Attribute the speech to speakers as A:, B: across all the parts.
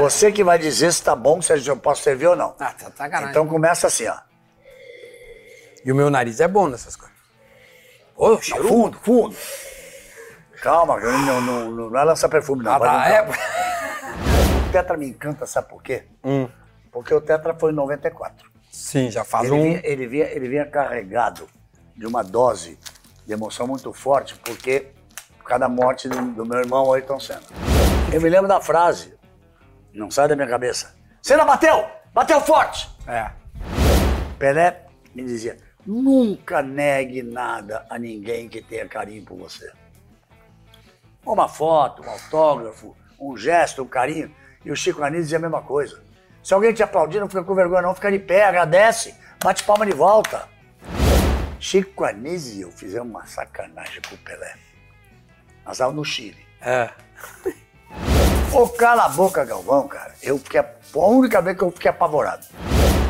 A: Você que vai dizer se tá bom, se eu posso servir ou não.
B: Ah, tá sacanagem.
A: Então começa assim, ó.
B: E o meu nariz é bom nessas coisas. Ô,
A: Tá
B: cheiro.
A: fundo, fundo. Calma, eu não, não, não, não é lançar perfume, não.
B: Ah,
A: Pode
B: tá,
A: não, calma.
B: é.
A: O Tetra me encanta, sabe por quê?
B: Hum,
A: Porque o Tetra foi em 94.
B: sim, já faz
A: Ele
B: um.
A: vinha, ele, vinha, ele vinha carregado de uma dose de emoção muito forte, porque por causa da morte do, do meu irmão Ayrton Senna. Eu me lembro da frase, não sai da minha cabeça. Senna bateu! Bateu forte!
B: É.
A: Pelé me dizia, nunca negue nada a ninguém que tenha carinho por você. Uma foto, um autógrafo, um gesto, um carinho. E o Chico Anísio dizia a mesma coisa. Se alguém te aplaudir, não fica com vergonha não, fica de pé, agradece, bate palma de volta. Chico Anísio e eu fizemos uma sacanagem com o Pelé. Nós estávamos no Chile.
B: É.
A: Ô, cala a boca, Galvão, cara. Eu fiquei, foi a única vez que eu fiquei apavorado.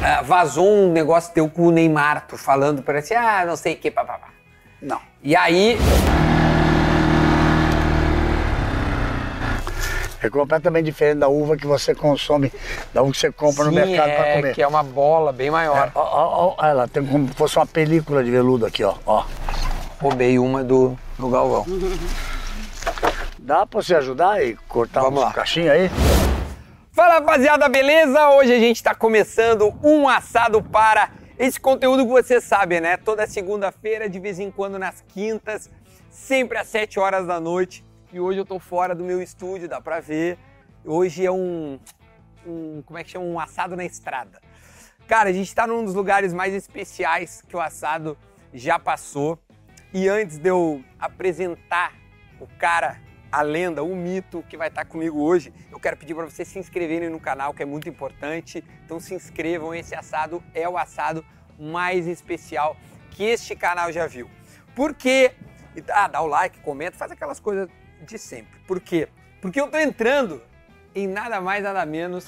B: É, vazou um negócio teu com o Neymar, tu falando, parece, ah, não sei o que, papapá.
A: Não.
B: E aí,
A: É completamente diferente da uva que você consome, da uva que você compra no mercado
B: é,
A: para comer. É.
B: que é uma bola bem maior.
A: Ó, ó, ó, olha lá, tem como se fosse uma película de veludo aqui, ó. ó.
B: Roubei uma do, do Galvão.
A: Dá pra você ajudar e cortar
B: Vamos
A: uns
B: lá.
A: caixinhos aí?
B: Fala rapaziada, beleza? Hoje a gente tá começando um assado para esse conteúdo que você sabe, né? Toda segunda-feira, de vez em quando nas quintas, sempre às 7 horas da noite. E hoje eu tô fora do meu estúdio, dá pra ver. Hoje é um. um como é que chama? Um assado na estrada. Cara, a gente tá num dos lugares mais especiais que o assado já passou. E antes de eu apresentar o cara, a lenda, o mito que vai estar comigo hoje. Eu quero pedir para vocês se inscreverem no canal, que é muito importante. Então se inscrevam, esse assado é o assado mais especial que este canal já viu. Por quê? Ah, dá o like, comenta, faz aquelas coisas de sempre. Por quê? Porque eu tô entrando em nada mais, nada menos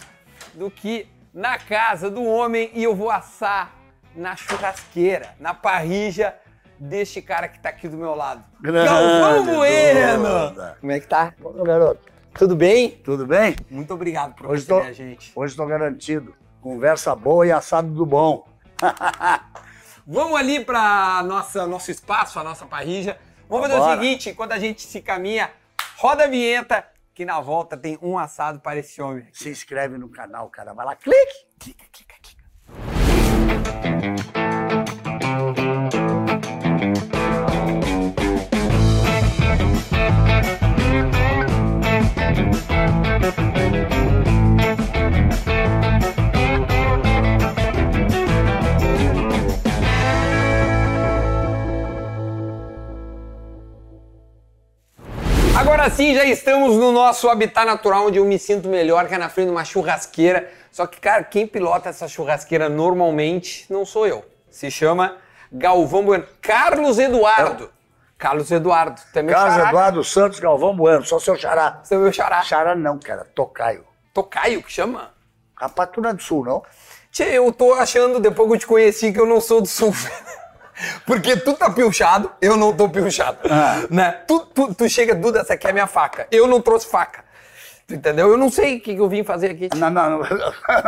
B: do que na casa do homem e eu vou assar na churrasqueira, na parrija deste cara que tá aqui do meu lado.
A: Grande
B: Galvão Bueno!
A: Duda.
B: Como é que tá?
A: Ô, garoto,
B: Tudo bem?
A: tudo bem?
B: Muito obrigado por
A: Hoje
B: receber
A: tô-
B: a gente.
A: Hoje tô garantido. Conversa boa e assado do bom.
B: Vamos ali para nossa nosso espaço, a nossa parrija. Vamos fazer o
A: Vambora.
B: seguinte, enquanto a gente se caminha, roda a vinheta, que na volta tem um assado para esse homem.
A: Se inscreve no canal, cara. Vai lá, clique!
B: Clica, clica, clica. Agora sim, já estamos no nosso habitat natural, onde eu me sinto melhor, que é na frente de uma churrasqueira. Só que, cara, quem pilota essa churrasqueira normalmente não sou eu. Se chama Galvão Bueno. Carlos Eduardo. Carlos Eduardo. Também é
A: Carlos
B: xará.
A: Eduardo Santos Galvão Bueno, só seu xará.
B: Você é meu xará.
A: Xará não, cara, tocaio.
B: Tocaio, que chama?
A: Rapaz, tu não é do sul, não?
B: Tchê, eu tô achando, depois que eu te conheci, que eu não sou do sul. Porque tu tá pilchado, eu não tô pilchado.
A: Ah.
B: Né? Tu, tu, tu chega, Duda, essa aqui é a minha faca. Eu não trouxe faca. Tu entendeu? Eu não sei o que, que eu vim fazer aqui.
A: Não, não, não.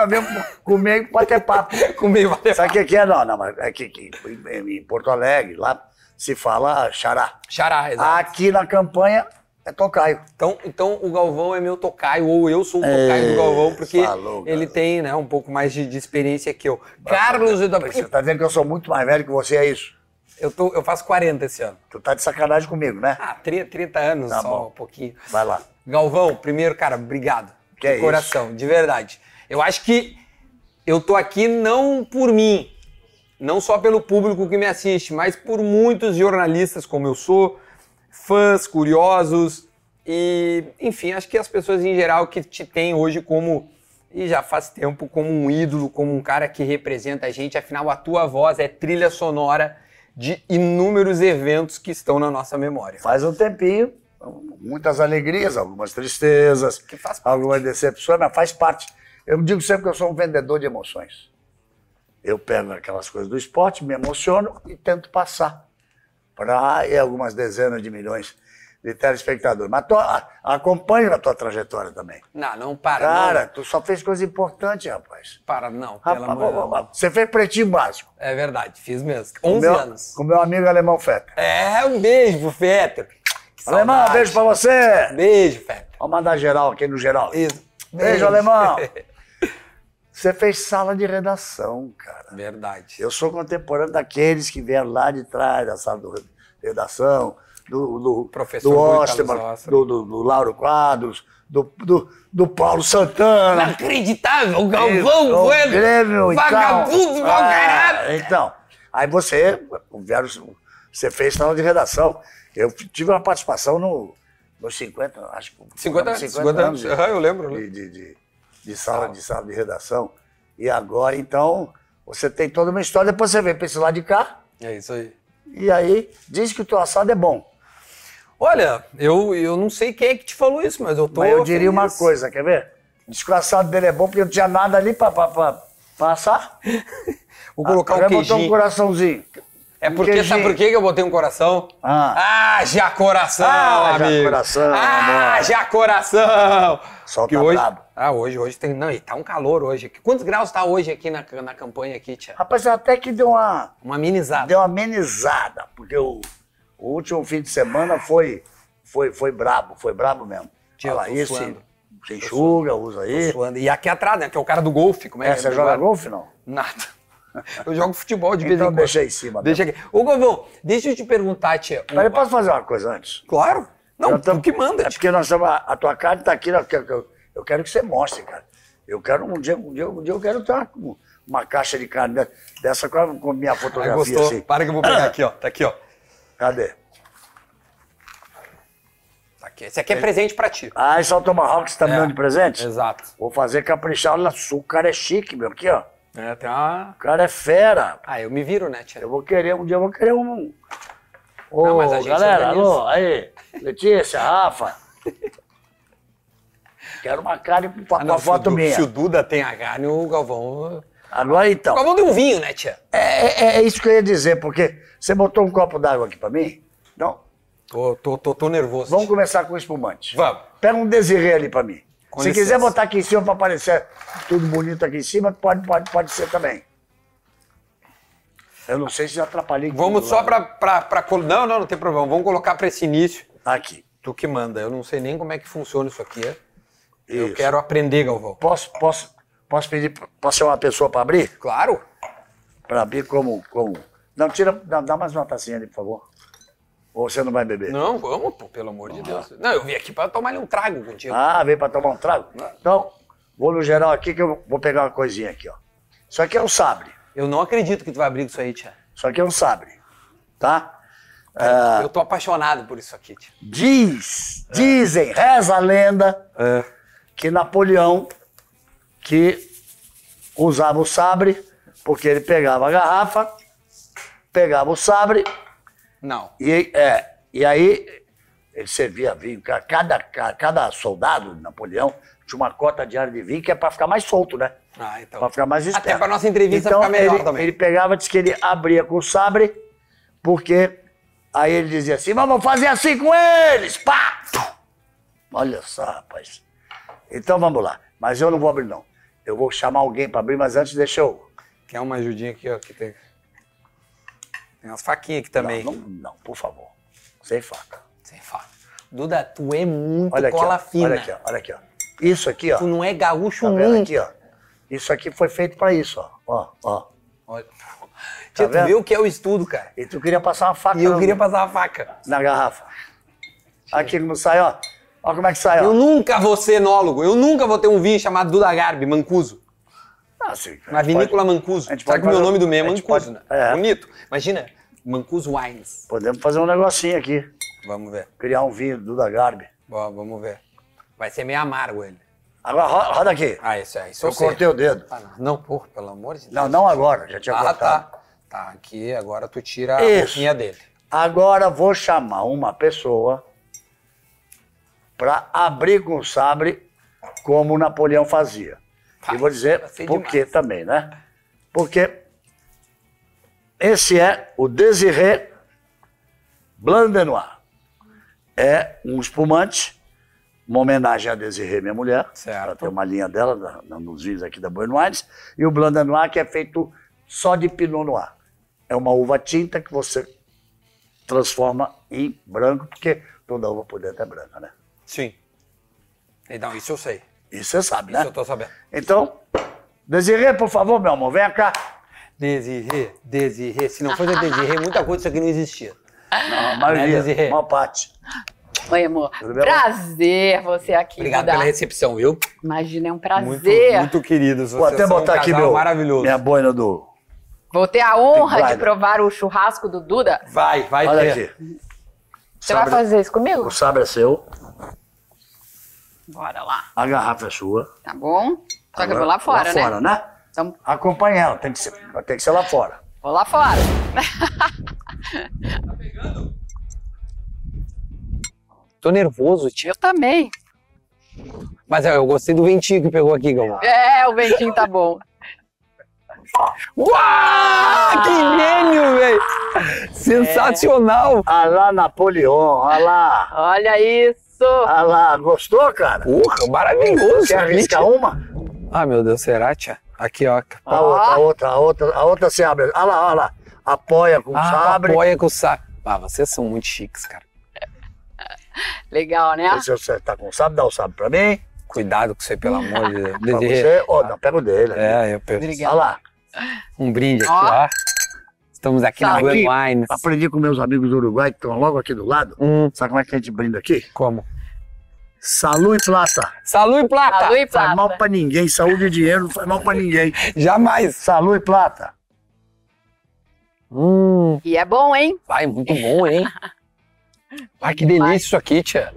A: Vem comer e bater papo.
B: Comi, valeu.
A: Sabe o que, que é? Não, não, mas é que, que em em Porto Alegre, lá se fala xará.
B: Xará, exato.
A: Aqui na campanha é tocaio.
B: Ah, Então, então o Galvão é meu tocaio, ou eu sou o tocaio do Galvão, porque
A: É, falou,
B: ele
A: Galvão.
B: tem né, um pouco mais de, de experiência que eu. Carlos Eduardo.
A: Você tá dizendo que eu sou muito mais velho que você, é isso?
B: Eu, tô, eu faço 40 esse ano.
A: Tu tá de sacanagem comigo, né?
B: Ah, 30, 30 anos
A: Tá
B: só,
A: bom.
B: um pouquinho.
A: Vai lá.
B: Galvão, primeiro, cara, obrigado.
A: Que é
B: de
A: isso.
B: coração, de verdade. Eu acho que eu tô aqui não por mim, não só pelo público que me assiste, mas por muitos jornalistas como eu sou, fãs, curiosos e, enfim, acho que as pessoas em geral que te têm hoje como e já faz tempo como um ídolo, como um cara que representa a gente, afinal a tua voz é trilha sonora de inúmeros eventos que estão na nossa memória.
A: Faz um tempinho, muitas alegrias, algumas tristezas,
B: Que faz parte.
A: algumas decepções, mas faz parte. Eu digo sempre que eu sou um vendedor de emoções. Eu pego aquelas coisas do esporte, me emociono e tento passar para algumas dezenas de milhões de telespectador. Mas tô- a- acompanho a tua trajetória também.
B: Não, não para.
A: Cara,
B: não.
A: tu só fez coisa importante, rapaz.
B: Para, não. Pelo
A: Rapaz,
B: amor de
A: ó,
B: Deus.
A: ó, ó, você fez pretinho básico.
B: É verdade, fiz mesmo. 11
A: meu,
B: anos.
A: Com meu amigo alemão Feta.
B: É, um beijo pro Fetter. Que
A: Alemão,
B: saudade.
A: beijo pra você!
B: Beijo, Fetter.
A: Vamos mandar geral aqui no geral.
B: Isso.
A: Beijo, alemão! É Você fez sala de redação, cara.
B: Verdade.
A: Eu sou contemporâneo daqueles que vieram lá de trás da sala do- de redação, do, do
B: Professor
A: do
B: Rui
A: Osterman,
B: Carlos Osterman.
A: do, do- do Lauro Quadros, do, do- do Paulo Santana.
B: Inacreditável, o
A: do
B: Galvão Bueno.
A: Grêmio, então.
B: Vagabundo, mau caralho.
A: Ah, Então, aí você, vieram, você fez sala de redação. Eu tive uma participação no, nos 50, acho que
B: 50, 50 anos.
A: de-
B: Aham, eu lembro. né?
A: de, de, de- de sala, de sala de redação. E agora, então, você tem toda uma história, depois você vem para esse lado de cá,
B: É isso aí.
A: e aí diz que o teu assado é bom.
B: Olha, eu, eu não sei quem é que te falou isso, mas eu tô.
A: Mas eu diria uma
B: feliz.
A: coisa, quer ver? Diz que o assado dele é bom porque não tinha nada ali para passar.
B: Vou colocar
A: Agora
B: um
A: botou um
B: queijinho.
A: coraçãozinho.
B: É
A: Um
B: porque, sabe
A: queijinho.
B: por que que eu botei um coração?
A: Ah.
B: Ah, já coração,
A: Ah, já
B: amigo.
A: coração,
B: Ah,
A: amor.
B: já coração.
A: Sol
B: que
A: tá
B: hoje,
A: brabo.
B: Ah, hoje, hoje tem... Não, e tá um calor hoje aqui. Quantos graus tá hoje aqui na, na campanha aqui, tia?
A: Rapaz, até que deu uma,
B: Uma amenizada.
A: deu uma amenizada, porque o, o último fim de semana foi, foi, foi brabo, foi brabo mesmo.
B: Tio,
A: Olha lá,
B: tô
A: esse,
B: suando.
A: você enxuga, usa aí.
B: Suando. E aqui atrás, né? Que é o cara do golfe. Como é,
A: É,
B: que
A: você
B: é?
A: joga golfe, não?
B: Nada. Eu jogo futebol de vez em
A: Então
B: quando.
A: deixa aí em cima.
B: Deixa aqui. Ô, Govão, deixa eu te perguntar, tia. um-
A: Peraí, posso fazer uma coisa antes?
B: Claro. Não,
A: Nós
B: tu
A: tamo-
B: que manda,
A: É
B: tia.
A: porque nós estamos. A tua carne está aqui, nós quer- eu, eu quero que você mostre, cara. Eu quero um dia, um dia, um dia eu quero ter uma, uma caixa de carne de- dessa com a- com a minha
B: Ah,
A: fotografia
B: gostou.
A: assim.
B: Para que eu vou pegar aqui, ó. Tá aqui, ó.
A: Cadê?
B: Tá aqui. Esse aqui é presente pra ti.
A: Ah, esse é o Tomahawk que você tá me
B: É.
A: dando de presente?
B: Exato.
A: Vou fazer caprichar. Olha só, o cara é chique, meu. Aqui, ó.
B: É, tem uma...
A: O cara é fera.
B: Ah, eu me viro, né, tia?
A: Eu vou querer, um dia eu vou querer um. Ô,
B: Não, mas a gente é assim.
A: galera,
B: organiza.
A: alô, aí, Letícia, Rafa. Quero uma carne com
B: Ah,
A: com
B: não,
A: a
B: se
A: foto
B: o Du-
A: minha.
B: Se o Duda tem a carne, o Galvão.
A: Agora
B: O
A: então,
B: Galvão deu um vinho, né, tia?
A: é, é- é isso que eu ia dizer, porque você botou um copo d'água aqui pra mim? Não,
B: Tô, tô, tô, tô nervoso.
A: vamos
B: tia.
A: começar com o espumante.
B: Vamos.
A: Pega um desirê ali pra mim.
B: Com
A: Se
B: licença.
A: quiser botar aqui em cima pra aparecer tudo bonito aqui em cima, pode, pode, pode ser também. Eu não sei se eu atrapalhei.
B: Vamos
A: tudo
B: só
A: lá.
B: pra, pra, pra. col- Não, não, não tem problema. Vamos colocar pra esse início.
A: Aqui.
B: Tu que manda. Eu não sei nem como é que funciona isso aqui. Eu
A: Isso.
B: quero aprender, Galvão.
A: Posso, posso, posso pedir, posso ser uma pessoa para abrir?
B: Claro.
A: Para abrir como, como... Não, tira, dá, dá mais uma tacinha ali, por favor. Ou você não vai beber?
B: Não, vamos, pô, pelo amor de Deus. Não, eu vim aqui pra tomar um trago contigo.
A: Ah, veio para tomar um trago? Então, vou no geral aqui que eu vou pegar uma coisinha aqui, ó. Isso aqui é um sabre.
B: Eu não acredito que tu vai abrir isso aí, tia.
A: Isso aqui é um sabre, tá? Ah,
B: Eu tô apaixonado por isso aqui, tia.
A: diz, dizem, reza a lenda que Napoleão que usava o sabre porque ele pegava a garrafa, pegava o sabre
B: Não.
A: E, é, e aí ele servia vinho. Ca- Cada, ca- cada soldado de Napoleão tinha uma cota diária de vinho que é para ficar mais solto, né?
B: Ah, então.
A: Para ficar mais esperto.
B: Até pra nossa entrevista
A: então,
B: ficar melhor
A: ele,
B: também.
A: Ele pegava, disse que ele abria com o sabre, porque aí ele dizia assim: vamos fazer assim com eles! Pá! Olha só, rapaz. Então vamos lá. Mas eu não vou abrir, não. Eu vou chamar alguém para abrir, mas antes deixa eu.
B: Quer uma ajudinha aqui, ó, que tem. Tem umas faquinhas aqui também.
A: Não, não, não, por favor. Sem faca.
B: Sem faca. Duda, tu é muito
A: Olha aqui,
B: cola
A: ó,
B: fina.
A: olha aqui, ó, olha aqui, ó. Isso aqui, ó.
B: Tu não é gaúcho
A: Tá vendo
B: nunca.
A: aqui, ó? Isso aqui foi feito pra isso, ó. Ó, ó.
B: Olha. Tia, tu
A: Tá vendo? Tá
B: vê o que é o estudo, cara.
A: E tu queria passar uma faca
B: E eu
A: na-
B: queria passar a faca.
A: na garrafa. Aqui como sai, ó. Ó como é que sai, ó.
B: Eu nunca vou ser enólogo. Eu nunca vou ter um vinho chamado Duda Garbi, Mancuso.
A: Ah, sim, a gente
B: Na vinícola Mancuso.
A: a gente
B: Sabe
A: pode
B: que o meu
A: fazer- um-
B: nome do meio é
A: a gente
B: Mancuso, né?
A: pode- é.
B: Bonito. Imagina, Mancuso Wines.
A: pode- Podemos fazer um negocinho aqui.
B: Vamos ver.
A: Criar um vinho do da Garbi.
B: Ó, vamos ver. Vai ser meio amargo ele.
A: Agora ro- roda aqui.
B: Ah, isso é. Isso
A: Eu
B: sei.
A: cortei o dedo.
B: Ah, não. não, porra, pelo amor de Deus.
A: Não, não agora, já tinha
B: Ah,
A: cortado.
B: tá. Tá, aqui agora tu tira a
A: Isso.
B: boquinha dele.
A: Agora vou chamar uma pessoa pra abrir com o sabre como o Napoleão fazia.
B: Tá,
A: e vou dizer
B: vai ser
A: por
B: demais.
A: quê também, né? Porque esse é o Desiré Blanc de Noir. é um espumante, uma homenagem a Desirê, minha mulher.
B: Certo.
A: Ela tem uma linha dela na- na- nos vinhos aqui da Buenos Aires. E o Blanc de Noir, que é feito só de Pinot Noir. É uma uva tinta que você transforma em branco, porque toda uva por dentro é branca, né?
B: Sim. Então, isso eu sei.
A: Isso você sabe,
B: Isso
A: né?
B: eu tô sabendo.
A: Então, Desirê, por favor, meu amor, vem cá.
B: Desirê, Desirê. Se não fosse a Desirê, muita coisa disso aqui não existia.
A: Não, a
B: Né,
A: maioria,
B: Desirê?
A: a maior parte.
C: Oi, amor.
A: Tudo bem, amor?
C: prazer você aqui.
B: Obrigado
C: Dudá.
B: pela recepção, viu?
C: Imagina, é um
B: Muito,
C: prazer.
B: muito queridos.
A: Vou até
B: Vocês são um
A: botar aqui
B: casal
A: meu,
B: maravilhoso.
A: minha boina do...
C: Vou ter a honra
A: Guarda.
C: de provar o churrasco do Duda.
B: Vai, vai
A: Olha
B: ter.
A: aqui,
C: Você vai
A: Sabre-
C: fazer isso comigo?
A: o sabre é seu,
C: Bora lá,
A: a garrafa é sua.
C: tá bom? Só que eu
A: Agora,
C: vou lá fora, né?
A: fora, né?
C: Então,
A: Acompanha ela, tem que ser, tem que ser lá fora.
C: vou lá fora.
B: Tô nervoso, tio.
C: Eu também.
B: Mas ó, eu gostei do ventinho que pegou aqui, Galvão.
C: É, o ventinho tá bom.
B: Uau! Que gênio, velho! Sensacional!
A: Ah lá, Napoleão, ah lá.
C: Olha isso.
A: Ah lá, gostou, cara?
B: Porra, maravilhoso!
A: Quer arriscar uma?
B: Ah, meu Deus, será, tia? Aqui, ó.
A: A outra, a outra, a outra, a outra se abre. Ah lá, ah lá. Apoia com o
B: Ah,
A: sabre.
B: apoia com o sabre. Ah, vocês são muito chiques, cara.
C: Legal, né?
A: Se você tá com o sabre, dá o sabre pra mim.
B: Cuidado com isso aí, pelo amor de Deus.
A: Pra
B: Desirê.
A: você. Ó, não, pega o dele. aqui.
B: É, eu perdi.
C: Obrigada.
A: Ah lá.
B: Um brinde aqui, ó.
C: Ó.
B: Estamos aqui na
A: Tá Aqui.
B: Blue Wines.
A: Aprendi com meus amigos do Uruguai que estão logo aqui do lado.
B: Hum,
A: Sabe como é que a gente brinda aqui?
B: como?
A: Salu e plata.
B: Salu e plata!
C: Alô e
A: Faz mal
C: plata.
A: pra ninguém. Saúde e dinheiro não faz mal pra ninguém.
B: Jamais!
A: Salu e plata.
B: Hum,
C: E é bom, hein?
B: vai, muito bom, hein? Vai, que delícia isso aqui, tia.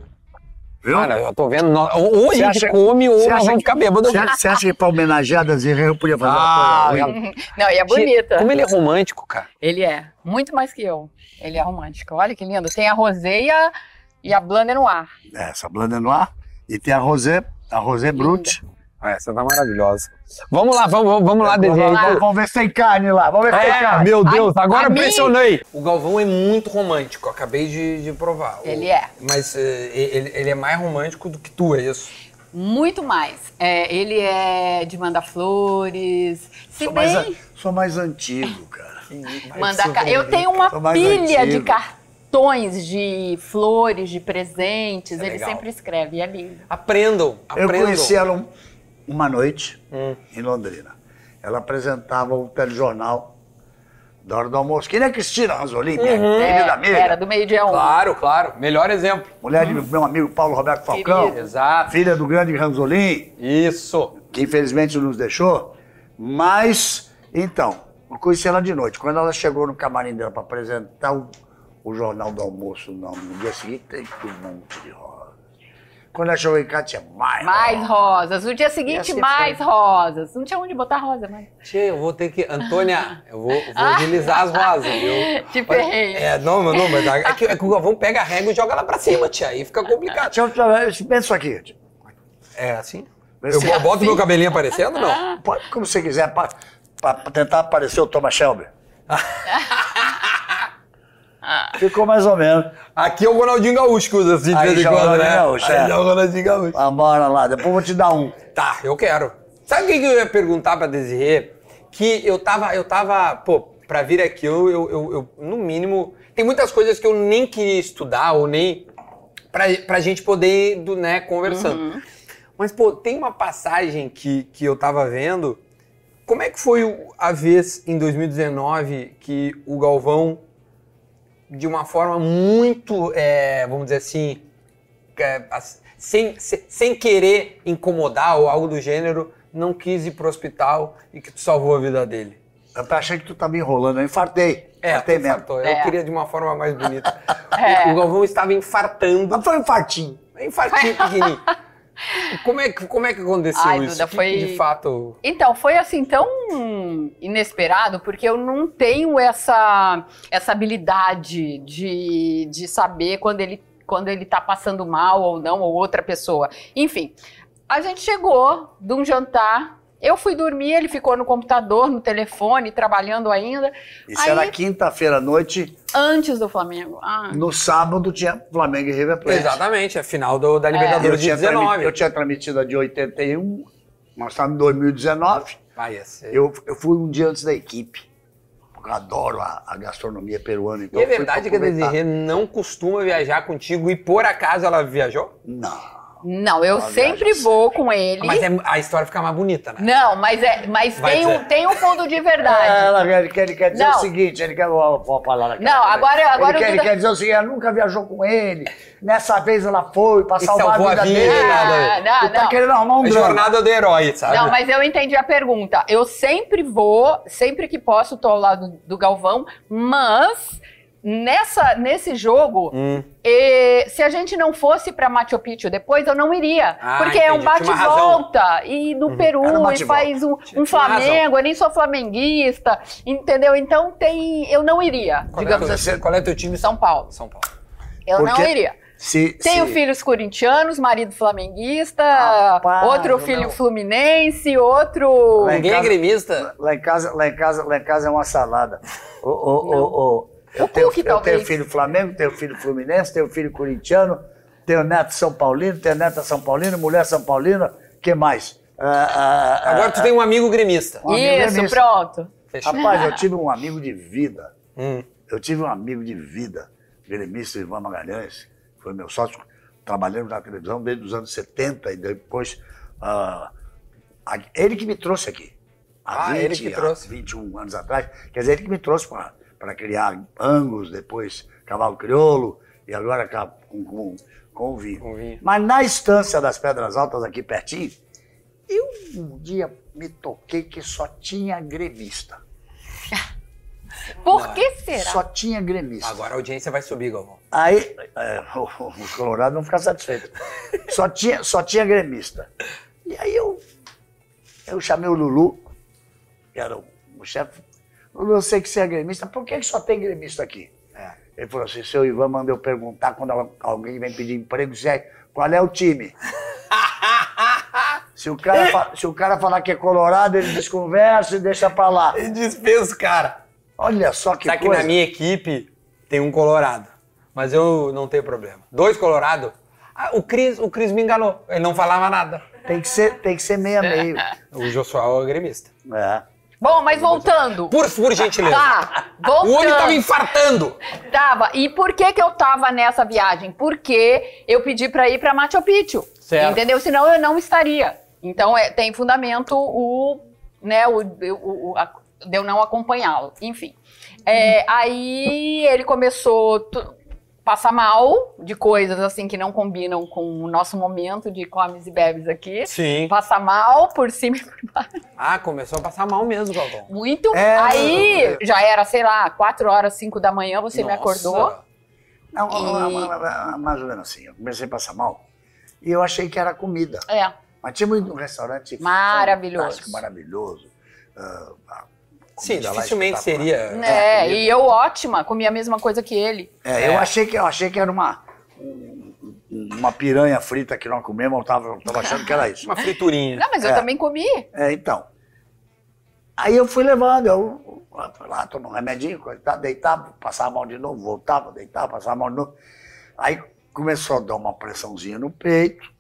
A: Viu?
B: Cara, eu tô vendo. nós- Ou a
A: Você
B: gente
A: acha-
B: come, ou
A: você
B: nós
A: acha
B: vamos
A: que-
B: ficar bêbado.
A: Você acha, você acha que pra homenagear a Desirê eu podia fazer
B: Ah,
A: uma coisa ruim?
C: Não, e é bonita.
B: Como ele é romântico, cara.
C: Ele é. Muito mais que eu. Ele é romântico. Olha que lindo. Tem a roseia e a blanda no ar.
A: É, Essa blanda no ar. E tem a Rosé, a Rosé Brut.
B: Ah, Essa tá maravilhosa. Vamos lá, vamos, vamos, vamos lá,
A: Vamos lá,
B: desenho.
A: vamos ver se tem carne lá. Vamos ver se tem
B: Ah, É,
A: carne.
B: meu Deus,
C: Ai,
B: agora
C: a mim-
B: impressionei. O Galvão é muito romântico, eu acabei de, de provar. O-
C: Ele é.
B: Mas eh, ele, ele é mais romântico do que tu, é isso?
C: Muito mais. É, ele é de mandar flores. Se
A: Sou mais,
C: bem.
A: an- sou mais antigo, cara.
C: Mandar ca- Eu tenho uma
A: Sou mais
C: pilha
A: antigo.
C: de cartões de flores, de presentes.
B: É
C: ele
B: legal.
C: sempre escreve, e é lindo.
B: Aprendam,
A: Eu
B: aprendam.
A: conheci ela um- uma noite
B: Hum.
A: em Londrina. Ela apresentava o telejornal da hora do almoço. Que nem a Cristina Ranzolin, minha
B: Uhum.
C: É,
A: querida amiga.
C: era do meio-dia um.
B: Claro, claro. Melhor exemplo.
A: Mulher de meu amigo Paulo Roberto Falcão.
C: Querido.
B: Exato.
A: Filha do grande Ranzolin.
B: Isso.
A: que infelizmente nos deixou, mas então, eu conheci ela de noite. Quando ela chegou no camarim dela para apresentar o, o jornal do almoço, não, no dia seguinte tem um monte de rosa. Quando ela chegou em casa tinha mais.
C: Mais
A: rosa.
C: rosas. No dia
A: Essa
C: seguinte,
A: que
C: mais rosas. Não tinha onde botar rosa, mas.
B: Tchê, eu vou ter que. Antônia, eu vou, eu vou utilizar as rosas, viu?
C: Ah. Te
B: Mas-
C: ferrei.
B: É, não, mas- não, mas é que, é que o Galvão pega a régua e joga lá pra cima, tia. Aí fica complicado.
A: Deixa eu falar, eu- Pensa isso aqui. tio.
B: Ah, É assim?
A: Vê
B: Eu
A: se-
B: bo- boto meu cabelinho aparecendo ou
C: Ah.
B: não?
A: pode, como você quiser, para tentar aparecer o Thomas Shelby. Ficou mais ou menos.
B: Aqui é o Ronaldinho Gaúcho que usa assim de
A: Aí
B: vez em
A: já é o
B: quando, né?
A: Ronaldinho Gaúcho,
B: Aí
A: é.
B: já é o Ronaldinho Gaúcho.
A: Ah, bora lá, depois eu vou te dar um.
B: Tá, eu quero. Sabe o que que eu ia perguntar pra Desirê? Que eu tava, eu tava, pô, pra vir aqui, eu, eu, eu, eu, no mínimo, tem muitas coisas que eu nem queria estudar ou nem pra, pra gente poder, ir, do, né, conversando. Mas, pô, tem uma passagem que, que eu tava vendo. Como é que foi o- a vez em 2019 que o Galvão, de uma forma muito, é, vamos dizer assim, é, as- sem, se- sem querer incomodar ou algo do gênero, não quis ir pro hospital e que tu salvou a vida dele?
A: Eu achei que tu tava me enrolando, eu infartei.
B: tu
A: infartei mesmo.
B: infartou. Eu
C: É.
B: queria de uma forma mais bonita.
C: É.
B: O Galvão estava infartando.
A: Mas foi um infartinho.
B: Infartinho pequenininho. Como é, que, como é que aconteceu
C: Ai,
B: isso?
C: Duda,
B: Que que
C: foi-
B: De fato.
C: Então, foi assim tão inesperado, porque eu não tenho essa, essa habilidade de, de saber quando ele, quando ele tá passando mal ou não, ou outra pessoa. Enfim, a gente chegou de um jantar Eu fui dormir, ele ficou no computador, no telefone, trabalhando ainda.
A: Isso
C: Aí-
A: era quinta-feira à noite.
C: Antes do Flamengo. Ah,
A: No sábado tinha Flamengo e River Plate.
B: Exatamente, é final do, da
A: E É. Eu
B: Libertadores de
A: tinha, trami-
B: 19.
A: eu tinha transmitido a de 81, nós estávamos tá em 2019.
B: Vai, esse-
A: Eu, eu fui um dia antes da equipe. porque Eu adoro a, a gastronomia peruana. Então
B: E é
A: eu fui
B: verdade que
A: pra
B: a
A: aproveitar.
B: Desirê não costuma viajar contigo e por acaso ela viajou?
A: Não.
C: não, eu
A: Uma
C: sempre
A: viagem
C: vou com ele.
B: Mas é- a história fica mais bonita, né?
C: Não, mas, é, mas
B: Vai
C: tem, um,
B: dizer.
C: tem um fundo de verdade.
A: Ah, Ela, ele quer, ele quer dizer
C: Não.
A: o seguinte, ele quer. Vou, vou falar na cara
C: Não,
A: dele.
C: agora-
A: ele,
C: agora eu
A: quer, ele
C: tô-
A: quer dizer o seguinte: ela nunca viajou com ele. Nessa vez ela foi pra
B: E
A: salvar
B: salvou
A: a vida
B: a vida,
A: dele.
B: né?
C: Ah,
A: Tu
C: não,
A: tá
C: não.
A: querendo arrumar um
B: É
A: drama.
B: jornada do herói, sabe?
C: Não, mas eu entendi a pergunta. Eu sempre vou, sempre que posso, tô ao lado do Galvão, mas nessa, nesse jogo,
B: Hum.
C: eh, se a gente não fosse pra Machu Picchu depois, eu não iria.
B: Ah,
C: porque é um
B: entendi. Tinha uma Uhum.
C: bate-volta. E no Peru,
A: Era um
C: e
A: bate-volta.
C: faz um,
B: Tinha
C: um
B: uma
C: Flamengo, eu nem sou flamenguista, entendeu? Então tem. Eu não iria,
B: Qual é
C: digamos
B: teu-
C: assim.
B: Qual é teu time?
C: São Paulo.
B: São Paulo.
C: Eu não
A: Porque-
C: iria.
A: Se,
C: Tenho
A: se-
C: filhos corintianos, marido flamenguista,
A: Rapaz,
C: outro
A: não.
C: filho fluminense, outro.
A: Lá em
B: Ninguém é
A: casa-
B: gremista?
A: Lá em casa, lá em casa, lá em casa é uma salada. Ô, ô, ô, ô, eu,
C: O
A: tenho,
C: Cuca,
A: eu tenho
C: talvez.
A: filho Flamengo, tenho filho Fluminense, tenho filho corintiano, tenho neto São Paulino, tenho neta São Paulina, mulher São Paulina, que mais? Ah, ah, ah,
B: Agora tu tem um amigo gremista.
A: Um amigo
C: Isso,
A: é nisso.
C: pronto.
B: Fechou.
A: Rapaz, eu tive um amigo de vida.
B: Hum.
A: Eu tive um amigo de vida, gremista Ivan Magalhães, foi meu sócio, trabalhando na televisão desde os anos 70 e depois. ah, a- ele que me trouxe aqui. Há um,
B: Ah,
A: 20,
B: ele que
A: há
B: trouxe.
A: 21 anos atrás. Quer dizer, ele que me trouxe para criar Angus, depois Cavalo Crioulo e agora ca- com, com, com o vinho.
B: Com o vinho.
A: Mas na estância das Pedras Altas, aqui pertinho, eu um dia me toquei que só tinha gremista.
C: Por que será?
A: Só tinha gremista.
B: Agora a audiência vai subir, Galvão.
A: Aí é, o- o- os colorados vão ficar satisfeitos. Só tinha, só tinha gremista. E aí eu, eu chamei o Lulu, que era o, o chefe. Lulu, eu sei que você é gremista, por que, que só tem gremista aqui? Ele falou assim, seu Ivan mandou eu perguntar quando al- alguém vem pedir emprego, se é, qual é o time? se, o cara, fa- se o cara falar que é colorado, ele desconversa e deixa pra lá.
B: E dispensa, cara.
A: Olha só que
B: Sabe que
A: coisa.
B: Tá na minha equipe tem um colorado, mas eu não tenho problema. Dois colorado? Ah, o Cris, o Cris me enganou. Ele não falava nada.
A: Tem que ser, tem que ser meia meio.
B: O Josual é gremista.
A: É.
C: Bom, mas voltando.
B: Por, por gentileza.
C: Tá,
B: o homem tava
C: voltando.
B: infartando.
C: Tava. E por que que eu tava nessa viagem? Porque eu pedi pra ir pra Machu Picchu.
B: Certo.
C: Entendeu? Senão eu não estaria. Então é- tem fundamento o, né, o, o- o- a- de eu não acompanhá-lo. Enfim. É, Aí ele começou tu- passar mal de coisas assim que não combinam com o nosso momento de comes e bebes aqui.
B: Sim.
C: Passar mal por cima e por baixo.
B: Ah, começou a passar mal mesmo, Galvão.
C: Muito.
A: É,
C: aí
A: é.
C: já era, sei lá, 4 horas, 5 da manhã, você
B: Nossa.
C: me acordou.
A: Não,
C: E-
A: ma- ma- ma- é mais ou menos assim. Eu comecei a passar mal e eu achei que era comida.
C: É.
A: Mas tinha ido num restaurante
C: Maravilhoso.
A: fantástico, maravilhoso. Ah, a comida
B: Sim,
A: lá
B: dificilmente
A: espetacular.
B: seria.
C: É, e eu ótima, comia a mesma coisa que ele.
A: É,
B: É.
A: Eu, achei que, eu achei que era uma, um- uma piranha frita que nós comemos, eu tava, eu tava achando que era isso.
B: Uma friturinha.
C: Não, mas eu
A: É.
C: também comi.
A: É, então. Aí eu fui levando, eu eu fui lá, tomar um remedinho, coisa e tal, deitava, passava mal de novo, voltava, deitava, passava mal de novo. Aí começou a dar uma pressãozinha no peito.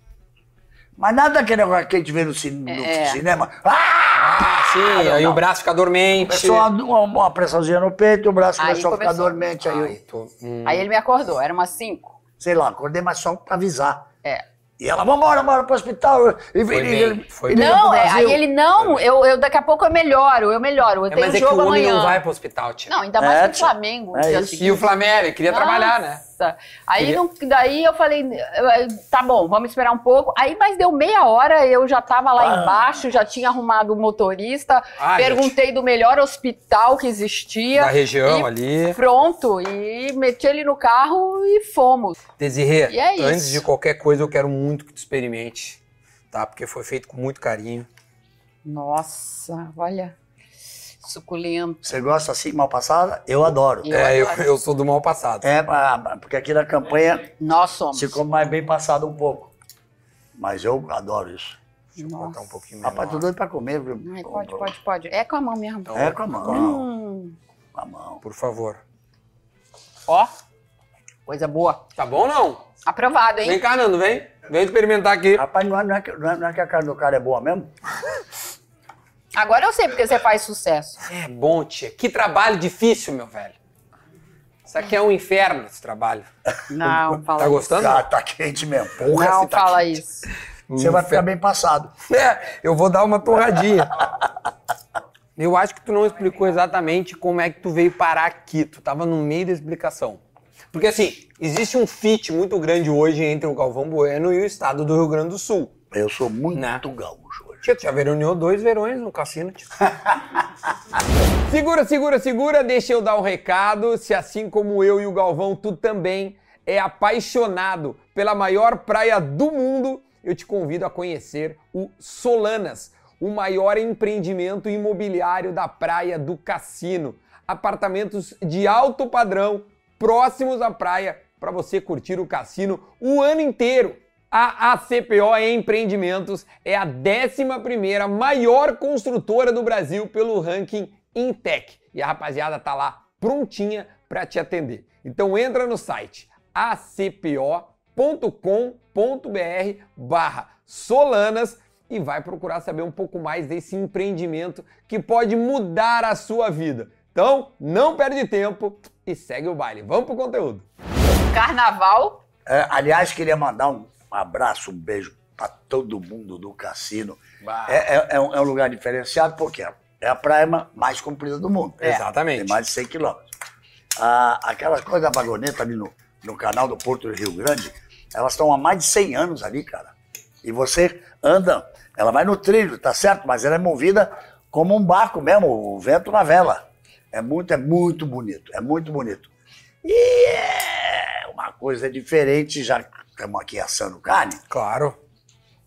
A: Mas nada daquele negócio que a gente vê no, cin- no
C: É.
A: cinema. Ah!
B: Ah, sim, aí o braço fica dormente.
A: Começou a- uma, uma pressãozinha no peito, o braço
C: Aí
A: começou a ficar
C: começou.
A: dormente. Aí eu,
B: Ai, tô... hum.
C: Aí ele me acordou, era umas 5.
A: sei lá, acordei, mas só pra avisar.
C: É.
A: E ela, vambora, bora pro hospital. E,
B: Foi
A: e-
B: bem,
A: e-
B: foi
A: e
B: bem.
A: liga pro
C: Não, é,
A: Brasil.
C: aí ele, não, eu, eu daqui a pouco eu melhoro, eu melhoro, eu
B: É,
C: tenho
B: mas é que
C: jogo
B: o homem
C: amanhã.
B: não vai pro hospital, tia.
C: Não, ainda mais
A: É,
C: que o
A: tia.
C: Flamengo.
A: É
C: dia
A: isso.
C: seguinte.
B: E o Flamengo, ele queria trabalhar, né?
C: Nossa. Aí
B: Queria-
C: não- daí eu falei, eh, eh, tá bom, vamos esperar um pouco. Aí, mas deu meia hora, eu já tava lá
A: Ah.
C: embaixo, já tinha arrumado o motorista,
B: Ah,
C: perguntei do melhor hospital que existia.
B: Da região
C: e
B: ali.
C: Pronto, e meti ele no carro e fomos.
B: Desirê,
C: E é isso.
B: antes de qualquer coisa, eu quero muito que tu experimente, tá? Porque foi feito com muito carinho.
C: Nossa, olha. Suculento.
A: Você gosta assim, mal passada? Eu adoro.
C: Eu
B: é, eu,
C: adoro.
B: eu sou do mal passado.
A: É, ah, porque aqui na campanha
C: Nós somos.
A: se come mais bem passado um pouco. Mas eu adoro isso.
D: Deixa eu cortar um pouquinho menor.
A: Rapaz, tô doido pra comer, viu?
C: Ai, pode, pode, pode. É com a mão mesmo.
D: Então,
A: É, com a mão.
C: Hum,
A: Com a mão.
D: Por favor.
C: ó, coisa boa.
B: Tá bom ou não?
C: Aprovado, hein?
B: Vem cá, Nando, vem. Vem experimentar aqui.
A: Rapaz, não é, não, é que, não é- não é que a carne do cara é boa mesmo?
C: Agora eu sei porque você faz sucesso.
B: É bom, tia. Que trabalho difícil, meu velho. Isso aqui é um inferno, esse trabalho.
C: Não, fala
B: Tá gostando?
A: Ah, tá quente mesmo. Porra,
C: Não,
A: se tá
C: fala
A: quente.
C: isso.
A: Você vai ficar bem passado.
B: É, eu vou dar uma torradinha. Eu acho que tu não explicou exatamente como é que tu veio parar aqui. Tu tava no meio da explicação. Porque assim, existe um fit muito grande hoje entre o Galvão Bueno e o estado do Rio Grande do Sul.
A: Eu sou muito
B: Não.
A: gaúcho hoje.
B: Tia, tu já veroneou dois verões no cassino, tia. segura, segura, segura, deixa eu dar um recado. Se assim como eu e o Galvão, tu também é apaixonado pela maior praia do mundo, eu te convido a conhecer o Solanas, o maior empreendimento imobiliário da praia do cassino. Apartamentos de alto padrão, próximos à praia, para você curtir o cassino o ano inteiro. A ACPO Empreendimentos é a 11ª maior construtora do Brasil pelo ranking Intec. E a rapaziada tá lá prontinha para te atender. Então entra no site acpo.com.br barra solanas e vai procurar saber um pouco mais desse empreendimento que pode mudar a sua vida. Então, não perde tempo e segue o baile. Vamos pro conteúdo.
C: Carnaval,
A: É, aliás, queria mandar um abraço, um beijo pra todo mundo do cassino. É, é- é um, é um lugar diferenciado porque é a praia ma- mais comprida do mundo.
B: É. Exatamente.
A: Tem mais de 100 quilômetros. Ah, aquelas coisas da vagoneta ali no, no canal do Porto do Rio Grande, elas estão há mais de 100 anos ali, cara. E você anda, ela vai no trilho, tá certo, mas ela é movida como um barco mesmo, o vento na vela. É muito, é muito bonito, é muito bonito. E é uma coisa diferente, já que estamos aqui assando carne,
D: Claro.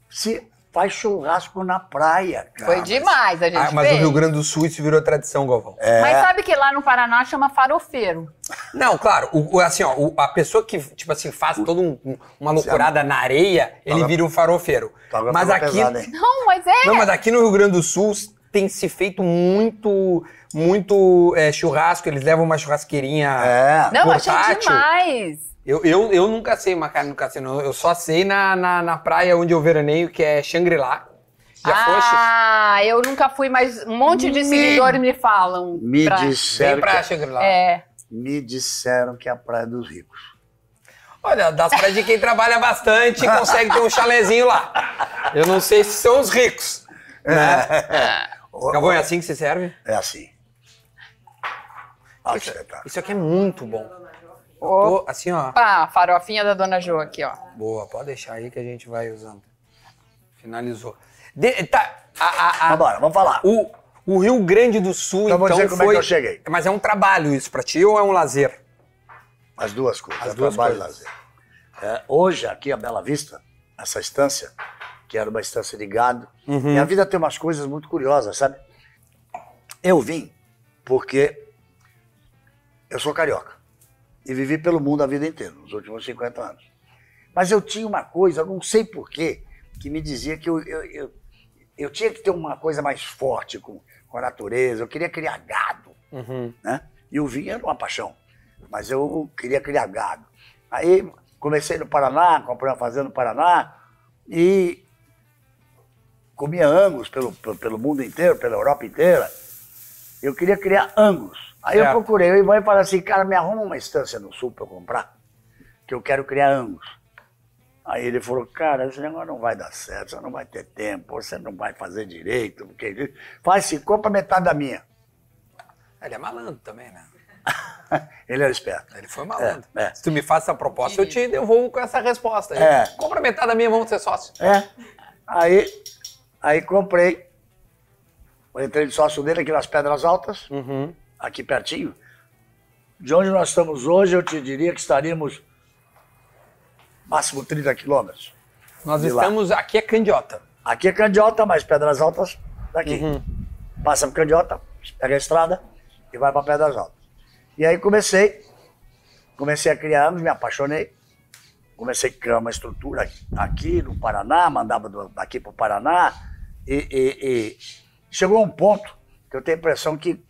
A: se faz churrasco na praia, cara.
C: foi demais, a gente
D: Ah, mas o
C: fez.
D: Rio Grande do Sul isso virou tradição, Galvão.
C: Mas sabe que lá no Paraná chama farofeiro.
B: Não, claro, o, o- assim, ó, o- a pessoa que, tipo assim, faz toda um- um- uma loucurada na areia, ele
A: Tava-
B: vira um farofeiro.
A: Tava
B: Mas
A: tava
B: aqui,
A: pesado, hein?
C: Não, mas é.
B: não, mas aqui no Rio Grande do Sul tem se feito muito, muito é, churrasco, eles levam uma churrasqueirinha.
A: É.
C: Não, achei
B: portátil.
C: demais.
B: Eu, eu, eu nunca sei uma carne no cassino, eu só sei na, na, na praia onde eu veraneio, que é Shangri-La. Já foste?
C: ah, eu nunca fui, mas um monte de
B: Me-
C: seguidores me falam.
A: Me,
C: pra-
B: Vem
A: disseram
B: pra
A: que,
B: Shangri-La.
C: É.
A: me disseram que é a Praia dos Ricos.
B: Olha, das praias de quem trabalha bastante e consegue ter um chalezinho lá. Eu não sei se são os ricos. Gavão, é assim que se serve?
A: É assim. Olha que espetáculo.
B: Isso aqui é muito bom.
C: Opa,
B: Tô, assim, ó.
C: farofinha da Dona Jo aqui, ó.
B: Boa, pode deixar aí que a gente vai usando. Finalizou. De- tá, a- a- a-
A: Vambora, vamos falar.
B: o, o Rio Grande do Sul,
A: Então
B: então,
A: vou dizer como é que
B: foi-
A: eu cheguei.
B: Mas é um trabalho isso pra ti ou é um lazer?
A: As duas coisas.
B: As
A: é
B: duas
A: trabalho
B: coisas.
A: e lazer. É, hoje, aqui a Bela Vista, essa estância, que era uma estância de gado,
B: Uhum.
A: minha vida tem umas coisas muito curiosas, sabe? Eu vim porque eu sou carioca e vivi pelo mundo a vida inteira, nos últimos 50 anos. Mas eu tinha uma coisa, eu não sei porquê, que me dizia que eu, eu, eu, eu tinha que ter uma coisa mais forte com, com a natureza, eu queria criar gado né? E o vinho era uma paixão, mas eu queria criar gado. Aí comecei no Paraná, comprei uma fazenda no Paraná e comia angus pelo, pelo- pelo mundo inteiro, pela Europa inteira. Eu queria criar angus. Aí eu
B: Certo.
A: procurei, o Ivan e falei assim, cara, me arruma uma estância no sul para eu comprar, que eu quero criar angus. Aí ele falou, cara, esse negócio não vai dar certo, você não vai ter tempo, você não vai fazer direito, porque faz se compra metade da minha.
B: Ele é malandro também, né?
A: Ele era esperto.
B: Ele foi malandro.
A: É, é.
B: Se tu me faz essa proposta, eu te devolvo com essa resposta. aí.
A: É.
B: Compra metade da minha, vamos ser sócio.
A: É. Aí, aí comprei. Eu entrei de sócio dele aqui nas Pedras Altas, aqui pertinho. De onde nós estamos hoje, eu te diria que estaríamos máximo 30 quilômetros.
B: Nós
A: De lá.
B: estamos. Aqui é Candiota.
A: Aqui é Candiota, mas Pedras Altas daqui. Passa por Candiota, pega a estrada e vai para Pedras Altas. E aí comecei, comecei a criar, me apaixonei. comecei a criar uma estrutura aqui no Paraná, mandava do- daqui para o Paraná, e, e- e chegou um ponto que eu tenho a impressão que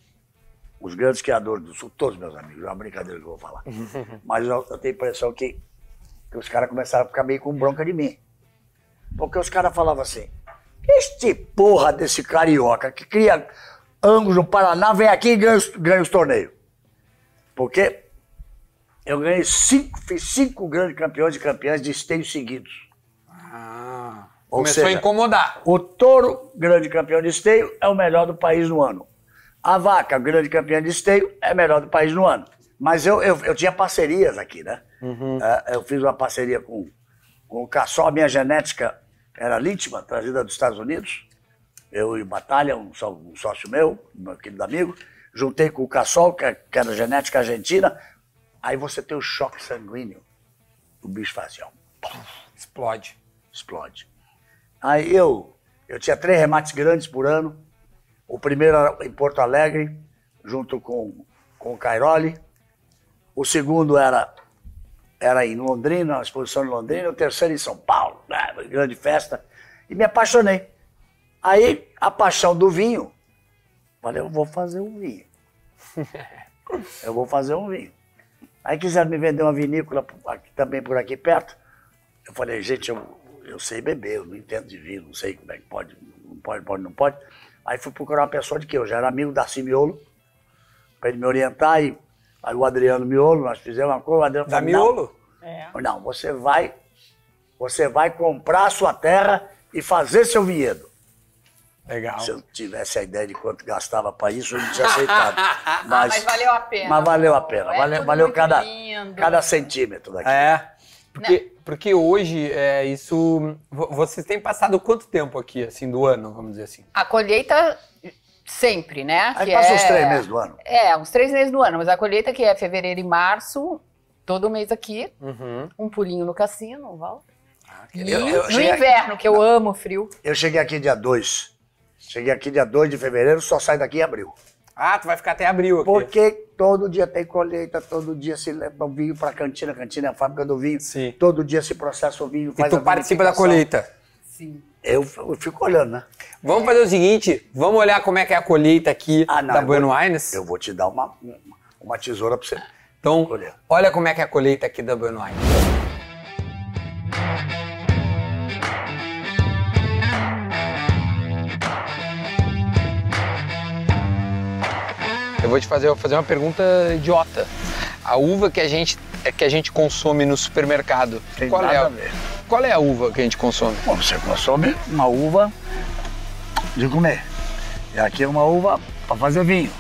A: os grandes criadores do Sul, todos meus amigos, é uma brincadeira que eu vou falar, mas eu, eu tenho a impressão que, que os caras começaram a ficar meio com bronca de mim. Porque os caras falavam assim, este porra desse carioca que cria ângulos no Paraná vem aqui e ganha os, ganha os torneios. Porque eu ganhei cinco, fiz cinco grandes campeões e campeãs de esteio seguidos.
B: Ah,
A: Ou
B: começou a
A: seja,
B: incomodar.
A: O touro, grande campeão de esteio, é o melhor do país no ano. A vaca, grande campeã de esteio, é a melhor do país no ano. Mas eu, eu, eu tinha parcerias aqui, né? É, Eu fiz uma parceria com, com o Cassol, a minha genética era lítima, trazida dos Estados Unidos. Eu e o Batalha, um, só- um sócio meu, meu querido amigo, juntei com o Cassol, que, é- que era genética argentina. Aí você tem o choque sanguíneo. O bicho fazia, ó,
B: Explode.
A: explode. Aí eu, eu tinha três remates grandes por ano. O primeiro era em Porto Alegre, junto com, com o Cairoli. O segundo era, era em Londrina, uma exposição em Londrina. O terceiro em São Paulo, né, uma grande festa. E me apaixonei. Aí, a paixão do vinho, falei, eu vou fazer um vinho. Eu vou fazer um vinho. Aí quiseram me vender uma vinícola por aqui- também por aqui perto. Eu falei, gente, eu, eu sei beber, eu não entendo de vinho, não sei como é que pode, não pode, pode, não pode. Aí fui procurar uma pessoa de que eu já era amigo da Miolo, para ele me orientar. E, aí o Adriano Miolo, nós fizemos uma coisa, o Adriano
B: Da
A: falou, "Não,
B: miolo?
C: É.
A: não, você vai, você vai comprar a sua terra e fazer seu vinhedo.
B: Legal.
A: Se eu tivesse a ideia de quanto gastava para isso, eu não tinha aceitado. Mas,
C: mas valeu a pena,
A: Mas valeu a
C: pô.
A: pena.
C: É
A: valeu
C: tudo
A: valeu
C: muito
A: cada,
C: lindo.
A: cada centímetro daqui.
B: É.
A: Né?
B: Porque, porque hoje, é, isso. vo- Vocês têm passado quanto tempo aqui, assim, do ano, vamos dizer assim?
C: A colheita sempre, né?
A: Aí
C: Que
A: passa
C: é-
A: os três meses do ano.
C: É, uns três meses do ano, mas a colheita que é fevereiro e março, todo mês aqui,
B: Uhum.
C: um pulinho no cassino, Val. E
A: eu- Ah, eu-
C: no inverno, que eu amo o frio.
A: Eu cheguei aqui dia 2. Cheguei aqui dia 2 de fevereiro, só saio daqui em abril.
B: Ah, tu vai ficar até abril aqui.
A: Porque todo dia tem colheita, todo dia se leva o vinho para a cantina, a cantina é a fábrica do vinho.
B: Sim.
A: Todo dia se processa o vinho.
B: E
A: faz a
B: tu participa da
A: vinificação.
B: colheita.
C: Sim.
A: Eu, f- eu fico olhando, né?
B: Vamos fazer o seguinte, vamos olhar como é que é a colheita aqui
A: Ah, não,
B: da
A: eu
B: Buenos
A: vou-
B: Aires.
A: Eu vou te dar uma, uma, uma tesoura para você.
B: Então,
A: Colher.
B: olha como é que é a colheita aqui da Buenos Aires. Eu vou te fazer, eu vou fazer uma pergunta idiota. A uva que a gente que a gente consome no supermercado,
A: Tem
B: qual é?
A: nada
B: a-
A: a ver.
B: Qual é a uva que a gente consome?
A: Bom, você consome uma uva de comer. E aqui é uma uva para fazer vinho.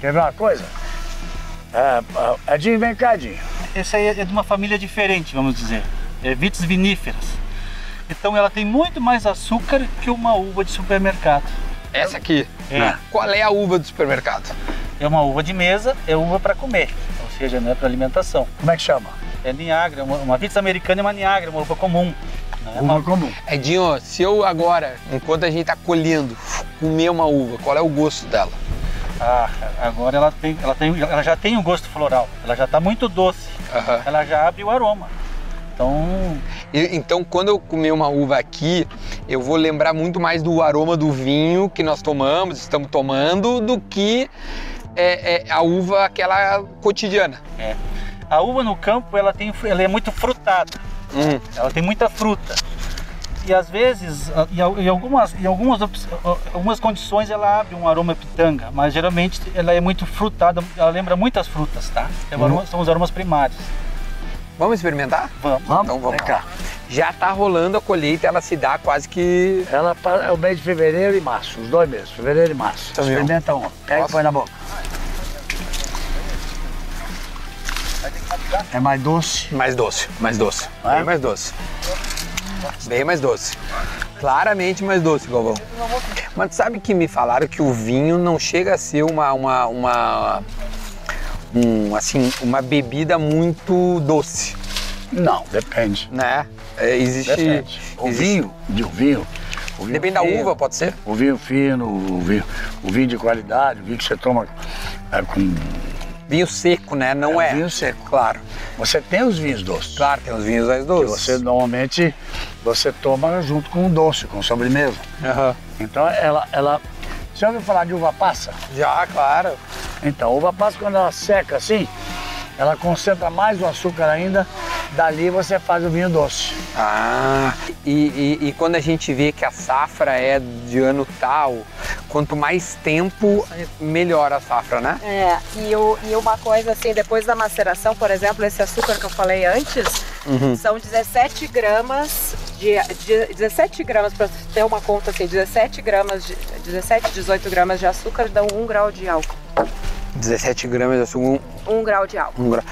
A: Quer ver uma coisa? É, é, Edinho, vem cá, Edinho.
E: Essa aí é de uma família diferente, vamos dizer. É vitis viníferas. Então ela tem muito mais açúcar que uma uva de supermercado.
B: Essa aqui.
E: É.
B: Qual é a uva do supermercado?
E: É uma uva de mesa, é uva para comer, ou seja, não é para alimentação.
A: Como é que chama?
E: É Niagara, uma, uma vitis americana é uma Niagara, uma uva comum. Não é uma
A: Uva comum.
B: Edinho, se eu agora, enquanto a gente tá colhendo, comer uma uva, qual é o gosto dela?
E: Ah, cara, agora ela tem, ela tem, ela já tem um gosto floral. Ela já está muito doce.
B: Aham.
E: Ela já abre o aroma. Então,
B: E- então, quando eu comer uma uva aqui, eu vou lembrar muito mais do aroma do vinho que nós tomamos, estamos tomando, do que é, é, a uva aquela cotidiana.
E: É. a uva no campo ela tem, ela é muito frutada.
B: Hum,
E: Ela tem muita fruta. E às vezes, a- em al- em algumas, em algumas, ops- a- algumas condições, ela abre um aroma pitanga, mas geralmente ela é muito frutada, ela lembra muitas frutas, tá? É o aroma- são os aromas primários.
B: vamos experimentar?
E: Vamos.
A: Vamos,
B: Então vamos
A: vem cá.
B: Já tá rolando a colheita, ela se dá quase que.
A: Ela pa- é o mês de fevereiro e março, os dois meses, fevereiro e março.
B: Tá vendo?
A: Experimenta uma, pega e
B: Posso?
A: põe na boca. É mais doce.
B: Mais doce, mais doce.
A: Vai?
B: Bem mais doce. Bem mais doce. Claramente mais doce, Galvão. Mas sabe que me falaram que o vinho não chega a ser uma. uma, uma um, assim, uma bebida muito doce,
A: Não, depende.
B: né? É, existe.
A: Depende. O
B: existe-
A: vinho, de o vinho. o vinho
B: Depende da
A: fino,
B: uva, pode ser?
A: O vinho fino, o vinho, o vinho de qualidade, o vinho que você toma é, com
B: Vinho seco, né? Não é.
A: vinho seco.
B: Claro.
A: Você tem os vinhos doces.
B: Claro, tem os vinhos mais doces.
A: Você normalmente você toma junto com um doce, com sobremesa.
B: Aham.
A: Então ela, ela. Você já ouviu falar de uva passa?
B: Já, claro.
A: Então, uva passa quando ela seca assim, ela concentra mais o açúcar ainda, dali você faz o vinho doce.
B: Ah, e, e- e quando a gente vê que a safra é de ano tal, quanto mais tempo, melhor a safra, né?
F: É, e, o- e uma coisa assim, depois da maceração, por exemplo, esse açúcar que eu falei antes, são 17 gramas de, de- 17 gramas, para ter uma conta assim, 17 gramas, de, 17, 18 gramas de açúcar dão 1 grau de álcool.
B: 17 gramas de açúcar, um,
F: 1 grau de álcool.
B: um, gra-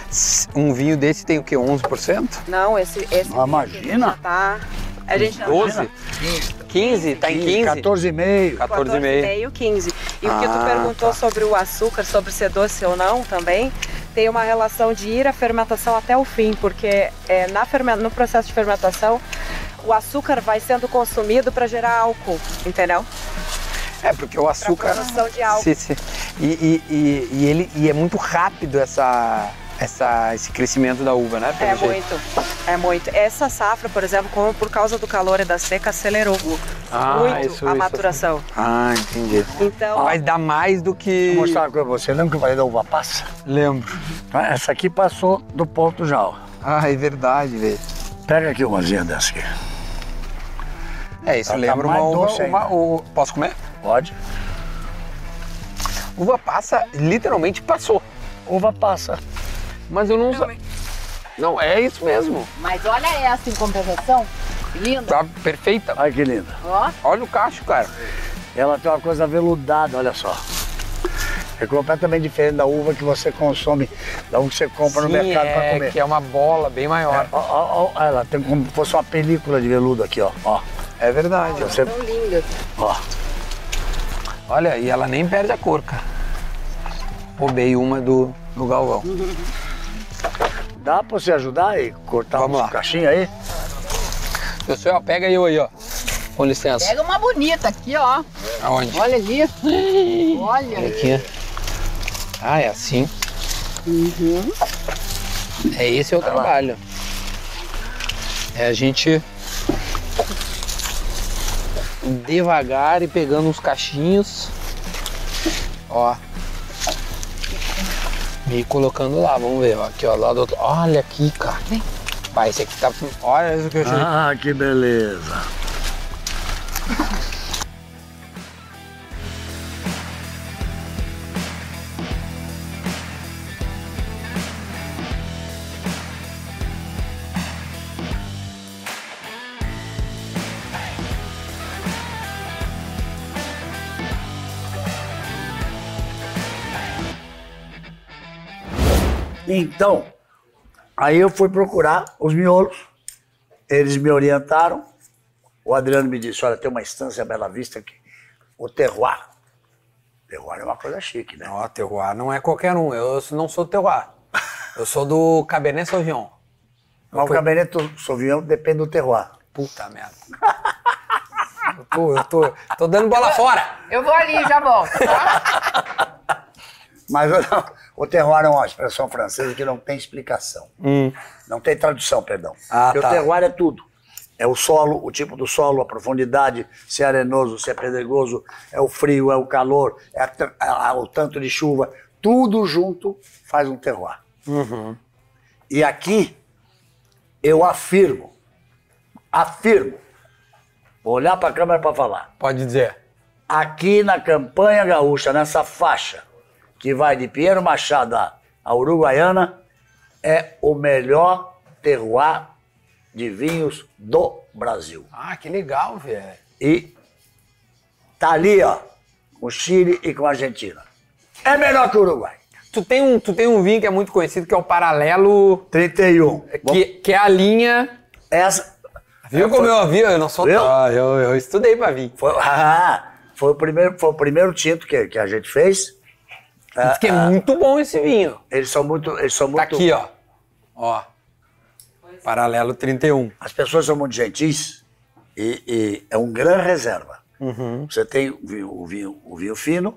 B: um vinho desse tem o quê? 11%?
F: Não, esse. esse
A: Ah, imagina.
F: Tá. A gente
B: 12? 15? Tá em 15?
A: 14,5.
B: 14,5.
F: 14,5, 15. E o que
B: Ah,
F: tu perguntou
B: tá.
F: sobre o açúcar, sobre ser doce ou não também, tem uma relação de ir à fermentação até o fim, porque é, na fermen- no processo de fermentação, o açúcar vai sendo consumido para gerar álcool, entendeu?
B: É, porque o açúcar.
F: produção de álcool.
B: Sim, sim. E, e- e- e ele, e é muito rápido essa, essa, esse crescimento da uva, né? pelo
F: É
B: jeito.
F: muito, é muito. Essa safra, por exemplo, como por causa do calor e da seca, acelerou
B: Ah,
F: muito
B: isso-
F: a
B: isso-
F: maturação.
B: Ah, entendi.
F: Então,
B: Mas dá mais do que.
A: Vou mostrar uma coisa pra você. Lembra que eu falei da uva passa?
B: Lembro.
A: Então, Essa aqui passou do ponto já. ó.
B: Ah, é verdade, velho.
A: Pega aqui uma zinha dessa aqui.
B: É, isso
A: Ela tá
B: lembra uma,
A: mais
B: uva.
A: doce
B: uma-
A: ainda.
B: o- posso comer?
A: Pode.
B: Uva passa, literalmente passou.
A: Uva passa.
B: Mas eu não. sa- Não, é isso mesmo.
C: Mas olha essa em compensação. Linda.
B: Tá perfeita.
A: Olha que linda.
C: Ó,
B: Olha o cacho, cara.
A: Ela tem uma coisa aveludada, olha só. É completamente diferente da uva que você consome, da uva que você compra no
B: Sim,
A: mercado
B: é,
A: para comer.
B: Que é uma bola bem maior.
A: Ó, ó, ó, ela tem como se fosse uma película de veludo aqui, ó. ó.
B: É verdade.
A: Você,
F: tão lindas.
A: ó. É.
B: Olha, e ela nem perde a cor, cara. Roubei uma do, do Galvão.
A: Dá pra você ajudar e cortar
B: Vamos
A: uns
B: lá.
A: caixinhos aí?
B: Pessoal, ó, pega eu aí, ó. Com licença.
C: pega uma bonita aqui, ó.
B: Aonde?
C: Olha ali. Olha.
B: Aqui. Ah, é assim?
C: Uhum.
B: É esse é o trabalho. É a gente devagar e pegando uns cachinhos. Ó. E colocando lá, vamos ver, ó. Aqui, ó, lá do outro. Olha aqui, cara. Vem. Pai, esse aqui tá. Olha isso que eu achei.
A: Ah, que beleza. Então, aí eu fui procurar os miolos. Eles me orientaram. O Adriano me disse: olha, tem uma estância Bela Vista aqui, o terroir. Terroir é uma coisa chique, né?
B: Ó, terroir não é qualquer um. Eu não sou do terroir. Eu sou do Cabernet Sauvignon.
A: Mas o
B: Foi-
A: Cabernet Sauvignon depende do terroir.
B: Puta merda. Eu tô, eu tô, tô dando bola fora.
C: Eu vou ali, já volto. Tá?
A: Mas olha, o terroir é uma expressão francesa que não tem explicação. Não tem tradução, perdão.
B: Hum. Ah,
A: Porque
B: tá.
A: o terroir é tudo. É o solo, o tipo do solo, a profundidade, se é arenoso, se é pedregoso, é o frio, é o calor, é, a tan- a- a- o tanto de chuva. Tudo junto faz um terroir.
B: Uhum.
A: E aqui eu afirmo, afirmo, vou olhar para a câmera para falar
B: Pode dizer.
A: aqui na campanha gaúcha, nessa faixa que vai de Pinheiro Machado à- à Uruguaiana, é o melhor terroir de vinhos do Brasil.
B: Ah, que legal, velho.
A: E tá ali, ó, com Chile e com a Argentina. É melhor que o Uruguai.
B: Tu tem, um, tu tem um vinho que é muito conhecido, que é o Paralelo,
A: 31. Bom,
B: que, que é a linha...
A: essa
B: Viu como eu vi? Eu não sou...
A: Viu?
B: Ah, eu, eu estudei pra vir.
A: foi, ah, foi o primeiro, foi o primeiro tinto que, que a gente fez.
B: Diz que é muito bom esse vinho.
A: Eles são muito, eles são
B: Tá
A: muito
B: aqui, ó. Ó. Paralelo 31.
A: As pessoas são muito gentis e, e é um grande reserva. Você tem o vinho, o, vinho, o vinho fino,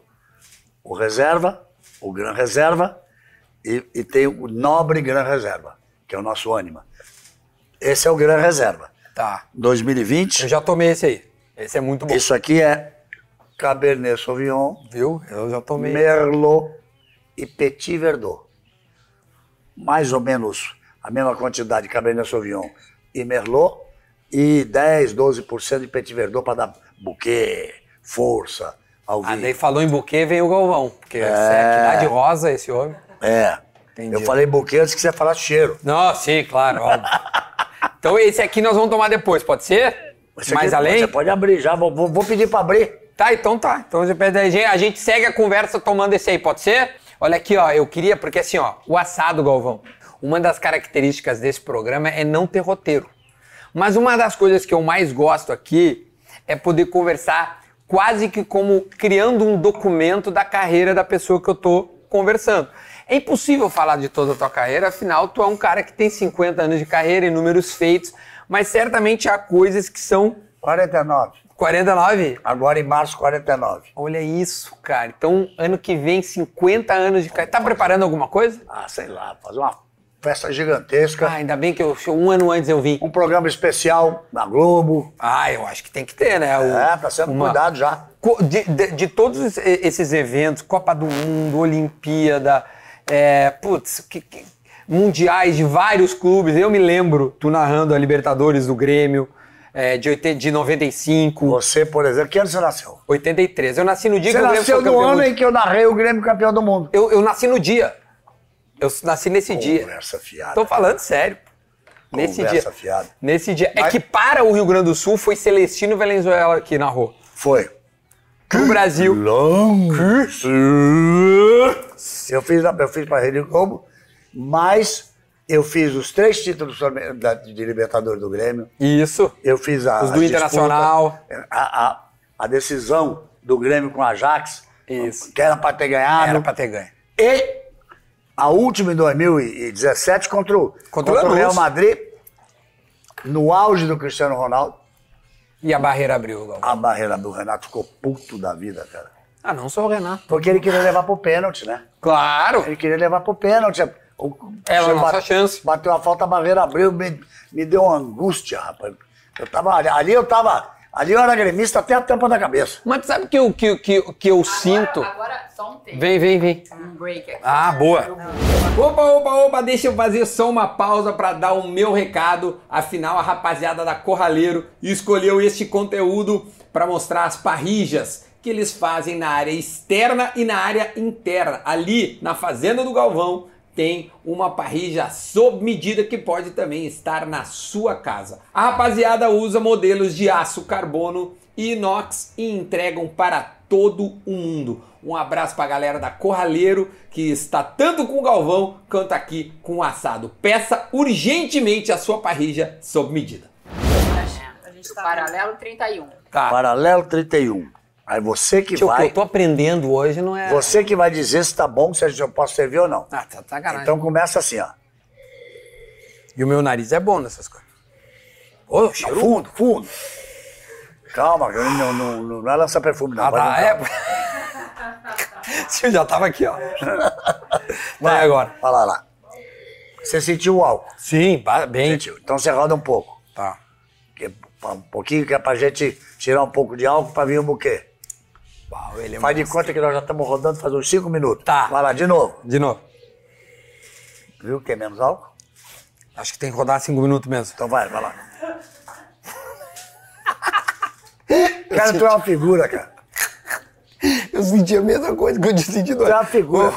A: o reserva, o gran reserva E, e tem o nobre Gran Reserva, que é o nosso ânima. Esse é o Gran Reserva.
B: Tá.
A: 2020,
B: Eu já tomei esse aí. Esse é muito bom.
A: isso aqui é Cabernet Sauvignon,
B: Viu? Eu já tomei.
A: Merlot e Petit Verdot. Mais ou menos a mesma quantidade de Cabernet Sauvignon e Merlot e 10, 12% de Petit Verdot para dar buquê, força ao
B: Ah,
A: vinho.
B: daí falou em buquê, vem o Galvão. Porque é... que dá de rosa esse homem.
A: É.
B: Entendi.
A: Eu falei buquê antes que você falasse cheiro.
B: Não, sim, claro, óbvio. Então esse aqui nós vamos tomar depois, pode ser?
A: Você
B: Mais
A: quer-
B: além?
A: Você pode abrir já, vou, vou- vou pedir para abrir.
B: Tá, então tá. Então você pede aí, gente, a gente segue a conversa tomando esse aí, pode ser? Olha aqui, ó, eu queria, porque assim, ó, o assado, Galvão, uma das características desse programa é não ter roteiro. Mas uma das coisas que eu mais gosto aqui é poder conversar quase que como criando um documento da carreira da pessoa que eu tô conversando. É impossível falar de toda a tua carreira, afinal, tu é um cara que tem 50 anos de carreira, inúmeros feitos, mas certamente há coisas que são
A: 49.
B: 49,
A: Agora em março, 49.
B: Olha isso, cara. Então, ano que vem, 50 anos de carreira. Tá preparando alguma coisa?
A: Ah, sei lá, fazer uma festa gigantesca.
B: Ah, ainda bem que eu, um ano antes eu vim.
A: Um programa especial na Globo.
B: Ah, eu acho que tem que ter, né? O-
A: é, tá sendo
B: uma-
A: cuidado já.
B: Co- De, de- de todos es- esses eventos, Copa do Mundo, Olimpíada, é, putz, que- que- mundiais de vários clubes. Eu me lembro, tu narrando a Libertadores do Grêmio, é, de, 80 de 95,
A: Você, por exemplo, que ano você nasceu?
B: 83. Eu nasci no
A: Você
B: dia que o Grêmio
A: nasceu
B: foi
A: no
B: campeão.
A: ano
B: mundial.
A: em que eu narrei o Grêmio campeão do mundo.
B: Eu, eu nasci no dia. Eu nasci nesse dia.
A: Conversa fiada.
B: Tô falando sério. Nesse
A: Conversa
B: dia.
A: fiada.
B: Nesse dia. É
A: Mas-
B: que para o Rio Grande do Sul foi Celestino Valenzuela que narrou.
A: Foi.
B: No Brasil.
A: Longo. Eu fiz, na- eu fiz para a Rede Globo, mas eu fiz os três títulos da- de Libertadores do Grêmio.
B: Isso.
A: Eu fiz a.
B: Os do
A: a disputa,
B: Internacional.
A: a, a- a decisão do Grêmio com o Ajax.
B: Isso.
A: Que era para ter ganhado.
B: Era pra ter ganho.
A: E a última em 2017 contra o,
B: Contra o
A: o
B: Lanús.
A: Real Madrid, no auge do Cristiano Ronaldo.
B: E a barreira abriu, Galvão.
A: A barreira do Renato ficou puto da vida, cara.
B: Ah, não sou o Renato.
A: Porque ele queria levar pro pênalti, né?
B: Claro.
A: Ele queria levar pro pênalti. O-
B: Era a
A: você
B: É, nossa
A: bate-
B: chance.
A: Bateu a falta, a barreira abriu, me, me deu uma angústia, rapaz. Eu tava ali, ali eu tava. Ali eu era gremista até a tampa da cabeça.
B: Mas sabe o que eu, que, que, que eu sinto?
C: Agora, só um tempo.
B: Vem, vem, vem.
C: Um break aqui.
B: Ah, boa. Opa, opa, opa, deixa eu fazer só uma pausa para dar o meu recado. Afinal, a rapaziada da Corraleiro escolheu este conteúdo para mostrar as parrijas que eles fazem na área externa e na área interna. Ali na Fazenda do Galvão tem uma parrija sob medida que pode também estar na sua casa. A rapaziada usa modelos de aço, carbono e inox e entregam para todo o mundo. Um abraço pra galera da Corraleiro, que está tanto com o Galvão quanto aqui com o assado. Peça urgentemente a sua parrija sob medida.
F: A gente tá
C: Paralelo 31.
B: Tá.
A: Paralelo 31. Aí você que vai.
B: aprendendo hoje não é.
A: Você que vai dizer se tá bom, se eu posso servir ou não.
B: Ah, tá sacanagem.
A: Então começa assim, ó.
B: E o meu nariz é bom nessas coisas. Ô, cheiro.
A: Fundo, fundo. Calma, eu não, não, não, não é lançar perfume, não.
B: Ah,
A: Vai
B: tá,
A: com
B: é.
A: calma.
B: Tio, já tava aqui, ó.
A: Vai
B: Vai é? agora.
A: Vai lá, lá. Você sentiu o álcool?
B: Sim, ba- bem.
A: Sentiu. Então você roda um pouco.
B: Tá.
A: Que é pra- um pouquinho que é pra gente tirar um pouco de álcool pra vir o buquê.
B: Uau, ele é
A: Faz de
B: monstro.
A: conta que nós já estamos rodando faz uns 5 minutos.
B: Tá.
A: Vai lá, de novo.
B: De novo.
A: Viu que é menos álcool?
B: Acho que tem que rodar cinco minutos mesmo.
A: Então vai, vai lá. Cara, tu é uma figura, cara.
B: Eu senti a mesma coisa que eu senti
A: Tu é uma figura.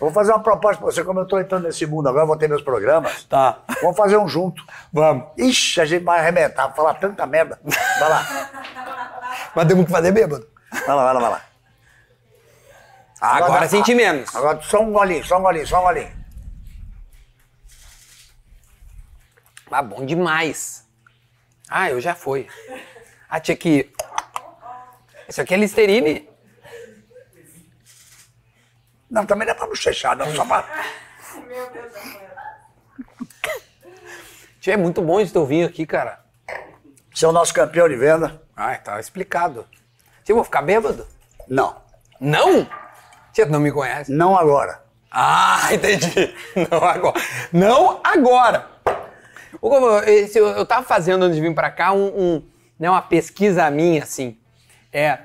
A: Vou fazer uma proposta pra você. Como eu tô entrando nesse mundo agora, vou ter meus programas.
B: Tá.
A: Vamos fazer um junto.
B: Vamos.
A: Ixi, a gente vai arrebentar, vai falar tanta merda. Vai lá,
B: Mas temos que fazer bêbado.
A: vai lá, vai lá, vai lá.
B: Agora, tá. senti menos.
A: Agora só um golinho, só um golinho, só um golinho.
B: Ah, bom demais. Ah, eu já fui. Ah, tinha que. Isso aqui é Listerine.
A: Não, também não é pra bochechar, não, só pra...
B: Tio, é muito bom esse teu vinho aqui, cara.
A: Você é o nosso campeão de venda?
B: Ah, tá explicado. Tio, eu vou ficar bêbado?
A: Não,
B: Não? Tio, tu não me conhece.
A: não agora.
B: Ah, entendi. Não agora. Não agora. Ô, Galvão, esse- eu, eu tava fazendo antes de vir pra cá um, um, né, uma pesquisa minha, assim. É,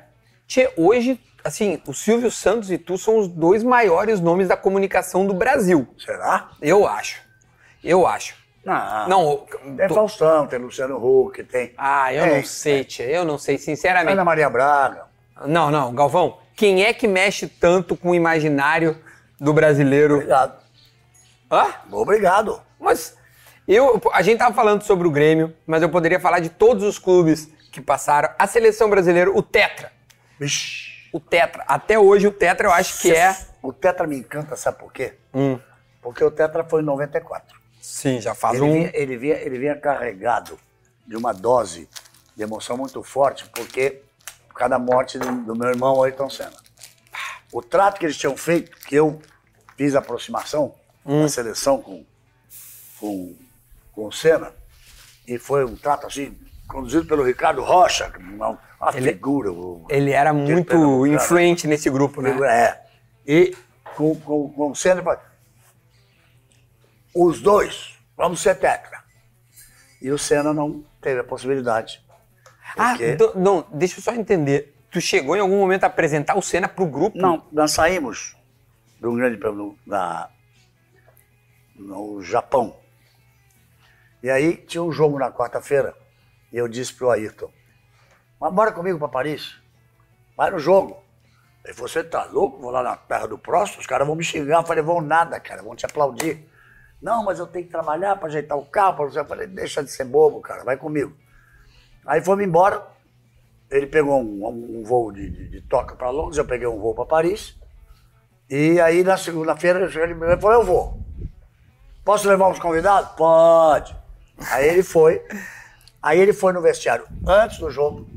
B: tchê, hoje, assim, o Silvio Santos e tu são os dois maiores nomes da comunicação do Brasil.
A: Será?
B: Eu acho. Eu acho.
A: Não.
B: Não,
A: Tem
B: tô-
A: Faustão, tem Luciano Huck, tem
B: ah, eu
A: É,
B: não sei, tchê. Eu não sei, sinceramente.
A: Ana Maria Braga.
B: Não, não, Galvão, quem é que mexe tanto com o imaginário do brasileiro?
A: Obrigado.
B: Hã?
A: Obrigado.
B: Mas eu, a gente tava falando sobre o Grêmio, mas eu poderia falar de todos os clubes que passaram. A seleção brasileira, o Tetra.
A: Vixe.
B: O Tetra. Até hoje o Tetra eu acho que é.
A: O Tetra me encanta, sabe por quê? Porque o Tetra foi em 94.
B: Sim, já faz um
A: Ele, vinha, ele, vinha, ele vinha carregado de uma dose de emoção muito forte, porque por causa da morte do, do meu irmão Ayrton Senna. O trato que eles tinham feito, que eu fiz a aproximação da seleção com, com, com o Senna, e foi um trato assim, conduzido pelo Ricardo Rocha, é uma, uma figura. o-
B: Ele era
A: aquele
B: muito
A: pernambucano.
B: influente nesse grupo, né?
A: É. E com, com, com o Senna, ele falou, os dois, vamos ser tetra. E o Senna não teve a possibilidade.
B: Ah,
A: Porque-
B: do- não, deixa eu só entender. Tu chegou em algum momento a apresentar o Senna pro grupo?
A: Não, nós saímos de um grande prêmio na, no Japão. E aí tinha um jogo na quarta-feira. E eu disse pro Ayrton, mas bora comigo para Paris. Vai no jogo. Ele falou, você tá louco? Vou lá na terra do próximo, os caras vão me xingar. Eu falei, vão nada, cara, vão te aplaudir. Não, mas eu tenho que trabalhar para ajeitar o carro. pra não sei o quê." Eu falei, deixa de ser bobo, cara, vai comigo. Aí fomos embora. Ele pegou um, um voo de, de, de toca para Londres, eu peguei um voo para Paris. E aí na segunda-feira ele me falou, eu vou. Posso levar uns convidados? Pode. Aí ele foi. Aí ele foi no vestiário antes do jogo.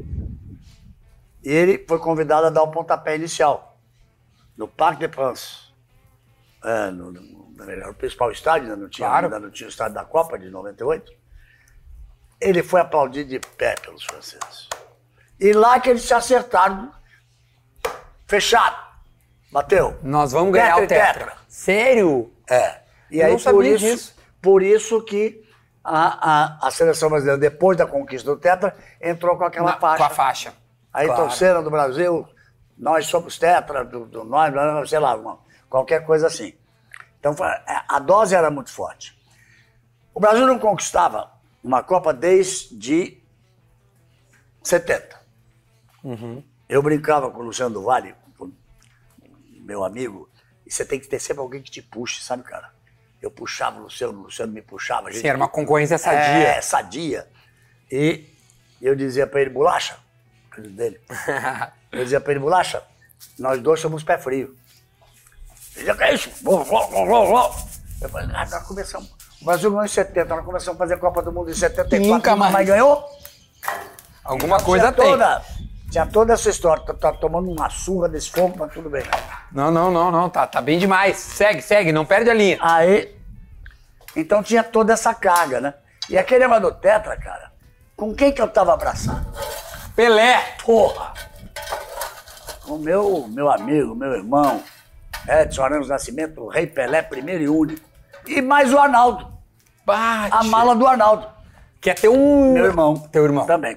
A: E ele foi convidado a dar o pontapé inicial no Parc de France. É, no, no- era o principal estádio, ainda não, tinha,
B: Claro.
A: ainda não tinha o estádio da Copa de 98. Ele foi aplaudido de pé pelos franceses. E lá que eles se acertaram, fechado, bateu.
B: Nós vamos ganhar o
A: Tetra e
B: Tetra. Sério?
A: é. E
B: Eu
A: aí,
B: não sabia
A: por isso,
B: disso.
A: Por isso que a, a, a seleção brasileira, depois da conquista do Tetra, entrou com aquela
B: Na-
A: faixa.
B: Com a faixa.
A: Aí
B: Claro.
A: torceram do Brasil, nós somos Tetra, do, do nós, blá, blá, blá, sei lá, uma- qualquer coisa assim. Então foi- a- a dose era muito forte. O Brasil não conquistava uma Copa desde 70.
B: Uhum.
A: Eu brincava com o Luciano do Vale, com meu amigo, e você tem que ter sempre alguém que te puxe, sabe, cara? Eu puxava o Luciano, o Luciano me puxava. a gente-
B: Sim, era uma concorrência sadia.
A: É, sadia. E eu dizia pra ele, bolacha, apelido dele. Eu dizia pra ele, bolacha, nós dois somos pé frio. Ele dizia, que é isso? Vou, vou, vou, vou, vou. Eu falei, ah, nós começamos. O Brasil ganhou em 70, nós começamos a fazer Copa do Mundo em 74.
B: Nunca mais.
A: ganhou?
B: Alguma
A: tinha
B: coisa tem.
A: toda, tinha toda essa história. Tá, tá tomando uma surra desse fogo, mas tudo bem.
B: Não, não, não, não. Tá, tá bem demais. Segue, segue, não perde a linha.
A: Aí, então tinha toda essa carga, né? E aquele negócio do Tetra, cara, com quem que eu tava abraçado?
B: Pelé!
A: porra! O meu, meu amigo, meu irmão, Edson Arantes Nascimento, o Rei Pelé, primeiro e único. E mais o Arnaldo,
B: Bate.
A: a mala do Arnaldo,
B: Quer ter um.
A: meu irmão.
B: Teu irmão.
A: Também.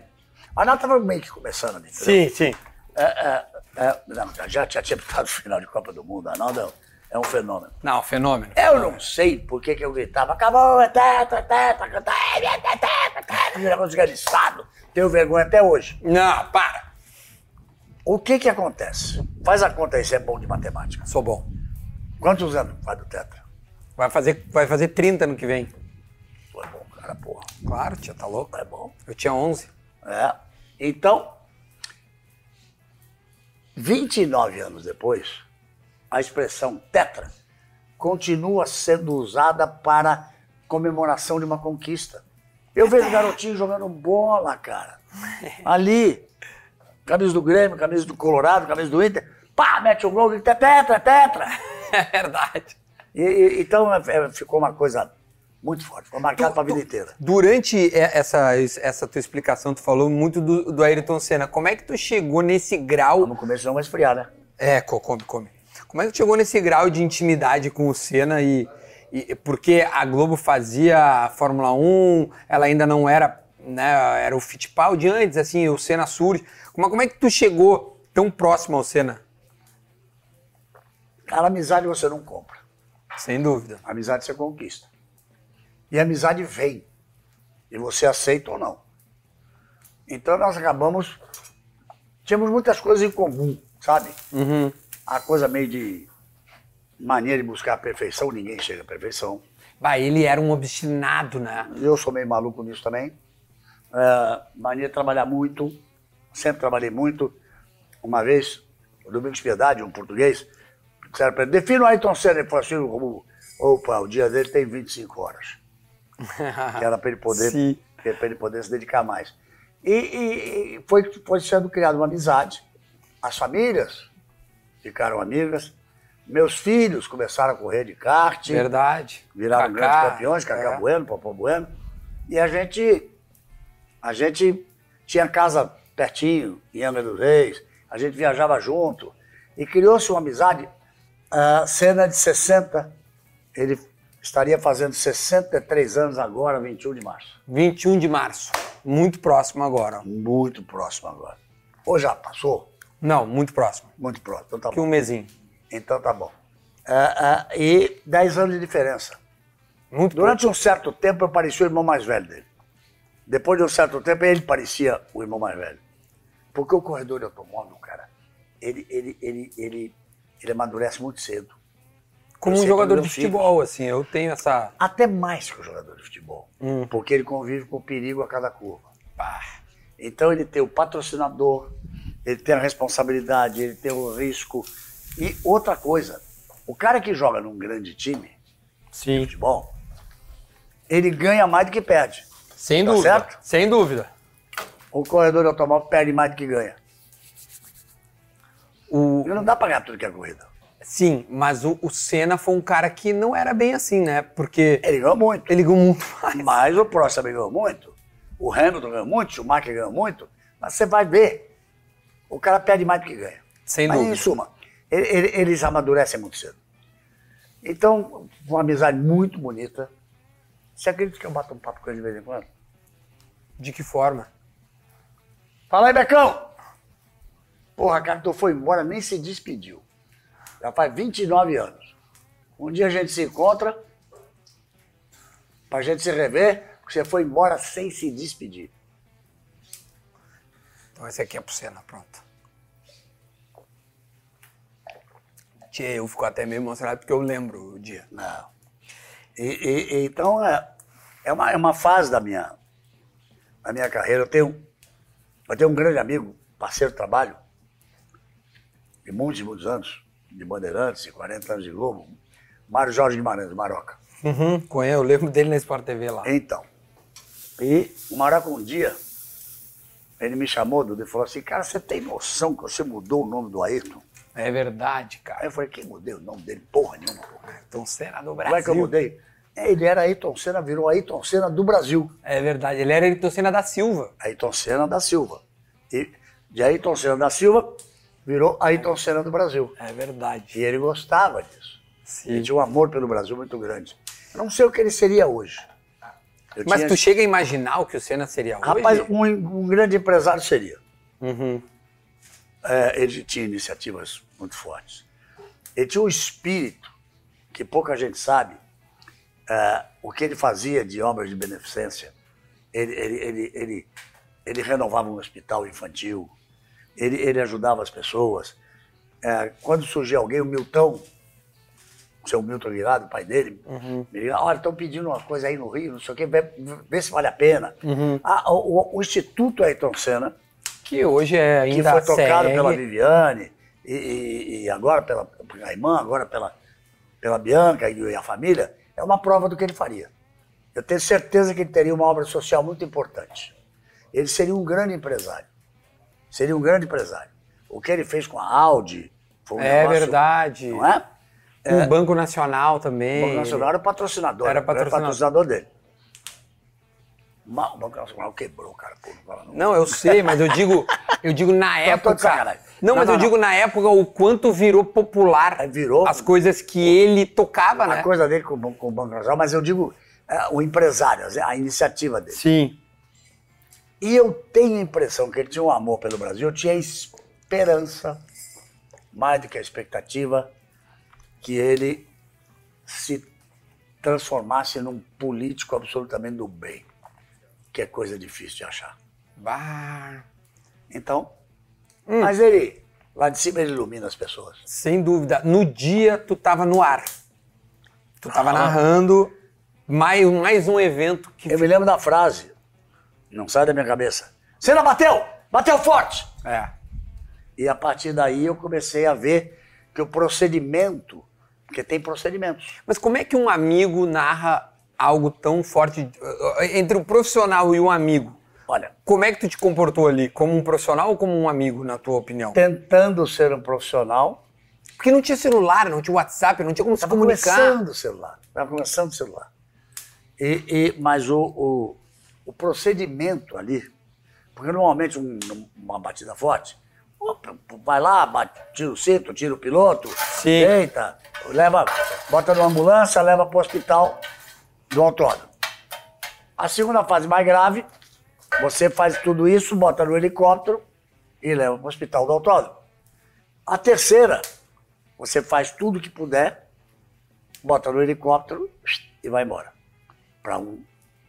A: O Arnaldo estava meio que começando ali. entendeu?
B: Sim, sim.
A: É, é, é, não, já, já tinha pintado o final de Copa do Mundo. O Arnaldo é um- é um fenômeno.
B: Não, fenômeno.
A: Eu não sei por que, que eu gritava, acabou, é tetra, é tetra, cantava, é tetra, tetra, tetra, tá", negócio desgraçado. Tenho vergonha até hoje.
B: Não, para.
A: O que que acontece? Faz a conta aí, você é bom de matemática.
B: Sou bom.
A: Quantos anos faz do Tetra?
B: Vai fazer, vai fazer 30 ano que vem.
A: Tu é bom, cara, porra.
B: Claro, tia, tá louco?
A: Tu é bom.
B: Eu tinha 11.
A: É. Então, 29 anos depois, a expressão Tetra continua sendo usada para comemoração de uma conquista. Eu vejo garotinho jogando bola, cara. Ali, camisa do Grêmio, camisa do Colorado, camisa do Inter, pá, mete o gol, grita, "É Tetra, é Tetra.
B: É verdade.
A: E- e- então é, é, ficou uma coisa muito forte, foi marcado para a vida inteira.
B: Durante e- essa, essa tua explicação, tu falou muito do, do Ayrton Senna. Como é que tu chegou nesse grau?
A: No começo não vai esfriar, né?
B: É, co- come, come. Como é que chegou nesse grau de intimidade com o Senna e, e- porque a Globo fazia a Fórmula 1, ela ainda não era, né, era o Fittipaldi antes, assim, o Senna surge. Como, como é que tu chegou tão próximo ao Senna?
A: Cara, amizade você não compra.
B: Sem dúvida.
A: Amizade você conquista. E a amizade vem. E você aceita ou não. Então nós acabamos. Tínhamos muitas coisas em comum, sabe?
B: Uhum.
A: A coisa meio de mania de buscar a perfeição, ninguém chega à perfeição.
B: Bah, ele era um obstinado, né?
A: Eu sou meio maluco nisso também. É, mania de trabalhar muito, sempre trabalhei muito. Uma vez, o Domingos Piedade, um português, disseram para ele, defina o Ayrton Senna. Ele falou assim, como, opa, o dia dele tem 25 horas. Que era para ele poder
B: Sim.
A: para ele poder se dedicar mais. E, e- e foi, foi sendo criada uma amizade. As famílias ficaram amigas. Meus filhos começaram a correr de kart
B: Verdade.
A: viraram
B: Kaká,
A: grandes campeões, Cacá
B: é.
A: Bueno, Popó Bueno. E a gente, a gente tinha casa pertinho, em Angra dos Reis, a gente viajava junto. E criou-se uma amizade. A cena de 60, ele estaria fazendo 63 anos agora, 21 de março.
B: 21 de março. Muito próximo agora.
A: Muito próximo agora. Ou já passou?
B: Não, muito próximo.
A: Muito próximo. Então tá
B: Que
A: bom.
B: um mesinho.
A: Então tá bom. Ah, ah, e 10 anos de diferença.
B: Muito próximo.
A: Durante um certo tempo eu parecia o irmão mais velho dele. Depois de um certo tempo ele parecia o irmão mais velho. Porque o corredor de automóvel, cara, ele, ele, ele, ele, ele amadurece muito cedo.
B: Como um
A: Você
B: jogador
A: como
B: de
A: meu filho.
B: futebol, assim, eu tenho essa.
A: Até mais que o jogador de futebol.
B: Hum.
A: Porque ele convive com o perigo a cada curva. Então ele tem o patrocinador, ele tem a responsabilidade, ele tem o risco. E outra coisa, o cara que joga num grande time de
B: Sim.
A: futebol, ele ganha mais do que perde.
B: Sem
A: Tá
B: dúvida.
A: certo?
B: Sem dúvida.
A: O corredor de automóvel perde mais do que ganha.
B: O...
A: Porque Não dá pra ganhar tudo que é corrida.
B: Sim, mas o, o Senna foi um cara que não era bem assim, né? Porque
A: Ele ganhou muito.
B: ele ganhou muito mais.
A: Mas o Prost também ganhou muito. O Hamilton ganhou muito, o Schumacher ganhou muito. Mas você vai ver, o cara perde mais do que ganha.
B: Sem
A: mas,
B: dúvida.
A: em suma, ele- ele- eles amadurecem muito cedo. Então, uma amizade muito bonita. Você acredita que eu bato um papo com ele de vez em quando?
B: De que forma?
A: Fala aí, Becão! Porra, cara, tu foi embora, nem se despediu. Já faz 29 anos. Um dia a gente se encontra, pra gente se rever, porque você foi embora sem se despedir.
B: Então esse aqui é pro Senna, pronto. Tchê, eu fico até meio emocionado porque eu lembro o dia.
A: Não. E, e- e- então, é, é, uma, é uma fase da minha, da minha carreira. Eu tenho, eu tenho um grande amigo, parceiro de trabalho, de muitos, e muitos anos, de Bandeirantes, de 40 anos de Globo, Mário Jorge Guimarães, Maroca.
B: Uhum, conhe- eu lembro dele na Sport TV lá.
A: Então. E o Maraca um dia, ele me chamou, Dudu, e falou assim, cara, você tem noção que você mudou o nome do Ayrton?
B: É verdade,
A: Aí
B: cara.
A: eu falei, quem mudei o nome dele? Porra nenhuma, porra.
B: Então Senna do
A: Como
B: Brasil.
A: é que eu mudei? Ele era Ayrton Senna, virou Ayrton Senna do Brasil.
B: É verdade, ele era Ayrton Senna da Silva.
A: Ayrton Senna da Silva. E de Ayrton Senna da Silva, virou Ayrton Senna do Brasil.
B: É verdade.
A: E ele gostava disso. Ele
B: Sim.
A: tinha um amor pelo Brasil muito grande. Eu não sei o que ele seria hoje. Eu
B: Mas
A: tinha-
B: tu chega a imaginar o que o Senna seria hoje?
A: Rapaz, um, um grande empresário seria.
B: Uhum.
A: É, ele tinha iniciativas muito fortes. Ele tinha um espírito que pouca gente sabe é, o que ele fazia de obras de beneficência. Ele, ele, ele, ele, ele renovava um hospital infantil, ele, ele ajudava as pessoas. É, quando surgia alguém, o Milton, o seu Milton Virado, pai dele, me ligava, olha, estão pedindo uma coisa aí no Rio, não sei o quê, vê, vê se vale a pena. Ah, o, o- o Instituto Ayrton Senna,
B: Que hoje é
A: que
B: ainda
A: foi tocado
B: CR.
A: pela Viviane e, e- e agora pela, pela irmã, agora pela, pela Bianca e a família, é uma prova do que ele faria. Eu tenho certeza que ele teria uma obra social muito importante. Ele seria um grande empresário. Seria um grande empresário. O que ele fez com a Audi foi um
B: É
A: negócio,
B: verdade.
A: Não é?
B: O Banco Nacional também.
A: O Banco Nacional era patrocinador.
B: Era
A: o grande
B: patrocinador.
A: patrocinador dele. Ma- O Banco Nacional quebrou, cara. Pô, não fala não.
B: Não, eu sei, mas eu digo, eu digo na
A: Eu tô de
B: época.
A: sacanagem.
B: é, Não,
A: Não,
B: mas
A: não,
B: eu
A: não.
B: digo na época o quanto virou popular
A: É, virou.
B: as coisas que ele tocava,
A: a
B: né?
A: coisa dele com, o ban- com o Banco Nacional, mas eu digo é, o empresário, a iniciativa dele.
B: Sim.
A: E eu tenho a impressão que ele tinha um amor pelo Brasil, eu tinha a esperança, mais do que a expectativa, que ele se transformasse num político absolutamente do bem, que é coisa difícil de achar.
B: Bah, Hum.
A: Então, mas ele, lá de cima, ele ilumina as pessoas.
B: sem dúvida. No dia tu tava no ar. Tu
A: Ah.
B: tava narrando mais, mais um evento que.
A: Eu me lembro da frase, não sai da minha cabeça: Senna bateu! Bateu forte!
B: É.
A: E a partir daí eu comecei a ver que o procedimento, porque tem procedimentos.
B: Mas como é que um amigo narra algo tão forte eh, entre o profissional e um amigo?
A: Olha,
B: Como é que tu te comportou ali? Como um profissional ou como um amigo, na tua opinião?
A: tentando ser um profissional,
B: Porque não tinha celular, não tinha WhatsApp, não tinha como se
A: estava
B: comunicar.
A: começando o celular. Estava começando o celular. E, e- mas o, o, o procedimento ali, porque normalmente um- uma batida forte, opa, vai lá, bate, tira o cinto, tira o piloto,
B: Sim.
A: deita, leva, bota numa ambulância, leva para o hospital do autódromo. A segunda fase mais grave, você faz tudo isso, bota no helicóptero e leva para o hospital do autódromo. A terceira, você faz tudo que puder, bota no helicóptero e vai embora para um,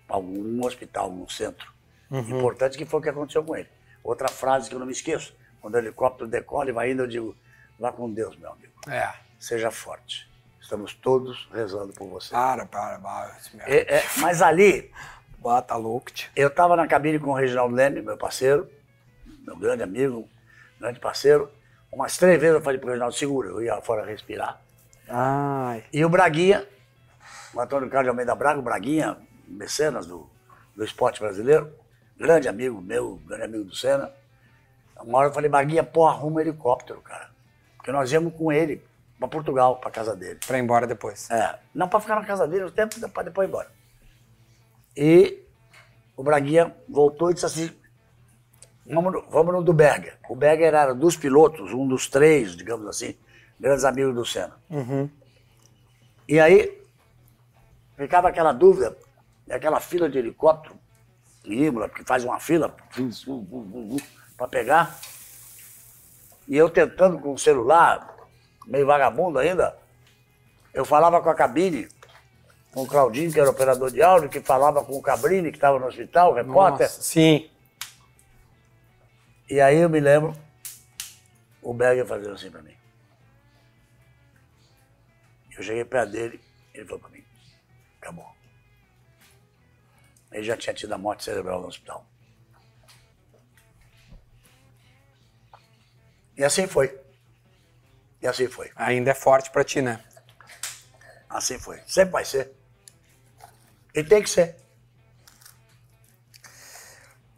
A: pra algum hospital, algum centro.
B: Uhum.
A: Importante que foi o que aconteceu com ele. Outra frase que eu não me esqueço: quando o helicóptero decola e vai indo, eu digo, vá com Deus, meu amigo,
B: É.
A: seja forte. Estamos todos rezando por você.
B: Para, para, para. esse merda.
A: É, é, mas ali,
B: Bah, tá louco, tio.
A: eu estava na cabine com o Reginaldo Leme, meu parceiro, meu grande amigo, um grande parceiro. Umas três vezes eu falei para o Reginaldo, segura, eu ia lá fora respirar.
B: Ai.
A: E o Braguinha, o Antônio Carlos de Almeida Braga, o Braguinha, mecenas do, do esporte brasileiro, grande amigo meu, grande amigo do Senna. Uma hora eu falei, Braguinha, pô, arruma um helicóptero, cara. Porque nós íamos com ele para Portugal, para casa dele.
B: Pra ir embora depois.
A: É, não para ficar na casa dele o tempo para depois ir embora. E o Braguinha voltou e disse assim: vamos no, vamos no do Berger. O Berger era dos pilotos, um dos três, digamos assim, grandes amigos do Senna. E aí ficava aquela dúvida, é aquela fila de helicóptero em Imola, que faz uma fila para pegar. E eu tentando com o celular, meio vagabundo ainda, eu falava com a cabine, com o Claudinho, que era operador de áudio, que falava com o Cabrini, que estava no hospital, o repórter.
B: Nossa, Sim.
A: E aí eu me lembro, o Berger fazendo assim pra mim. Eu cheguei perto dele, ele falou pra mim, acabou. Ele já tinha tido a morte cerebral no hospital. E assim foi. E assim foi.
B: Ainda é forte pra ti, né?
A: Assim foi. Sempre vai ser. E tem que ser.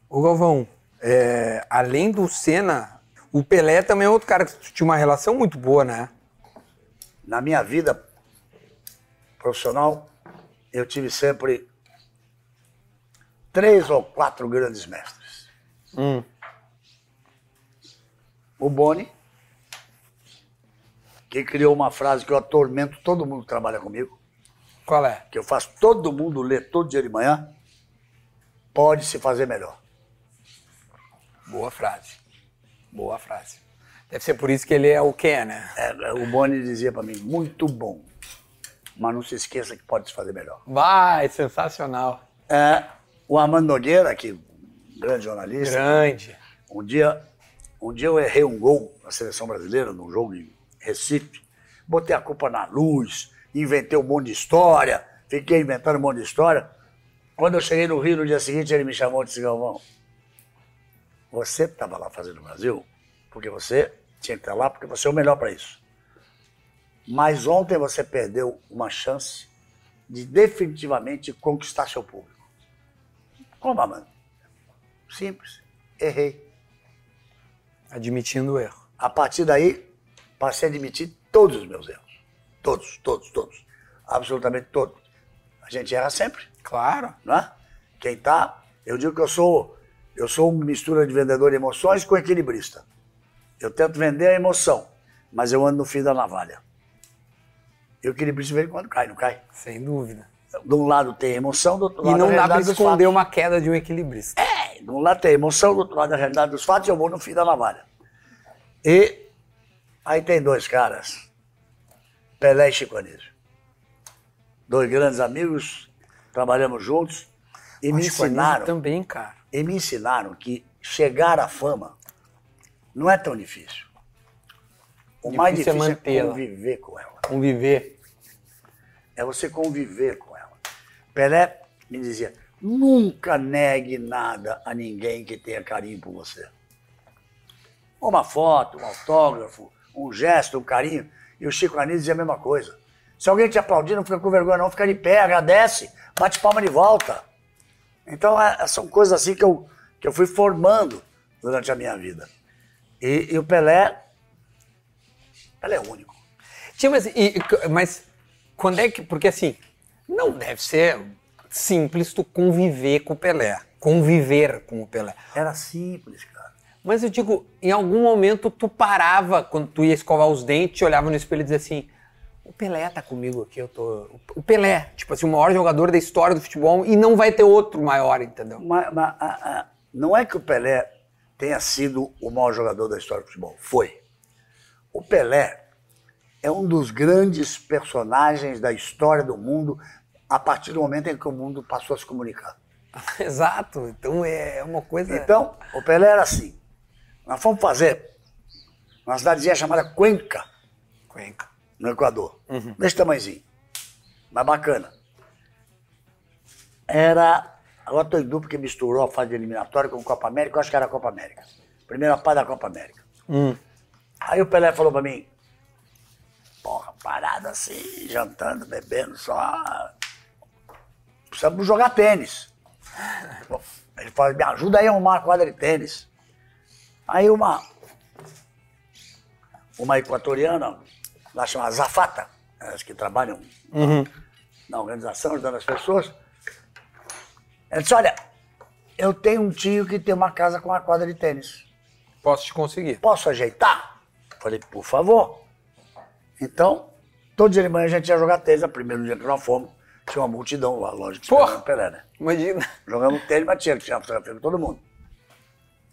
B: Ô Galvão, é, além do Senna, o Pelé também é outro cara que tu tinha uma relação muito boa, né?
A: na minha vida profissional, eu tive sempre três ou quatro grandes mestres.
B: Hum.
A: O Boni, que criou uma frase que eu atormento todo mundo que trabalha comigo,
B: Qual é?
A: que eu faço todo mundo ler todo dia de manhã, pode se fazer melhor.
B: Boa frase. Boa frase. Deve ser por isso que ele é o que é, né?
A: É, é, o Boni dizia para mim, muito bom, mas não se esqueça que pode se fazer melhor.
B: Vai, sensacional.
A: É, o Armando Nogueira, que é um grande jornalista,
B: Grande.
A: Um dia, um dia eu errei um gol na seleção brasileira, num jogo em Recife. Botei a culpa na luz, inventei um monte de história, fiquei inventando um monte de história. Quando eu cheguei no Rio no dia seguinte, ele me chamou e disse: Galvão, você estava lá fazendo o Brasil porque você tinha que estar lá, porque você é o melhor para isso. Mas ontem você perdeu uma chance de definitivamente conquistar seu público. Como, Amanda? Simples. Errei.
B: Admitindo o erro.
A: A partir daí, passei a admitir todos os meus erros. Todos, todos, todos. Absolutamente todos. A gente erra sempre,
B: Claro.
A: não é? Quem tá, eu digo que eu sou, eu sou uma mistura de vendedor de emoções com equilibrista. Eu tento vender a emoção, mas eu ando no fio da navalha. Eu equilibro isso de vez em quando cai, não cai?
B: Sem dúvida.
A: De um lado tem a emoção, do outro
B: E
A: lado a
B: não dá
A: realidade
B: pra
A: dos
B: esconder
A: fatos.
B: uma queda de um equilibrista.
A: É, de um lado tem a emoção, do outro lado a realidade dos fatos, eu vou no fio da navalha. E aí tem dois caras, Pelé e Chico Anísio. Dois grandes amigos, trabalhamos juntos e me
B: Mas com a Nisa
A: ensinaram
B: Também, cara.
A: e me ensinaram que chegar à fama não é tão difícil. O mais
B: Difícil é
A: difícil é
B: mantê-la.
A: conviver com ela.
B: Conviver.
A: É você conviver com ela. Pelé me dizia: nunca negue nada a ninguém que tenha carinho por você. Uma foto, um autógrafo, um gesto, um carinho. E o Chico Anísio dizia a mesma coisa. Se alguém te aplaudir, não fica com vergonha, não. Fica de pé, agradece, bate palma de volta. Então, é- são coisas assim que eu, que eu fui formando durante a minha vida. E, e o Pelé. Pelé é único.
B: Tinha, mas, e- e- mas quando é que. Porque assim, não deve ser simples tu conviver com o Pelé. Conviver com o Pelé.
A: Era simples, cara.
B: Mas eu digo, em algum momento tu parava quando tu ia escovar os dentes, olhava no espelho e dizia assim: o Pelé tá comigo aqui, eu tô. O Pelé, tipo assim, o maior jogador da história do futebol e não vai ter outro maior, entendeu?
A: Mas, mas, a- a- não é que o Pelé tenha sido o maior jogador da história do futebol. Foi. O Pelé é um dos grandes personagens da história do mundo a partir do momento em que o mundo passou a se comunicar.
B: Exato. Então é uma coisa.
A: Então, o Pelé era assim. Nós fomos fazer uma cidadezinha chamada Cuenca,
B: Cuenca.
A: no Equador. Desse tamanhozinho. Mas bacana. Era. Agora estou em dúvida porque misturou a fase eliminatória com Copa América. Eu acho que era a Copa América. Primeira parte da Copa América. Aí o Pelé falou pra mim: Porra, parado assim, jantando, bebendo, só. Precisamos jogar tênis. Bom, Ele falou: Me ajuda aí a arrumar a quadra de tênis. Aí uma, uma equatoriana, lá chamada Zafata, elas que trabalham
B: Uhum.
A: na organização, ajudando as pessoas. Ela disse, olha, eu tenho um tio que tem uma casa com uma quadra de tênis.
B: Posso te conseguir.
A: Posso ajeitar? Falei, por favor. Então, todo dia de manhã a gente ia jogar tênis, no primeiro dia que nós fomos, tinha uma multidão lá, lógico,
B: Porra!
A: esperando o Pelé, né?
B: Imagina.
A: Jogamos tênis, mas tinha que tirar fotografia com todo mundo.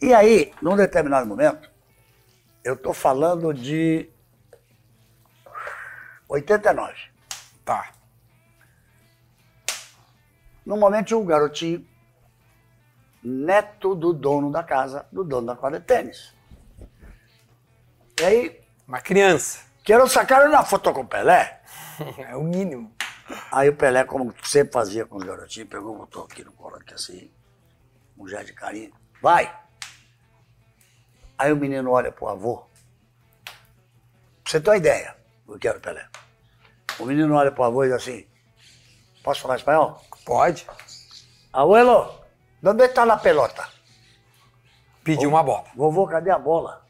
A: E aí, num determinado momento, eu tô falando de 89.
B: Tá.
A: No momento, tinha um garotinho, neto do dono da casa, do dono da quadra de tênis. E aí,
B: Uma criança.
A: quero sacar uma foto com o Pelé.
B: É o mínimo.
A: Aí o Pelé, como sempre fazia com os garotinhos, pegou, botou aqui no colo, aqui assim, um gesto de carinho. Vai! Aí o menino olha pro avô. Pra você ter uma ideia do que era o Pelé. O menino olha pro avô e diz assim, posso falar espanhol?
B: Pode.
A: Abuelo, onde está a pelota?
B: Pedir uma bola.
A: Vovô, cadê a bola?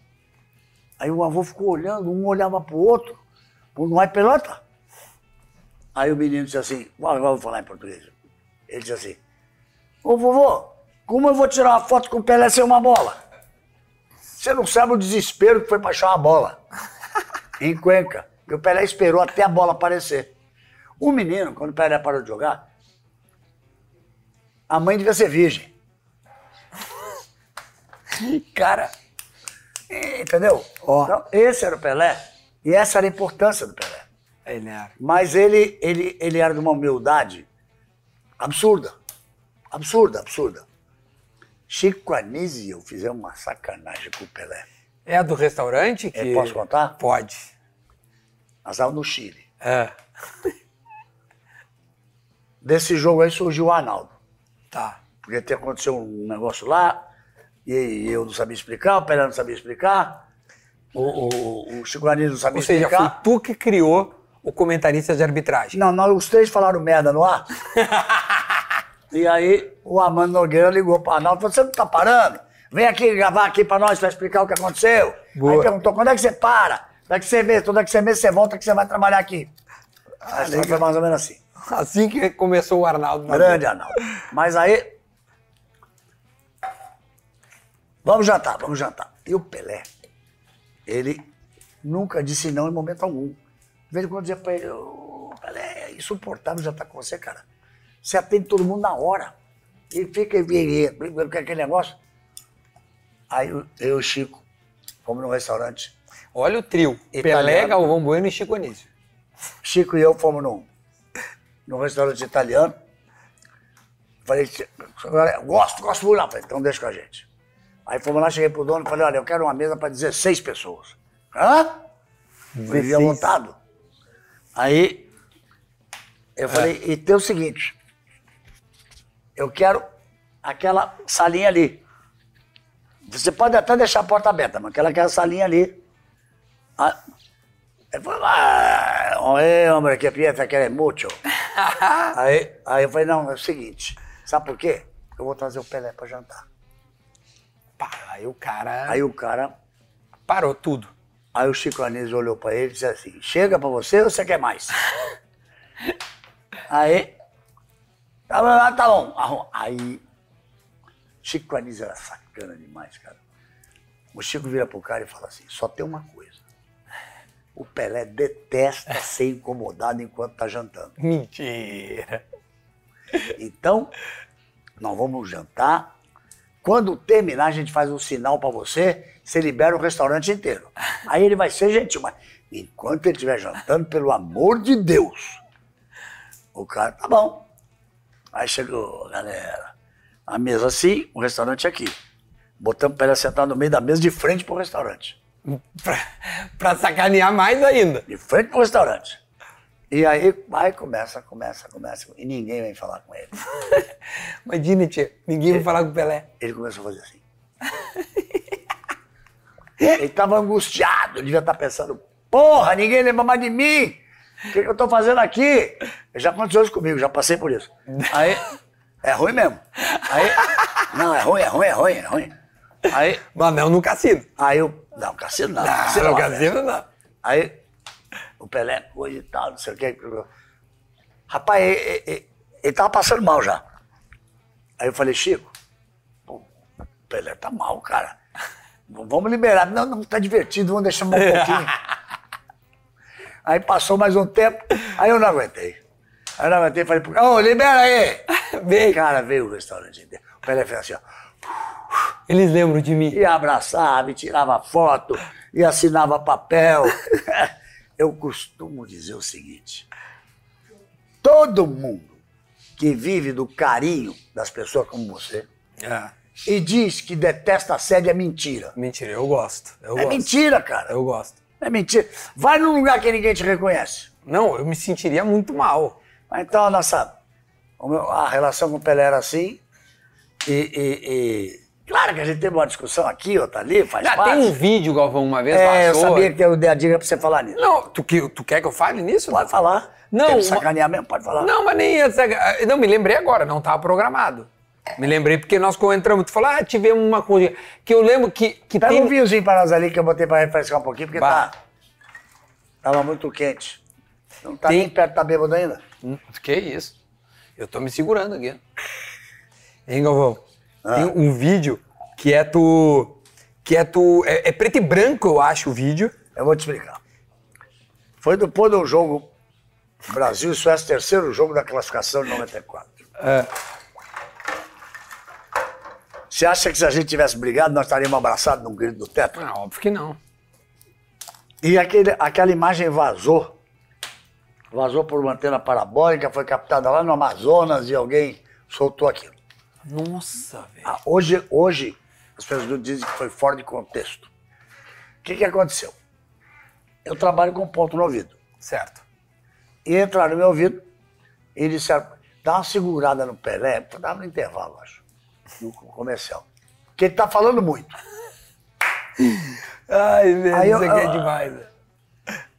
A: Aí o avô ficou olhando, um olhava pro outro. Pô, não é pelota? Aí o menino disse assim, "Bom, agora eu vou falar em português. Ele disse assim, ô vovô, como eu vou tirar uma foto com o Pelé sem uma bola? Você não sabe o desespero que foi pra achar uma bola. em Cuenca. E o Pelé esperou até a bola aparecer. O menino, quando o Pelé parou de jogar, a mãe devia ser virgem. Cara, entendeu? Então, esse era o Pelé e essa era a importância do Pelé.
B: Ele era.
A: Mas ele, ele, ele era de uma humildade absurda. Absurda, absurda. Chico Anísio e eu fizemos uma sacanagem com o Pelé.
B: É a do restaurante que.
A: Eu posso contar?
B: Pode.
A: Nós estávamos no Chile.
B: É.
A: Desse jogo aí surgiu o Arnaldo.
B: Tá.
A: Porque te- aconteceu um negócio lá, e eu não sabia explicar, o Pelé não sabia explicar, o, o, o Chico Anísio não sabia
B: Ou seja,
A: explicar.
B: foi tu que criou o comentarista de arbitragem.
A: Não, nós, os três falaram merda no ar. e aí o Amando Nogueira ligou para nós e falou: você não tá parando? Vem aqui gravar aqui para nós para explicar o que aconteceu. Aí
B: Boa.
A: perguntou: quando é que você para? Daqui você vê, toda que você vê, você volta que você vai trabalhar aqui. Ah, foi mais ou menos assim.
B: Assim que começou o Arnaldo. na
A: Grande Arnaldo. Mas aí. Vamos jantar, vamos jantar. E o Pelé Ele nunca disse não em momento algum. De vez em quando eu dizia pra ele, "Ô, Pelé, é insuportável já tá com você, cara. Você atende todo mundo na hora. E fica ele- ele- ele- aquele negócio. Aí eu eu e o Chico fomos num restaurante.
B: Olha o trio.
A: Italiano.
B: Pelé, Galvão Bueno e Chico Anísio.
A: Chico e eu fomos num, num restaurante italiano. Falei, "Tio, olha, gosto, gosto muito lá. Falei, então deixa com a gente. Aí fomos lá, cheguei pro dono e falei, olha, eu quero uma mesa para 16 pessoas. Hã? Vivia
D: 16.
A: lotado. Aí eu falei, e tem o seguinte, eu quero aquela salinha ali. Você pode até deixar a porta aberta, mas aquela, aquela salinha ali. Ah, ele falou, ah, oe, hombre, que pieza que é mucho. aí, aí eu falei, não, é o seguinte, sabe por quê? Eu vou trazer o Pelé pra jantar.
B: Pá, aí o cara
A: Aí o cara,
B: parou tudo.
A: aí o Chico Anísio olhou pra ele e disse assim, chega pra você ou você quer mais? aí, tá bom, tá bom. Arrum- Aí, Chico Anísio era sacana demais, cara. O Chico vira pro cara e fala assim, só tem uma coisa. O Pelé detesta ser incomodado enquanto tá jantando.
B: Mentira.
A: Então, nós vamos jantar. Quando terminar, a gente faz um sinal pra você, você libera o restaurante inteiro. Aí ele vai ser gentil, mas enquanto ele estiver jantando, pelo amor de Deus. O cara, tá bom. Aí chegou, galera, a mesa assim, o restaurante aqui. Botamos pra ele sentar no meio da mesa, de frente pro restaurante.
B: Pra, pra sacanear mais ainda.
A: De frente pro restaurante. E aí, aí começa, começa, começa. E ninguém vem falar com ele.
B: Imagina, tia. Ninguém vai falar com o Pelé.
A: Ele começou a fazer assim. ele estava angustiado, devia estar pensando, porra, ninguém lembra mais de mim. O que, que eu estou fazendo aqui? Já aconteceu isso comigo, já passei por isso. Aí, é ruim mesmo. Aí, não, é ruim, é ruim, é ruim, é ruim. Aí,
B: Mas não no cassino.
A: aí eu, não, cacete não,
B: Ah,
A: cacete
B: no
A: não.
B: cassino não.
A: Aí o Pelé, coisa e tal, não sei o quê. Rapaz, e- e- e- ele, tava passando mal já. Aí eu falei, Chico, pô, o Pelé tá mal, cara. V- Vamos liberar. Não, não, tá divertido, vamos deixar mais um pouquinho. aí passou mais um tempo, aí eu não aguentei. Aí eu não aguentei, falei, pro cara, ô, libera aí!
B: Vem.
A: Cara, veio o restaurante inteiro. O Pelé fez assim, ó
B: Eles lembram de mim.
A: e abraçava, e tirava foto, e assinava papel. Eu costumo dizer o seguinte: todo mundo que vive do carinho das pessoas como você e diz que detesta a sede é mentira.
B: Mentira, eu gosto. Eu
A: é
B: gosto.
A: mentira, cara.
B: Eu gosto.
A: É mentira. Vai num lugar que ninguém te reconhece.
B: Não, eu me sentiria muito mal.
A: Mas Então a nossa. o meu- a relação com o Pelé era assim. E, e- e- Claro que a gente teve uma discussão aqui, outra ali, faz
B: Já
A: parte.
B: tem um vídeo, Galvão, uma vez
A: É, eu
B: passou.
A: sabia que eu dei a dica pra você falar nisso.
B: Não, tu, que- tu quer que eu fale nisso?
A: Pode falar.
B: Não,
A: Quer me
B: uma-
A: sacanear mesmo? Pode falar.
B: Não, mas nem essa. ah, Não, me lembrei agora, não estava programado. Me lembrei porque nós entramos, tu falou, ah, tivemos uma coisa. Que eu lembro que, que
A: Pega
B: tem.
A: um vinhozinho pra nós ali que eu botei pra refrescar um pouquinho, porque
B: Bah.
A: tá. Tava muito quente. Não tá
B: Tem-
A: nem perto, tá bêbado ainda?
B: Hum, Que isso? Eu tô me segurando aqui. Hein, Galvão?
A: Ah.
B: Tem um vídeo que é tu. Que é tu. É, é preto e branco, eu acho, o vídeo.
A: Eu vou te explicar. Foi depois do jogo Brasil e Suécia, terceiro jogo da classificação de 94. Você acha que se a gente tivesse brigado, nós estaríamos abraçados num grito do teto?
B: Ah, óbvio que não.
A: E aquele, aquela imagem vazou. Vazou por uma antena parabólica, foi captada lá no Amazonas e alguém soltou aquilo.
B: Nossa, velho.
A: Ah, Hoje, hoje as pessoas dizem que foi fora de contexto. O que, que aconteceu? Eu trabalho com ponto no ouvido.
B: Certo.
A: E entraram no meu ouvido e disseram, dá uma segurada no Pelé, dava no intervalo, acho, no comercial. Porque ele tá falando muito.
B: Ai, velho,
A: Aí eu-
B: isso aqui é
A: eu-
B: demais. velho.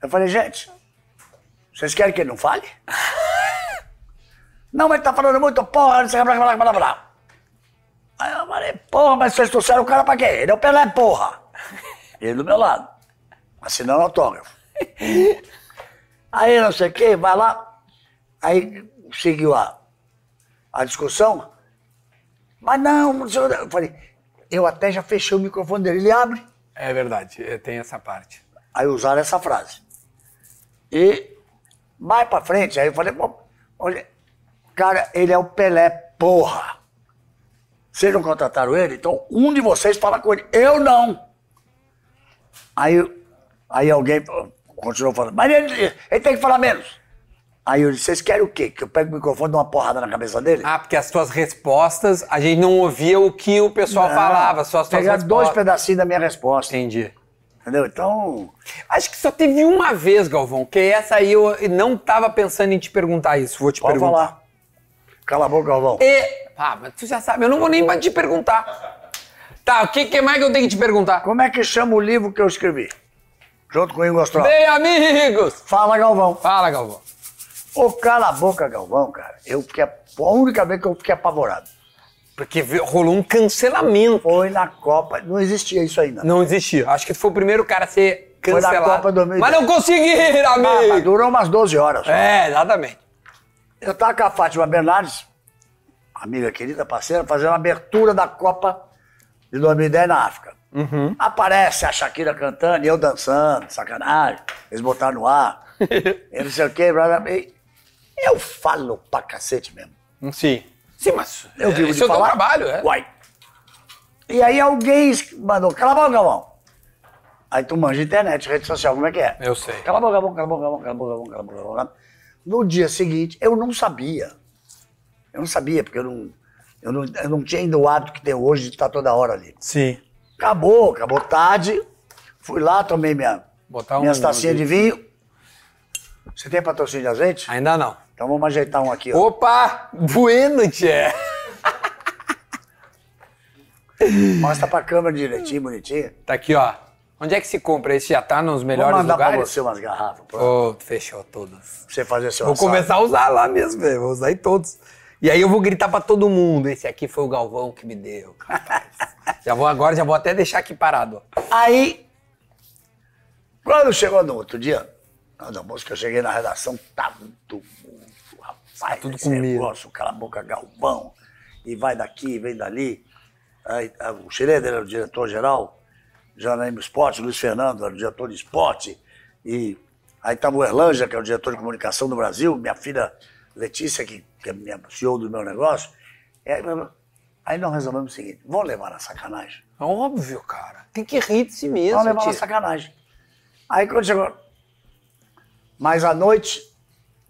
A: Eu falei, gente, vocês querem que ele não fale? não, mas ele tá falando muito, porra, não sei o que, blá, blá, blá, blá. Aí eu falei, porra, mas vocês trouxeram o cara pra quê? Ele é o Pelé, porra. Ele é do meu lado, assinando autógrafo. Aí não sei o que, vai lá. Aí seguiu a, a discussão. Mas não, não sei o que. Eu falei, eu até já fechei o microfone dele. Ele abre.
B: É verdade, é, tem essa parte.
A: Aí usaram essa frase. E mais pra frente, aí eu falei, pô, olha, cara, ele é o Pelé, porra. Vocês não contrataram ele? Então um de vocês fala com ele. Eu não. Aí, aí alguém pô, continuou falando, mas ele, ele tem que falar menos. Aí eu disse, vocês querem o quê? Que eu pego o microfone e dou uma porrada na cabeça dele?
B: Ah, porque as tuas respostas, a gente não ouvia o que o pessoal falava, só as
A: Ah,
B: tuas
A: Pegar
B: respostas.
A: dois pedacinhos da minha resposta,
B: Entendi.
A: entendeu? Então,
B: Acho que só teve uma vez, Galvão, que essa aí eu não tava pensando em te perguntar isso. Vou te
A: pode
B: perguntar.
A: falar. Cala a boca, Galvão.
B: E. Ah, mas tu já sabe, eu não vou nem mais te perguntar. Tá, o que, que mais que eu tenho que te perguntar?
A: Como é que chama o livro que eu escrevi? Junto com o Ingo Astral.
B: Bem, amigos!
A: Fala, Galvão.
B: Fala, Galvão.
A: Ô, cala a boca, Galvão, cara. Eu fiquei, a única vez que eu fiquei apavorado
B: Porque vi- rolou um cancelamento.
A: foi na Copa. Não existia isso ainda.
B: Não existia. Acho que tu foi o primeiro cara a ser
A: Foi na
B: cancelado.
A: Copa 2010.
B: Mas não conseguiram,
A: Ah, mas
B: amigo!
A: durou umas 12 horas.
B: é, exatamente.
A: Eu tava com a Fátima Bernardes, amiga querida, parceira, fazendo a abertura da Copa de 2010 na África.
B: Uhum.
A: Aparece a Shakira cantando e eu dançando, sacanagem. Eles botaram no ar. eu não sei o quê. Blá, blá, blá. E Eu falo pra cacete mesmo.
B: Sim. Sim, mas.
A: Eu vivo
B: esse
A: de
B: é o teu
A: falar.
B: trabalho, é?
A: Uai. E aí alguém es- mandou, cala a boca, Galvão. Aí tu manja internet, rede social, como é que é?
B: Eu sei.
A: Cala a boca, cala a boca, cala a boca, cala a boca, cala a boca, cala a boca, cala a boca. No dia seguinte, eu não sabia. Eu não sabia, porque eu não, eu não, eu não tinha ainda o hábito que tem hoje de estar toda hora ali.
B: Sim.
A: Acabou, acabou tarde. Fui lá, tomei minha,
B: Botar um-
A: minhas tacinhas de vinho. Você tem patrocínio de azeite?
B: Ainda não.
A: Então vamos ajeitar um aqui, ó.
B: Opa! Bueno, tchê!
A: Mostra pra câmera direitinho, bonitinho.
B: Tá aqui, ó. Onde é que se compra? Esse já tá nos
A: Vou
B: melhores
A: mandar pra
B: lugares?
A: você umas garrafas. pra-
B: Ô, fechou todas.
A: Pra você fazer seu
B: Vou
A: assado.
B: começar a usar lá mesmo, velho. Vou usar em todos. E aí eu vou gritar pra todo mundo. Esse aqui foi o Galvão que me deu. rapaz. já vou agora, já vou até deixar aqui parado. ó.
A: Aí, quando chegou no outro dia, na da música, eu cheguei na redação, tá muito mundo, rapaz,
B: Tá tudo
A: esse
B: com medo.
A: negócio, cala a boca, galvão, e vai daqui, vem dali. Aí, ah, o Schroeder era o diretor-geral, Janaíma Esporte, Luiz Fernando era o diretor de esporte, e aí estava o Erlanja, que é o diretor de comunicação do Brasil, minha filha Letícia, que, que é minha CEO do meu negócio. E aí, aí nós resolvemos o seguinte, vamos levar na sacanagem.
B: Óbvio, cara. Tem que rir de si mesmo,
A: Não levar uma
B: tio.
A: Então, sacanagem. Aí quando chegou. Mas à noite,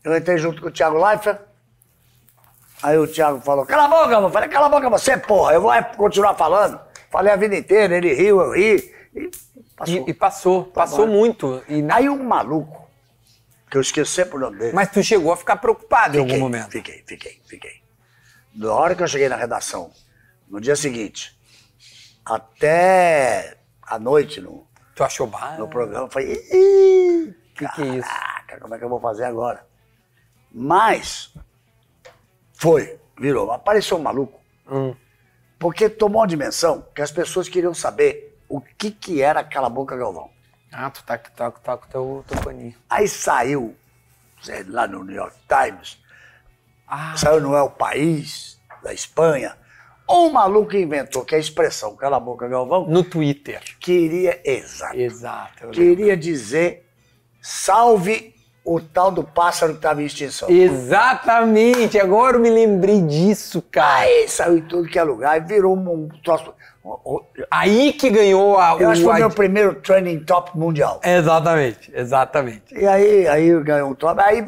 A: eu entrei junto com o Thiago Leifert. Aí o Thiago falou: Cala a boca, mano. Eu Falei: Cala a boca, você, porra. Eu vou é continuar falando. Falei a vida inteira. Ele riu, eu ri. E passou.
B: E, e passou, passou
A: bom.
B: muito. E na-
A: Aí um maluco, que eu esqueci sempre o nome dele.
B: Mas tu chegou a ficar preocupado em algum momento.
A: Fiquei, fiquei, fiquei. Da hora que eu cheguei na redação, no dia seguinte, até a noite, no,
B: Tu achou bar?
A: no programa, eu falei, "Ih,
B: Que que é isso?
A: caraca, como é que eu vou fazer agora? Mas, foi, virou, apareceu um maluco,
B: Hum.
A: porque tomou uma dimensão que as pessoas queriam saber o que que era Cala a Boca Galvão.
B: Ah, tu tá, tá, tá com o teu, teu paninho.
A: Aí saiu, sei lá no New York Times,
B: Ah.
A: saiu no El País, da Espanha, um maluco inventou que é a expressão Cala a Boca Galvão
B: No Twitter.
A: queria, exato,
B: Exato. eu lembro.
A: queria dizer salve o tal do pássaro que estava em extinção.
B: Exatamente. Agora eu me lembrei disso, cara.
A: Aí saiu em tudo que é lugar e virou um um troço. o- o-
B: Aí que ganhou a.
A: Eu acho que foi
B: a-
A: o meu primeiro trending top mundial.
B: Exatamente, exatamente.
A: E aí, aí ganhou um top. Aí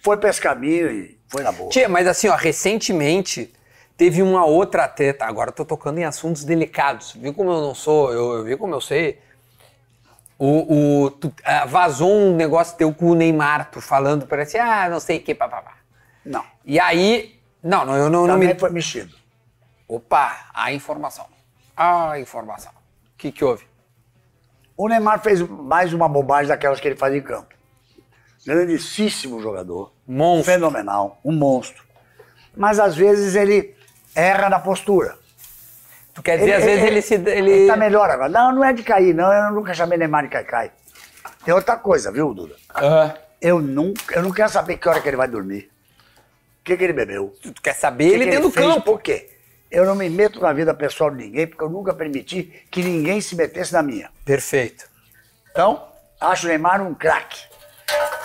A: foi pra esse caminho e foi na boa.
B: Tia, mas assim, ó, recentemente teve uma outra treta. Agora eu tô tocando em assuntos delicados. Viu como eu não sou? Eu, eu vi como eu sei. O, o- tu- ah, vazou um negócio teu com o Neymar, tu falando, parece, ah, não sei o que, papapá.
A: Não.
B: E aí. Não, não, eu não, não
A: Também
B: me.
A: foi mexido.
B: Opa, a informação. A informação. O que, que houve?
A: O Neymar fez mais uma bobagem daquelas que ele faz em campo. Grandíssimo jogador.
B: Monstro.
A: Fenomenal. Um monstro. Mas às vezes ele erra na postura.
B: Tu quer dizer, às vezes ele se. Ele...
A: tá melhor agora. Não, não é de cair, não. Eu nunca chamei Neymar de caicai. Tem outra coisa, viu, Duda?
B: Ah,
A: Eu nunca, eu não quero saber que hora que ele vai dormir. O que, que ele bebeu?
B: tu tu quer saber
A: O que
B: ele
A: que
B: dentro do
A: fez,
B: campo.
A: Por quê? Eu não me meto na vida pessoal de ninguém, porque eu nunca permiti que ninguém se metesse na minha.
D: Perfeito.
A: Então, acho o Neymar um craque.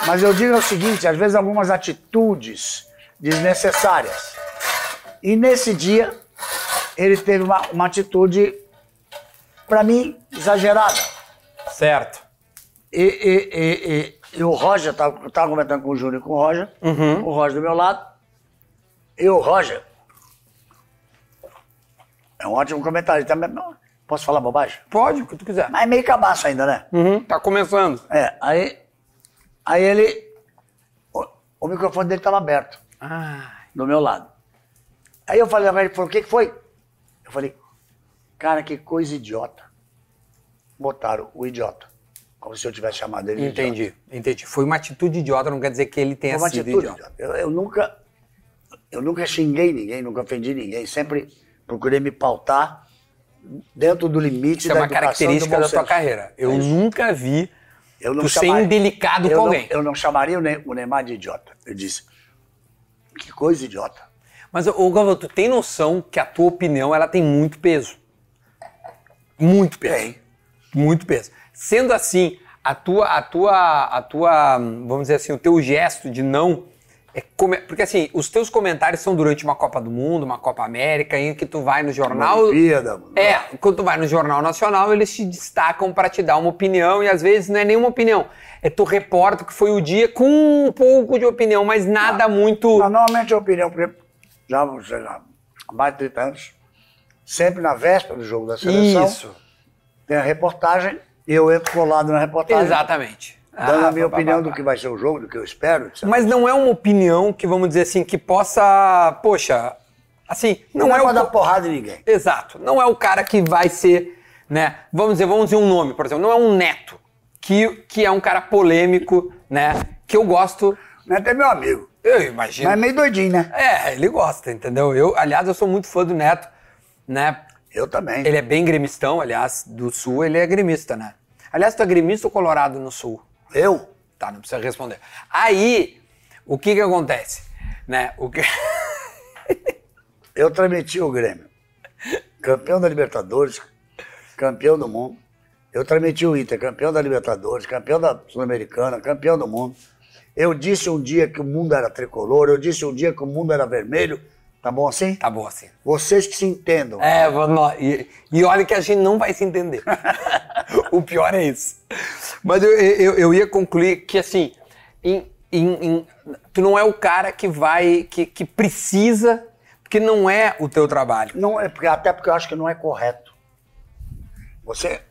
A: Mas eu digo o seguinte, às vezes algumas atitudes desnecessárias. E nesse dia, ele teve uma, uma atitude, para mim, exagerada.
D: Certo.
A: E, e- e- e- e o Roger, estava comentando com o Júnior e com o Roger, o Roger do meu lado, e o Roger é um ótimo comentário também. Não, Posso falar bobagem?
B: Pode, o que tu quiser.
A: Mas é meio cabaço ainda, né?
B: Uhum, tá começando.
A: É, aí, aí ele. O, o microfone dele estava aberto,
B: Ah,
A: do meu lado. Aí eu falei, ele falou, o que, que foi? Eu falei, cara, que coisa idiota. Botaram o idiota. Como se eu tivesse chamado ele de idiota.
D: Entendi, entendi. Foi uma atitude idiota, não quer dizer que ele tenha
A: Foi uma
D: sido
A: atitude.
D: idiota.
A: Eu, eu nunca, eu nunca xinguei ninguém, nunca ofendi ninguém. Sempre procurei me pautar dentro do limite
D: Isso é
A: da
D: uma
A: educação, do
D: característica
A: bom
D: da tua
A: senso.
D: carreira. Eu nunca vi
A: Eu
D: tu ser
A: chamaria-
D: indelicado
A: eu
D: com
A: não-
D: alguém.
A: eu não chamaria o Ne- o Neymar de idiota. Eu disse, que coisa idiota.
D: Mas, ô Galvão, tu tem noção que a tua opinião ela tem muito peso. Muito peso.
A: Tem.
D: Muito peso. Sendo assim, a tua, a tua, a tua, hum, vamos dizer assim, o teu gesto de não. É come- Porque assim, os teus comentários são durante uma Copa do Mundo, uma Copa América, em que tu vai no
A: Uma
D: jornal.
A: Olimpíada, mano.
D: É, quando tu vai no Jornal Nacional, eles te destacam pra te dar uma opinião e às vezes não é nenhuma opinião. É tu reporta o que foi o dia com um pouco de opinião, mas nada muito.
A: Mas, normalmente a opinião, por exemplo, já, já há mais de 30 anos, sempre na véspera do jogo da seleção,
D: Isso.
A: tem a reportagem e eu entro colado na reportagem,
D: Exatamente.
A: dando
D: Ah,
A: a minha
D: pá, pá,
A: opinião
D: pá,
A: do
D: pá.
A: que vai ser o jogo, do que eu espero, etc.
D: Mas não é uma opinião que, vamos dizer assim, que possa. Poxa, assim, não, é,
A: pra
D: o.
A: dar porrada em ninguém.
D: Exato. Não é o cara que vai ser, né? Vamos dizer, vamos dizer um nome, por exemplo. Não é um neto, que, que é um cara polêmico, né? Que eu gosto.
A: Não é até meu amigo,
D: Eu imagino.
A: mas é meio doidinho, né?
D: É, ele gosta, entendeu? Eu, aliás, eu sou muito fã do Neto, né?
A: Eu também.
D: Ele é bem gremistão, aliás, do Sul ele é gremista, né? Aliás, tu é gremista ou colorado no Sul?
A: Eu?
D: Tá, não precisa responder. Aí, o que que acontece? Né? O que...
A: Eu transmiti o Grêmio. Campeão da Libertadores, campeão do mundo. Eu transmiti o Inter, campeão da Libertadores, campeão da Sul-Americana, campeão do mundo. Eu disse um dia que o mundo era tricolor, eu disse um dia que o mundo era vermelho. Tá bom assim?
D: Tá bom assim.
A: Vocês que se entendam.
D: É, vamos lá. E, e olha que a gente não vai se entender. o pior é isso. Mas eu, eu, eu ia concluir que, assim, em- em- em- tu não é o cara que vai, que, que precisa, porque não é o teu trabalho.
A: Não, é porque, até porque eu acho que não é correto. Você,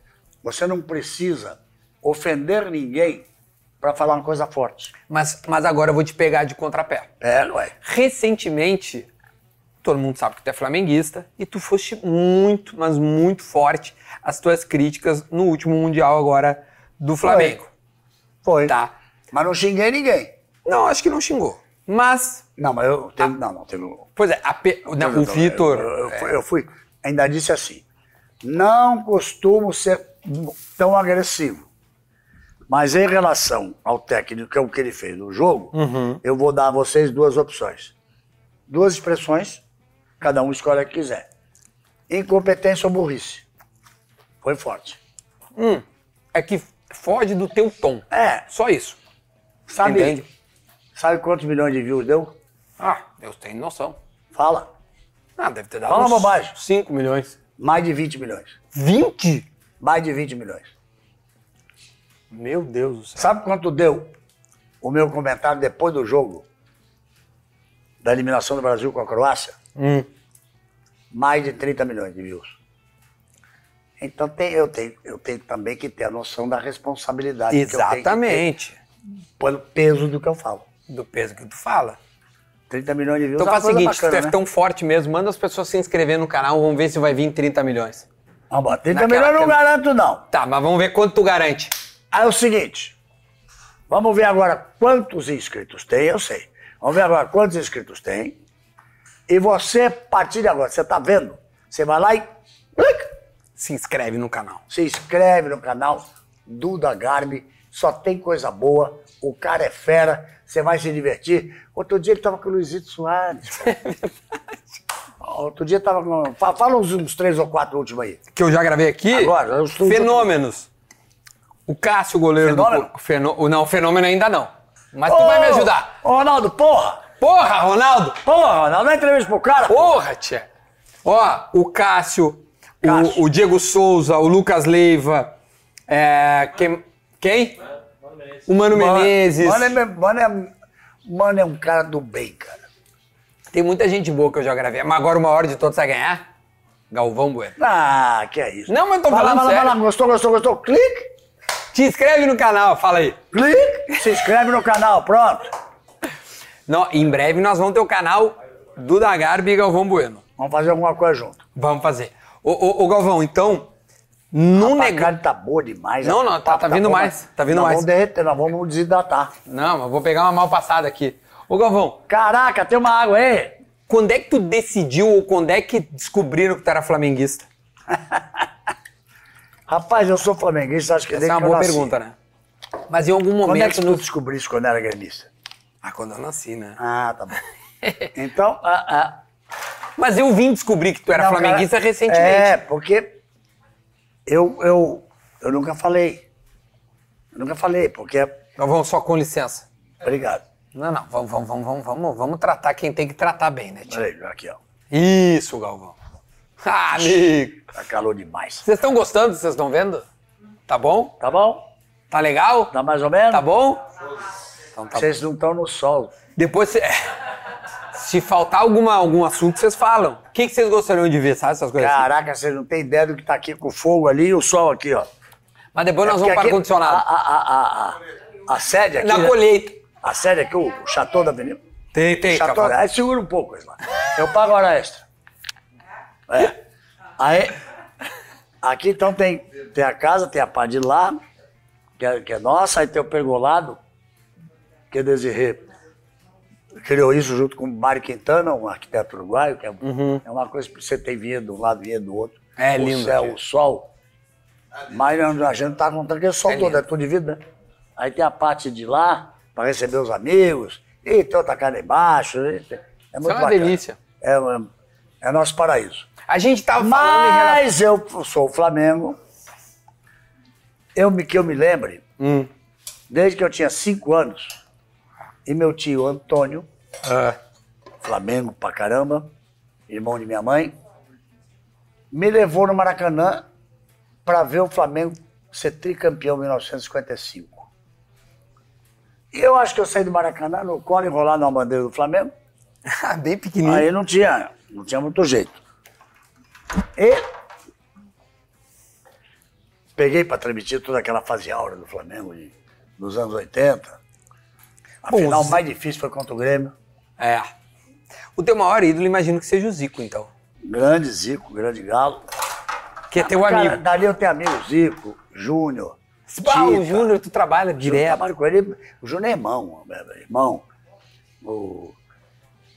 A: você não precisa ofender ninguém para falar uma coisa forte.
D: Mas, mas agora eu vou te pegar de contrapé.
A: É, não é?
D: Recentemente, todo mundo sabe que tu é flamenguista e tu foste muito, mas muito forte as tuas críticas no último Mundial agora do Flamengo.
A: Foi.
D: Tá.
A: Mas não xinguei ninguém.
D: Não, acho que não xingou. Mas,
A: Não, mas eu teve, não, não, teve.
D: pois é, a pe- não,
A: teve-
D: Ah. o Vitor. É.
A: Eu, eu fui, eu fui- ainda disse assim: não costumo ser tão agressivo. Mas em relação ao técnico, que é o que ele fez no jogo,
D: Uhum.
A: eu vou dar a vocês duas opções. Duas expressões, cada um escolhe a que quiser. Incompetência ou burrice. Foi forte.
D: É que foge do teu tom.
A: É.
D: Só isso.
A: Sabe,
D: Entende?
A: sabe quantos milhões de views deu?
D: Ah, eu tenho noção.
A: Fala.
D: Ah, deve ter dado
A: Fala
D: uns
A: bobagem.
D: 5 milhões.
A: Mais de 20 milhões.
D: 20?
A: Mais de 20 milhões.
D: Meu Deus do céu.
A: Sabe quanto deu o meu comentário depois do jogo da eliminação do Brasil com a Croácia?
D: Hum.
A: Mais de 30 milhões de views. Então tem- eu, tenho, eu tenho também que ter a noção da responsabilidade
D: Exatamente.
A: que eu tenho que ter pelo peso do que eu falo.
D: Do peso que tu fala.
A: 30 milhões de views
D: Então
A: é uma
D: faz o
A: coisa
D: seguinte,
A: bacana,
D: tu é
A: né?
D: tão forte mesmo, manda as pessoas se inscrever no canal, vamos ver se vai vir 30 milhões.
A: Vamos embora. 30
D: um Naquela
A: milhões eu não
D: cam-
A: garanto, não.
D: Tá, mas vamos ver quanto tu garante.
A: Aí é o seguinte, vamos ver agora quantos inscritos tem, eu sei. Vamos ver agora quantos inscritos tem. E você partilha agora, você tá vendo? Você vai lá e clic,
D: Se inscreve no canal.
A: se inscreve no canal Duda Garbi, só tem coisa boa, o cara é fera, você vai se divertir. Outro dia ele tava com o Luizito Soares. É verdade. Outro dia tava com. fa- Fala uns, uns três ou quatro últimos aí.
D: que eu já gravei aqui.
A: Agora, eu estou-
D: Fenômenos. O Cássio, goleiro
A: Fenômeno?
D: do. Cor- Fenô... Não, fenômeno ainda não. Mas tu vai me ajudar.
A: Ô, Ronaldo, porra!
D: Porra, Ronaldo!
A: Porra, Ronaldo, dá entrevista pro cara. pô.
D: Porra, tia! Ó, o Cássio, o-
A: Cássio.
D: O, Diego Souza, o Lucas Leiva, é, quem? quem? O Mano Menezes.
A: Mano, é, mano, é, mano é um cara do bem, cara.
D: Tem muita gente boa que eu já gravei, mas agora o maior de todos vai ganhar? Galvão Bueno.
A: Ah, que é isso.
D: Não, mas eu tô
A: Vai lá,
D: falando
A: vai lá,
D: sério.
A: vai lá. Gostou, gostou, gostou? Clique,
D: Te inscreve no canal, fala aí.
A: clique. Se inscreve no canal, pronto.
D: Não, em breve nós vamos ter o canal do Dagarbi e Galvão Bueno.
A: Vamos fazer alguma coisa junto.
D: Vamos fazer. Ô, ô, ô, Galvão, então, no
A: A
D: negócio.
A: carne tá boa demais.
D: Não, não,
A: O
D: tá-
A: papo
D: tá vindo
A: bom,
D: mais,
A: mas
D: tá vindo
A: nós
D: mais.
A: Vamos derreter, nós vamos desidratar.
D: Não, mas vou pegar uma mal passada aqui. Ô, Galvão,
A: Caraca, tem uma água aí.
D: quando é que tu decidiu ou quando é que descobriram que tu era flamenguista? é
A: Rapaz, eu sou flamenguista, acho que
D: Essa
A: desde
D: é uma
A: que eu
D: boa
A: nasci.
D: pergunta, né? Mas em algum
A: Quando é que
D: momento.
A: tu
D: no-
A: descobriu isso quando era gremista?
D: Ah, quando eu nasci, né?
A: Ah, tá bom. Então, a, a,
D: Mas eu vim descobrir que tu era
A: Não,
D: flamenguista
A: cara,
D: recentemente.
A: É, porque eu, eu, eu nunca falei. Eu nunca falei, porque. é,
D: Galvão, só com licença.
A: Obrigado.
D: Não, não, vamos, vamos, vamos, vamos, vamos, vamos tratar quem tem que tratar bem, né, tio?
A: Peraí, aqui, ó.
D: Isso, Galvão. Ah, amigo.
A: Tá calor demais.
D: Vocês estão gostando? Vocês estão vendo? Tá bom?
A: Tá bom?
D: Tá legal?
A: Tá mais ou menos?
D: Tá bom? Então tá bom.
A: Vocês não estão no sol.
D: Depois, se, se faltar alguma, algum assunto, vocês falam. O que, que vocês gostariam de ver, sabe? Essas coisas. assim?
A: Caraca, vocês não têm ideia do que tá aqui com o fogo ali e o sol aqui, ó.
D: Mas depois nós
A: é Porque
D: vamos para o
A: aqui-
D: ar-condicionado.
A: A, a, a, a, a, a sede aqui.
D: Na
A: né?
D: colheita.
A: A sede aqui, o, o Chateau da Avenida.
D: Tem, tem.
A: Chateau,
D: capaz.
A: aí segura um pouco isso lá. Eu pago hora extra. É. Aí, aqui então tem, tem a casa, tem a parte de lá, que é, que é nossa, aí tem o pergolado, que é Desirê. Criou isso junto com o Mário Quintana, um arquiteto uruguaio, que é, é uma coisa que você tem vinha de um lado, vinha do outro.
D: Uhum. É
A: o
D: lindo
A: céu,
D: aqui.
A: o sol. Mas a gente tá contando que é sol
D: É
A: todo,
D: lindo.
A: é tudo de vida, né? Aí tem a parte de lá, para receber os amigos, e tem outra casa embaixo. e tem- É muito
D: Isso é uma
A: bacana.
D: delícia.
A: É, uma- é nosso paraíso.
D: A gente tava falando em relação.
A: Mas eu sou o Flamengo. Eu, me- que eu me lembre,
D: Hum.
A: desde que eu tinha cinco anos, e meu tio Antônio,
D: Ah,
A: Flamengo pra caramba, irmão de minha mãe, me levou no Maracanã pra ver o Flamengo ser tricampeão em 1955. E eu acho que eu saí do Maracanã no colo enrolado na bandeira do Flamengo.
D: bem pequenininho.
A: Aí não tinha, não tinha muito jeito. E peguei pra transmitir toda aquela fase áurea do Flamengo de- dos anos 80. A
D: Bom,
A: final
D: Zé-
A: mais difícil foi contra o Grêmio.
D: É. O teu maior ídolo, imagino que seja o Zico, então.
A: Grande Zico, grande Galo.
D: Que é teu
A: Cara,
D: amigo.
A: Dali eu tenho amigo Zico, Júnior.
D: Ah, o
A: Tita.
D: Júnior, tu trabalha
A: Eu
D: direto.
A: trabalho com ele. O Júnior é irmão, é irmão. O,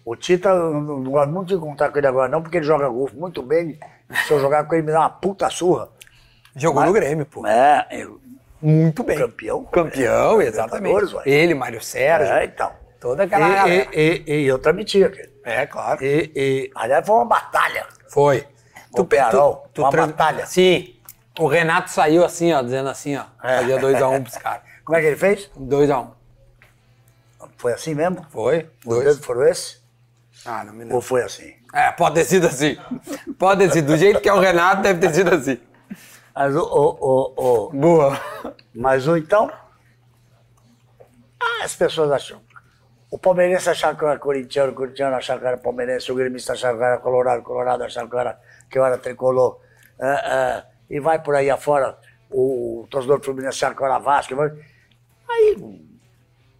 A: o Tita, eu não não gosto muito de contar com ele agora, não, porque ele joga golfe muito bem. Se eu jogar com ele, me dá uma puta surra.
D: Jogou no Grêmio, pô.
A: É, eu-
D: Muito bem.
A: Campeão.
D: Campeão,
A: É, Libertadores,
D: exatamente.
A: ué.
D: Ele, Mário Sérgio.
A: é, então.
D: Toda aquela galera.
A: E, e, e, e eu transmitia, cara.
D: É, claro.
A: E, e, aliás, foi uma batalha.
D: Foi.
A: O Pearol, uma
D: trans-
A: batalha.
D: Sim. O Renato saiu assim, ó, dizendo assim, ó.
A: É.
D: Fazia 2x1 pros caras.
A: Como é que ele fez?
D: 2x1.
A: Foi assim mesmo?
D: Foi?
A: Os
D: Dois.
A: dedos foram esses?
D: Ah, não me lembro.
A: Ou foi assim?
D: É, pode ter sido assim. Pode ter sido. Do jeito que é o Renato, deve ter sido assim.
A: Mas o- o- o- o,
D: Boa.
A: Mas ou então, ah, as pessoas acham. O palmeirense achava que eu era corintiano, o corintiano achava que eu era palmeirense, o gremista achava que eu era colorado, o colorado achava que eu era, que eu era tricolor. Ah, ah, e vai por aí afora, o, o torcedor fluminense achava que eu era Vasco. mas- Aí, um,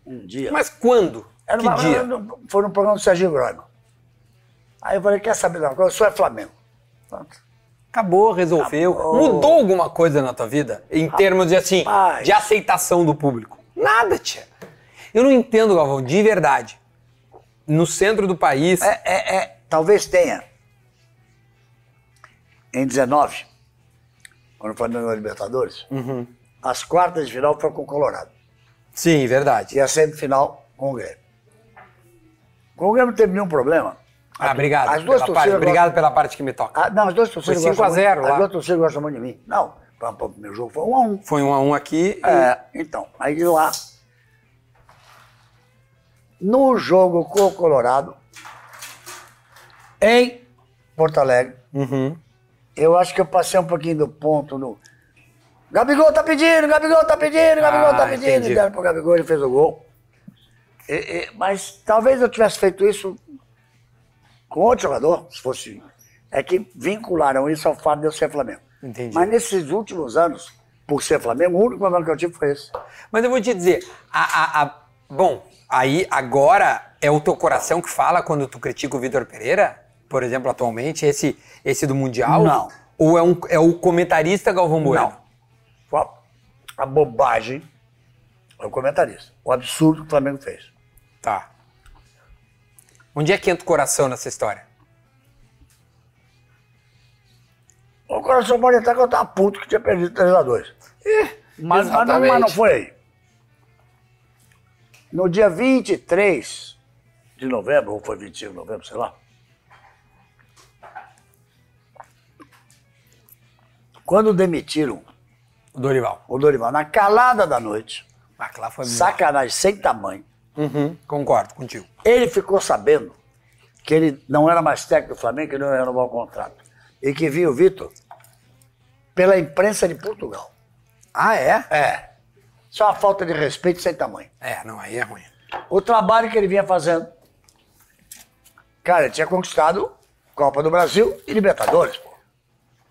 A: um dia...
D: Mas quando?
A: Era
D: que
A: uma-
D: dia?
A: Foi num programa do Serginho Groima. Aí eu falei, quer saber de uma coisa? Eu sou é Flamengo. Pronto.
D: Acabou, resolveu.
A: Acabou.
D: Mudou alguma coisa na tua vida? Em termos de assim,
A: Rapaz.
D: de aceitação do público? Nada, tia. Eu não entendo, Galvão, de verdade. No centro do país.
A: É, é, é, talvez tenha. Em 19, quando o Flamengo ganhou a Libertadores,
D: Uhum.
A: as quartas de final foram com o Colorado.
D: Sim, verdade.
A: E a semifinal com o Grêmio. Com o Grêmio não teve nenhum problema.
D: Ah, obrigado.
A: As duas
D: pela
A: torcidas
D: parte-
A: gostam-
D: obrigado pela parte que me toca.
A: Ah, não, as duas torcidas
D: Foi 5 a
A: gostam
D: 0
A: muito,
D: lá.
A: As duas torcidas gostam muito de mim. Não, pam, pam, meu jogo foi um a um.
D: Foi um a um aqui. e-
A: É, então, aí de lá. No jogo com o Colorado, em Porto Alegre,
D: Uhum.
A: eu acho que eu passei um pouquinho do ponto no. Gabigol tá pedindo, Gabigol tá pedindo, Gabigol
D: Ah,
A: tá pedindo.
D: entendi.
A: Deram pro Gabigol, ele fez o gol. E- e- mas talvez eu tivesse feito isso com outro jogador, se fosse. É que vincularam isso ao fato de eu ser Flamengo.
D: Entendi.
A: Mas nesses últimos anos, por ser Flamengo, o único problema que eu tive foi esse.
D: Mas eu vou te dizer, a, a- a- bom, aí agora é o teu coração que fala quando tu critica o Vitor Pereira, por exemplo, atualmente, esse, esse do Mundial?
A: Não.
D: Ou é, um, é o comentarista Galvão Bueno?
A: Não. Foi a- a bobagem, é o comentarista, o absurdo que o Flamengo fez.
D: Tá. Onde é que entra o coração nessa história?
A: O coração pode estar que eu tava puto que tinha perdido 3x2. Mas, mas, não, mas não
D: exatamente.
A: foi aí. No dia 23 de novembro, ou foi 25 de novembro, sei lá. Quando demitiram
D: O Dorival.
A: o Dorival, na calada da noite,
D: Ah, que lá
A: Hum.
D: foi bizarro.
A: sacanagem sem tamanho,
D: Uhum, concordo contigo.
A: Ele ficou sabendo que ele não era mais técnico do Flamengo, que ele não ia renovar o contrato. E que vinha o Vitor pela imprensa de Portugal.
D: Ah, é?
A: É. Só uma falta de respeito sem tamanho.
D: É, não, aí é ruim.
A: O trabalho que ele vinha fazendo. Cara, ele tinha conquistado Copa do Brasil e Libertadores, pô.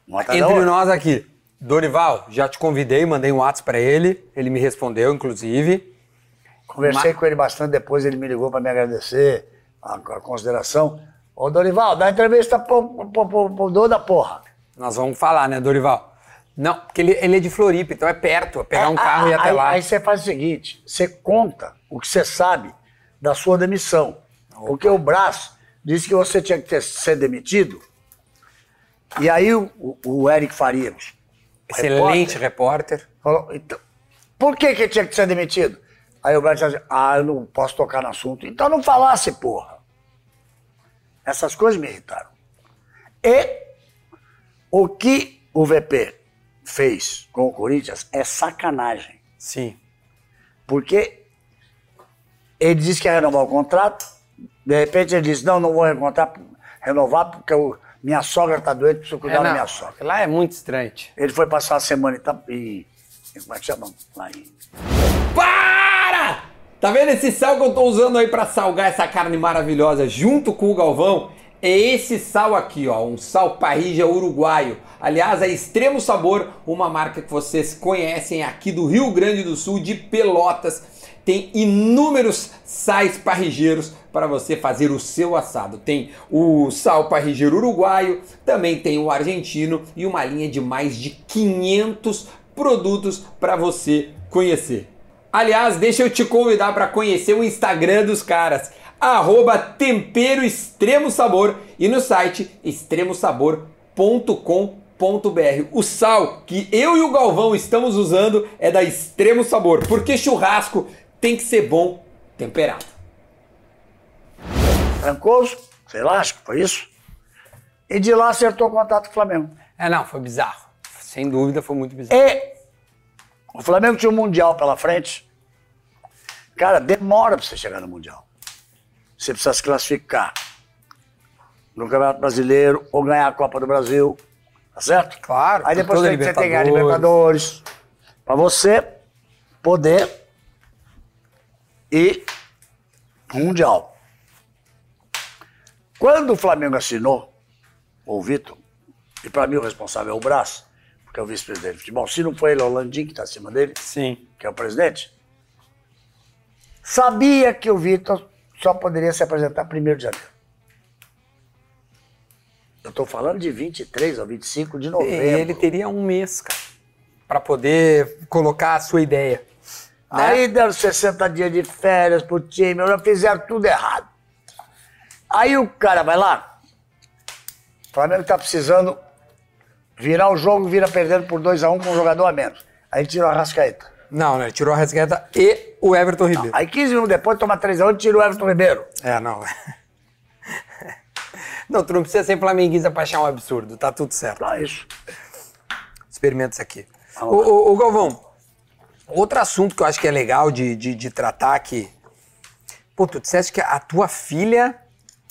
A: Não é cada
D: Entre
A: um.
D: nós aqui, Dorival, já te convidei, mandei um WhatsApp pra ele, ele me respondeu, inclusive.
A: Conversei com ele bastante depois, ele me ligou para me agradecer a, a consideração. Ô, Dorival, dá entrevista pro, pro, pro, pro Dô da porra.
D: Nós vamos falar, né, Dorival? Não, porque ele, ele é de Floripa, então é perto, é pegar um
A: Ah,
D: carro e ir até
A: aí,
D: lá.
A: Aí você faz o seguinte: você conta o que você sabe da sua demissão. Porque o Brás disse que você tinha que ter, ser demitido. E aí o, o Eric Farias
D: Excelente repórter.
A: falou: então, por que, que tinha que ser demitido? Aí o Brás disse: assim, ah, eu não posso tocar no assunto. Então não falasse, porra. Essas coisas me irritaram. E o que o VP fez com o Corinthians é sacanagem.
D: Sim.
A: Porque ele disse que ia renovar o contrato, de repente ele disse, não, não vou renovar, renovar porque eu- minha sogra está doente, preciso cuidar da minha sogra.
D: lá é muito estranho.
A: Ele foi passar a semana em, Ita- em, em- como é que chama? Lá em...
D: Para! Tá vendo esse sal que eu tô usando aí pra salgar essa carne maravilhosa junto com o Galvão? É esse sal aqui, ó, um sal parrija uruguaio. Aliás, é Extremo Sabor, uma marca que vocês conhecem aqui do Rio Grande do Sul, de Pelotas. Tem inúmeros sais parrigeiros para você fazer o seu assado. Tem o sal parrigeiro uruguaio, também tem o argentino e uma linha de mais de 500 produtos para você conhecer. Aliás, deixa eu te convidar para conhecer o Instagram dos caras, arroba tempero extremo sabor e no site extremosabor.com.br. O sal que eu e o Galvão estamos usando é da Extremo Sabor, porque churrasco tem que ser bom temperado.
A: Trancoso, sei lá, acho que foi isso. E de lá acertou o contato com o Flamengo.
D: É, não, foi bizarro. Sem dúvida foi muito bizarro.
A: E o Flamengo tinha um Mundial pela frente. Cara, demora pra você chegar no Mundial. Você precisa se classificar no Campeonato Brasileiro ou ganhar a Copa do Brasil. Tá certo?
D: Claro,
A: Aí
D: com
A: depois
D: toda
A: tem, você tem que ganhar a
D: Libertadores.
A: Libertadores. Pra você poder ir no Mundial. Quando o Flamengo assinou, ou o Vitor, e pra mim o responsável é o Brás, porque é o vice-presidente de futebol, se não foi ele, é o Landim que tá acima dele,
D: Sim.
A: que é o presidente, sabia que o Vitor só poderia se apresentar 1 de janeiro. Eu estou falando de 23 ou 25 de novembro.
D: Ele teria um mês, cara, para poder colocar a sua ideia.
A: Aí deram 60 dias de férias pro time, fizeram tudo errado. Aí o cara vai lá, o Flamengo tá precisando virar o jogo, vira perdendo por 2x1 com um jogador a menos. Aí tira o Arrascaeta.
D: Não, né? Tirou a Rasgueta e o Everton Ribeiro.
A: um Aí 15 minutos depois toma 3x1 e tira o Everton Ribeiro.
D: É, não. É, Não, tu não precisa ser flamenguista pra achar um absurdo, tá tudo certo.
A: Só isso.
D: Experimenta isso aqui. Ô,
A: Vamos lá.
D: ô, ô, Galvão, outro assunto que eu acho que é legal de, de, de tratar aqui. Pô, tu disseste que a tua filha,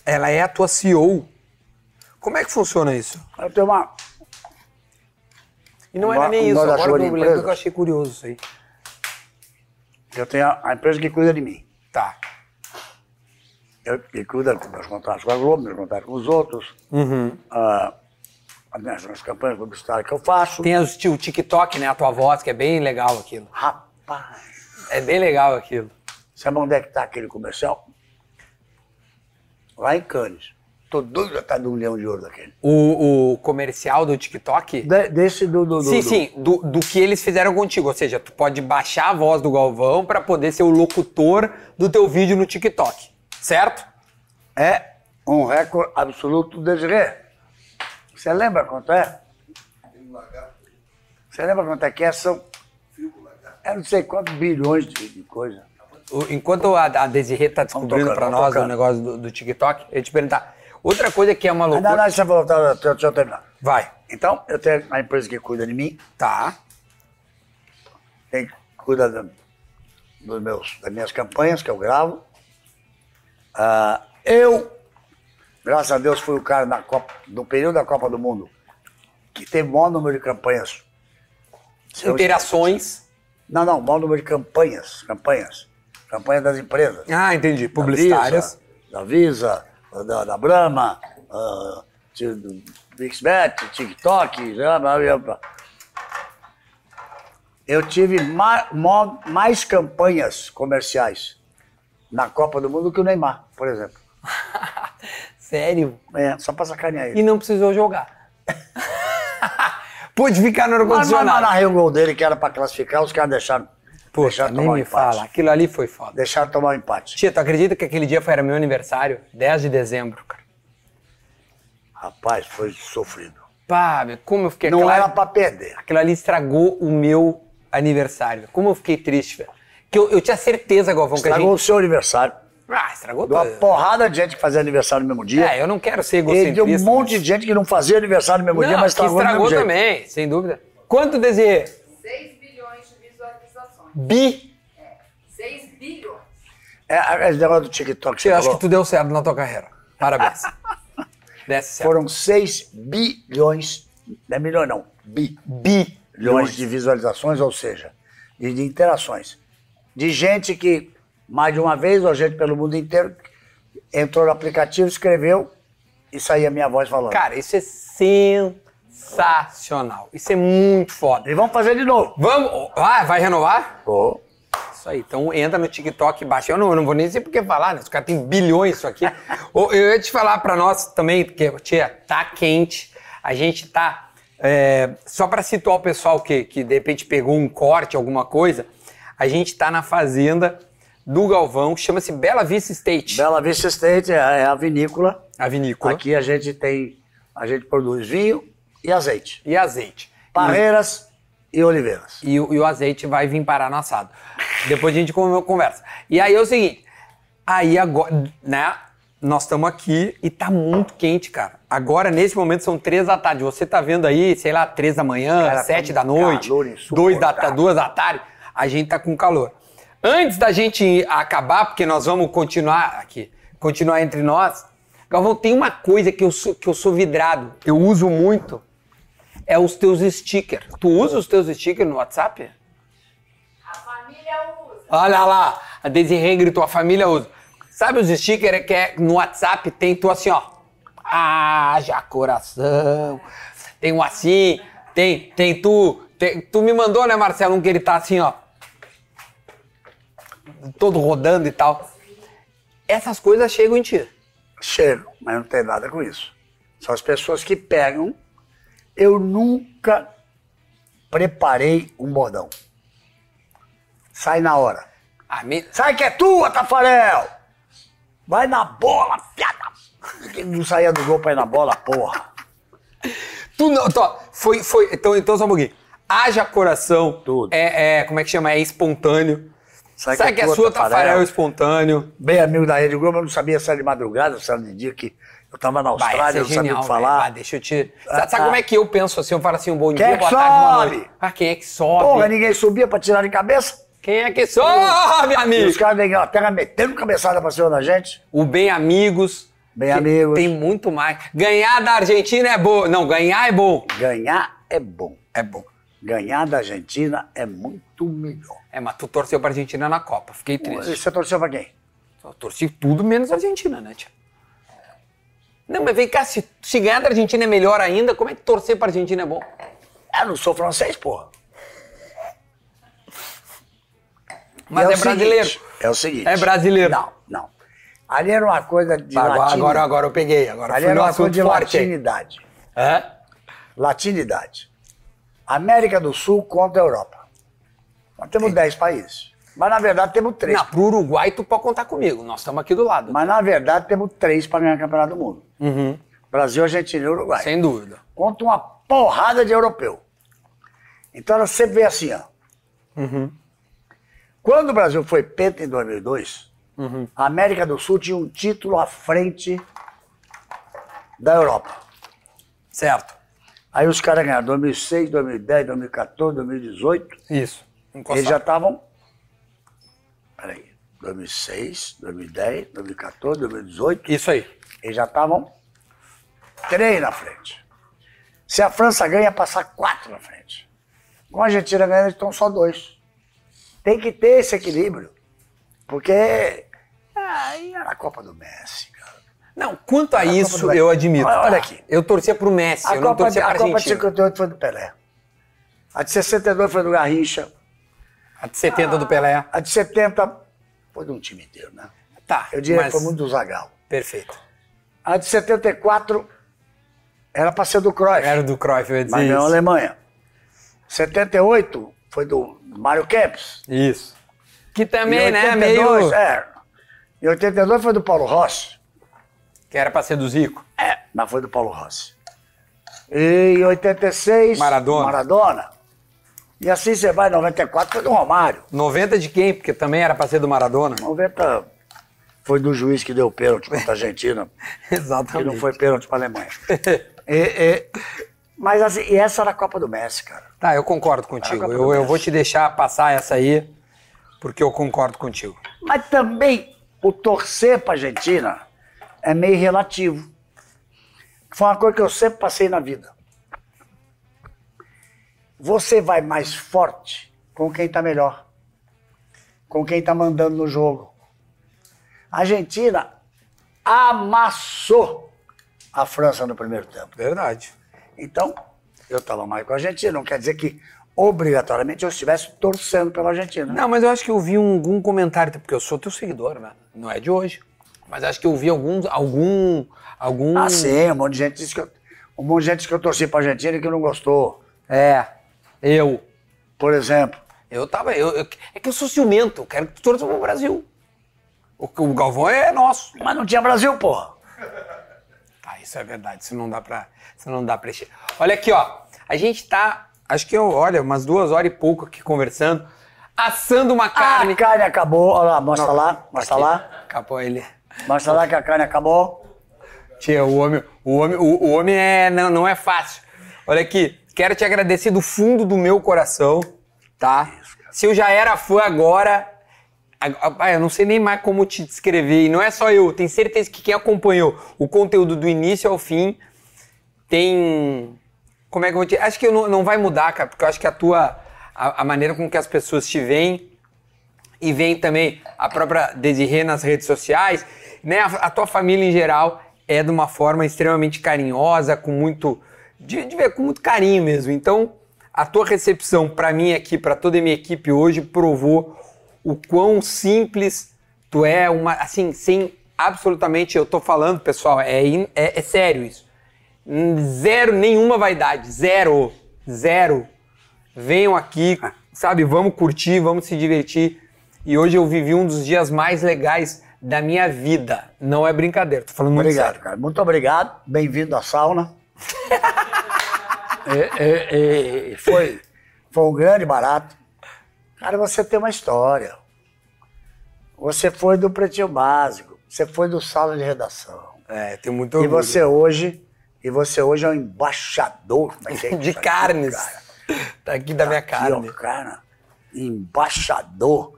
D: ela é a tua CEO. Como é que funciona isso?
A: Eu tenho uma.
D: E não
A: Uma-
D: era nem
A: uma
D: isso,
A: das
D: agora que eu me
A: empresas.
D: lembro que eu achei curioso isso aí.
A: Eu tenho a a empresa que cuida de mim.
D: Tá.
A: Eu, que cuida dos meus contatos com a Globo, meus contatos com os outros, ah, as minhas, as campanhas publicitárias que eu faço.
D: Tem os- o TikTok, né? A tua voz, que é bem legal aquilo.
A: Rapaz,
D: É bem legal aquilo.
A: sabe onde é que está aquele comercial? Lá em Cannes. Tô doido pra estar de um leão de ouro daquele.
D: O, o comercial do TikTok.
A: De- desse do. do, do
D: Sim,
A: do-
D: sim, do, do que eles fizeram contigo. Ou seja, tu pode baixar a voz do Galvão pra poder ser o locutor do teu vídeo no TikTok. Certo?
A: É um recorde absoluto do Desirê. Você lembra quanto é? Você lembra quanto é que é? São. Eu não sei quantos bilhões de, de coisa.
D: O- Enquanto a, a Desirê tá descobrindo
A: tocando,
D: pra
A: vamos
D: nós o
A: tocando.
D: negócio do, do TikTok, eu ia te perguntar. Outra coisa que é uma
A: Ainda
D: loucura.
A: não, deixa eu voltar, deixa eu- deixa eu terminar.
D: Vai.
A: Então, eu tenho a empresa que cuida de mim,
D: Tá.
A: tem que cuida da- dos meus, das minhas campanhas que eu gravo. Ah, eu, graças a Deus, fui o cara na Copa, no período da Copa do Mundo que teve o maior número de campanhas. Eu-
D: Interações.
A: Não, não, maior número de campanhas, campanhas. Campanhas das empresas.
D: Ah, entendi. Publicitárias.
A: Da Visa, da, da, da Brahma, ah, ti- do Pixbet, TikTok, já, blá, blá, blá. eu tive ma- mo- mais campanhas comerciais na Copa do Mundo que o Neymar, por exemplo.
D: Sério?
A: É, só pra sacanear ele.
D: e não precisou jogar. Pôde ficar no
A: Mas não
D: ar-condicionado.
A: narrei o gol dele que era pra classificar, os caras deixaram,
D: Poxa,
A: deixaram
D: nem
A: tomar o
D: me
A: empate.
D: fala. Aquilo ali foi foda.
A: Deixaram tomar o empate.
D: Tia, tu acredita que aquele dia foi, era meu aniversário? 10 de dezembro, cara.
A: Rapaz, foi sofrido.
D: Pá, meu, como eu fiquei...
A: Não
D: aquela-
A: era pra perder.
D: Aquilo ali estragou o meu aniversário. Como eu fiquei triste, velho. Que eu, eu tinha certeza, Galvão,
A: Estragou
D: que a
A: o seu aniversário.
D: gente... Ah, estragou
A: Deu uma
D: tudo.
A: porrada de gente que fazia aniversário no mesmo dia.
D: É, eu não quero ser
A: Ele
D: egocentrista.
A: deu um monte
D: mas-
A: de gente que não fazia aniversário no mesmo
D: Não,
A: dia, mas
D: que
A: estragou,
D: estragou
A: do mesmo jeito.
D: também, sem dúvida. Quanto, Desirê?
G: 6 bilhões de visualizações.
D: Bi.
G: 6 bilhões.
A: É, a- esse negócio do TikTok que você
D: Eu acho
A: falou,
D: que tu deu certo na tua carreira. Parabéns. Desce certo.
A: foram 6 bilhões, não é milhão não,
D: Bi.
A: bilhões de visualizações, ou seja, de, de interações. De gente que, mais de uma vez, ou gente pelo mundo inteiro, entrou no aplicativo, escreveu e saía a minha voz falando.
D: Cara, isso é sensacional. Isso é muito foda.
A: e vamos fazer de novo.
D: Vamos. Ah, vai renovar?
A: Pô,
D: Isso aí. Então entra no TikTok e baixa. Eu não, eu não vou nem dizer porque falar, né? Os caras têm bilhões isso aqui. Ô, eu ia te falar pra nós também, porque, tia, tá quente. A gente tá. é, só pra situar o pessoal que, que de repente pegou um corte, alguma coisa, a gente tá na fazenda do Galvão, chama-se Bela Vista State,
A: Bela Vista State é a- é a vinícola.
D: a vinícola,
A: Aqui a gente tem, a gente produz vinho e azeite.
D: e azeite.
A: Parreiras e oliveiras.
D: e, o e o azeite vai vir parar no assado. Depois a gente con- conversa. E aí é o seguinte, aí agora, né, nós estamos aqui e tá muito quente, cara. Agora, nesse momento, são três da tarde. Você tá vendo aí, sei lá, três da manhã,
A: Cara, tá
D: sete
A: um
D: da noite,
A: calor
D: dois da,
A: insuportável.
D: duas da tarde, a gente tá com calor. Antes da gente acabar, porque nós vamos continuar aqui, continuar entre nós, Galvão, tem uma coisa que eu sou, que eu sou vidrado, eu uso muito, é os teus stickers. Tu usa os teus stickers no WhatsApp?
G: A família usa.
D: Olha lá, a Desirê gritou, a família usa. Sabe os stickers que é no WhatsApp tem tu assim, ó. Ah, já coração. Tem um assim, tem, tem tu. tem- tu me mandou, né, Marcelo, um que ele tá assim, ó. Todo rodando e tal. Essas coisas chegam em ti.
A: Cheiro, mas não tem nada com isso. São as pessoas que pegam. Eu nunca preparei um bordão. Sai na hora.
D: A mim,
A: Sai que é tua, Tafarel! Vai na bola, piada! Que Não saía do gol pra ir na bola, porra.
D: Tu não. Tó, foi, foi. Então, então só um pouquinho. Haja coração.
A: Tudo. é
D: É, é, como é que chama? É espontâneo. Sabe, que, é a sua, Tafarel, espontâneo.
A: Bem amigo da Rede Globo, eu não sabia se era de madrugada, se era de dia que Eu tava na
D: Vai,
A: Austrália, eu
D: essa
A: não
D: é
A: sabia o
D: genial,
A: que
D: velho. Vai,
A: falar.
D: deixa eu te... Sabe, sabe
A: ah.
D: como é que eu penso assim? Eu falo assim, um bom
A: Quem
D: dia,
A: é
D: boa
A: que
D: tarde, boa
A: sobe?
D: noite. Ah, quem é que sobe?
A: Porra, ninguém subia pra tirar de cabeça.
D: Quem é que sobe,
A: E os
D: amigo?
A: caras da Inglaterra metendo cabeçada pra cima da gente.
D: O Bem Amigos.
A: Bem
D: que
A: Amigos.
D: Tem muito mais. Ganhar da Argentina é bom. Não, ganhar é bom.
A: Ganhar é bom.
D: É bom.
A: Ganhar da Argentina é muito melhor.
D: É, mas tu torceu pra Argentina na Copa. Fiquei triste.
A: Você torceu pra quem?
D: Eu torci tudo menos a Argentina, né, tia? Não, mas vem cá, se, se ganhar da Argentina é melhor ainda, como é que torcer pra Argentina é bom?
A: Eu Ah, não sou francês, porra.
D: Mas
A: E
D: é,
A: o
D: brasileiro.
A: seguinte, é o seguinte.
D: É brasileiro.
A: Não, não. Ali era uma coisa de
D: Agora,
A: latini-
D: agora, agora eu peguei. Agora
A: Ali
D: fui
A: era
D: no
A: uma coisa
D: assunto
A: de
D: forte. hein?
A: latinidade.
D: Hã?
A: Latinidade. América do Sul contra a Europa. Nós temos 10 países. Mas, na verdade, temos três.
D: Não, pro Uruguai tu pode contar comigo. Nós estamos aqui do lado.
A: Mas, na verdade, temos três para ganhar o Campeonato do Mundo.
D: Uhum.
A: Brasil, Argentina e Uruguai.
D: Sem dúvida.
A: Contra uma porrada de europeu. Então, ela sempre vê assim, ó. Quando o Brasil foi penta em 2002, a América do Sul tinha um título à frente da Europa.
D: Certo.
A: Aí os caras ganharam 2006, 2010, 2014, 2018.
D: Isso.
A: Eles já estavam. Peraí. 2006, 2010, 2014, 2018.
D: Isso aí.
A: Eles já estavam três na frente. Se a França ganha, passar quatro na frente. Com a Argentina ganhando, eles estão só dois. Tem que ter esse equilíbrio. Porque. Aí era a Copa do Messi, cara.
D: Não, quanto a,
A: Copa do
D: isso,
A: Brasil.
D: eu admito.
A: Olha, olha
D: tá?
A: aqui.
D: Eu torcia pro Messi,
A: A
D: eu não
A: Copa, de,
D: torcia pra
A: a Copa de
D: Argentina.
A: 58 foi do Pelé. A de 62 foi do Garrincha.
D: A de 70 do Pelé.
A: A de 70 foi de um time inteiro, né?
D: Tá,
A: Eu diria que
D: mas-
A: foi muito do Zagal.
D: Perfeito.
A: A de 74 era para ser do Cruyff,
D: Era do Cruyff, eu ia dizer
A: mas não a
D: isso.
A: Alemanha. 78 foi do Mário Kempis.
D: Isso. Que também,
A: Em
D: né,
A: 82,
D: meio...
A: É. Em 82 foi do Paulo Rossi.
D: Que era pra ser do Zico.
A: É, mas foi do Paulo Rossi. E em 86...
D: Maradona.
A: Maradona. E assim você vai, 94 foi do Romário.
D: 90 de quem? Porque também era pra ser do Maradona.
A: 90 foi do juiz que deu o pênalti contra a Argentina. que
D: Exatamente.
A: não foi pênalti para a Alemanha. E- e- mas assim, e essa era a Copa do Messi, cara.
D: Tá, eu
A: Era
D: concordo
A: a
D: contigo.
A: Copa do
D: Eu, eu
A: Messi.
D: vou te deixar passar essa aí, porque eu concordo contigo.
A: Mas também o torcer para a Argentina é meio relativo. Foi uma coisa que eu sempre passei na vida. Você vai mais forte com quem tá melhor, com quem tá mandando no jogo. A Argentina amassou a França no primeiro tempo.
D: Verdade.
A: Então, eu estava mais com a Argentina, não quer dizer que obrigatoriamente eu estivesse torcendo pela Argentina. né?
D: Não, mas eu acho que eu vi um- algum comentário, porque eu sou teu seguidor, né? Não é de hoje. Mas acho que eu vi algum. algum. algum.
A: Ah, sim, um monte de gente disse que eu, um monte de gente disse que eu torci pra Argentina e que não gostou.
D: É. Eu.
A: Por exemplo,
D: Eu tava. Eu, eu- é que eu sou ciumento, eu quero que tu torça pro Brasil. O, o Galvão é nosso.
A: mas não tinha Brasil, porra.
D: Tá, isso é verdade. Isso não dá pra. Isso não dá pra encher. Olha aqui, ó. A gente tá. Acho que eu, olha, umas duas horas e pouco aqui conversando, tá assando uma
A: Ah,
D: carne.
A: a carne acabou. Olha lá, mostra lá, mostra
D: Aqui.
A: lá.
D: Acabou ele.
A: Mostra lá que a carne acabou.
D: Tia, o homem, o homem, o, o homem é, não, não é fácil. Olha aqui, quero te agradecer do fundo do meu coração, tá? Se eu já era fã agora, ag- ah, eu não sei nem mais como te descrever. E não é só eu, tenho certeza que quem acompanhou o conteúdo do início ao fim tem. Como é que eu vou te. Acho que eu não, não vai mudar, cara, porque eu acho que a tua. A, a maneira com que as pessoas te veem e vem também a própria Desirê nas redes sociais, né? A, a tua família em geral é de uma forma extremamente carinhosa, com muito de, de ver com muito carinho mesmo. Então, a tua recepção para mim aqui, para toda a minha equipe hoje provou o quão simples tu é, uma assim, sem absolutamente, eu tô falando, pessoal, é in- é- é sério isso. Zero, nenhuma vaidade. Zero. Zero. Venham aqui, sabe? Vamos curtir, vamos se divertir. E hoje eu vivi um dos dias mais legais da minha vida. Não é brincadeira, tô falando muito
A: Obrigado,
D: sério.
A: cara. Muito obrigado. Bem-vindo à sauna. É, é, é, foi, foi um grande barato. Cara, você tem uma história. Você foi do Pretinho Básico, você foi do Sala de Redação,
D: É, tem muito
A: E
D: orgulho.
A: você hoje, e você hoje é um embaixador como é que é
D: De
A: isso aqui,
D: carnes.
A: cara?
D: Tá aqui da minha
A: Aqui, ó,
D: carne.
A: cara, embaixador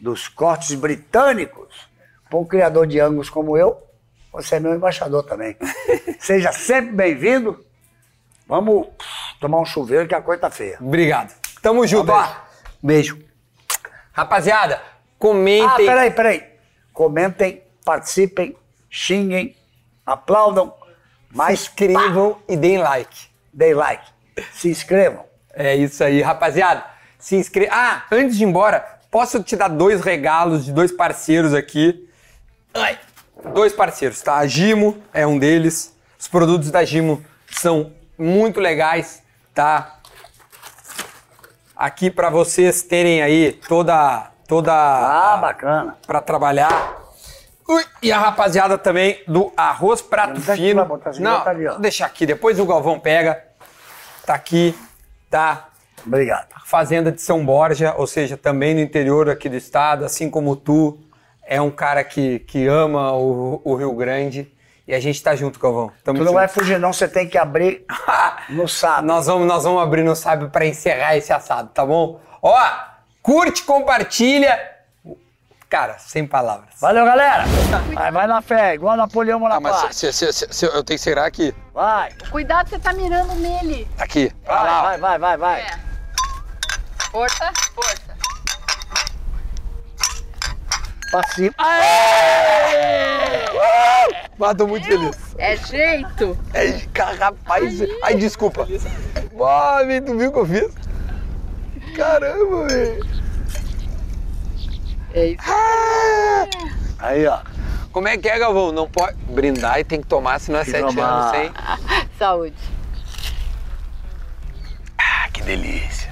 A: dos cortes britânicos. Para um criador de angus como eu, você é meu embaixador também. Seja sempre bem-vindo. Vamos tomar um chuveiro que a coisa tá feia.
D: Obrigado. Tamo junto. ó.
A: Beijo.
D: Rapaziada,
A: Ah,
D: comentem.
A: peraí, peraí. Comentem, participem, xinguem, aplaudam, mas
D: se inscrevam e deem like.
A: deem like. Se inscrevam.
D: É isso aí, rapaziada. Se inscreva. Ah, antes de ir embora, posso te dar dois regalos de dois parceiros aqui. Ai, dois parceiros, tá? A Gimo é um deles. Os produtos da Gimo são muito legais, tá? Aqui pra vocês terem aí toda toda
A: Ah, bacana.
D: para trabalhar. Ui, e a rapaziada também do arroz prato
A: Não tá aqui,
D: fino.
A: vai botar assim,
D: Não,
A: bota ali, ó.
D: vou deixar aqui, depois o Galvão pega. Tá aqui, tá?
A: Obrigado.
D: Fazenda de São Borja, ou seja, também no interior aqui do estado, assim como tu, é um cara que, que ama o, o Rio Grande. E a gente tá junto, Galvão. Tamo
A: Tu não
D: junto.
A: vai fugir, não. Você tem que abrir no sábado.
D: Nós vamos, nós vamos abrir no sábio para encerrar esse assado, tá bom? Ó, curte, compartilha. Cara, sem palavras.
A: Valeu, galera. Vai, vai na fé, igual Napoleão Bonaparte.
D: eu tenho que segurar aqui.
A: Vai,
C: Cuidado, você tá mirando nele.
D: Aqui.
A: vai, vai, vai, vai. vai.
C: É. Força, força.
A: Pra cima. Aê!
D: Ah, tô muito feliz.
C: É jeito.
D: Ai, cara, rapaz. Ai, desculpa. Ah, velho, tu viu o que eu fiz? Caramba, velho.
C: É isso.
A: Aí, ó.
D: Como é que é, Galvão? Não pode brindar e tem que tomar, senão é
A: Que
D: sete
A: tomar.
D: anos, hein?
C: Saúde.
D: Ah, que delícia.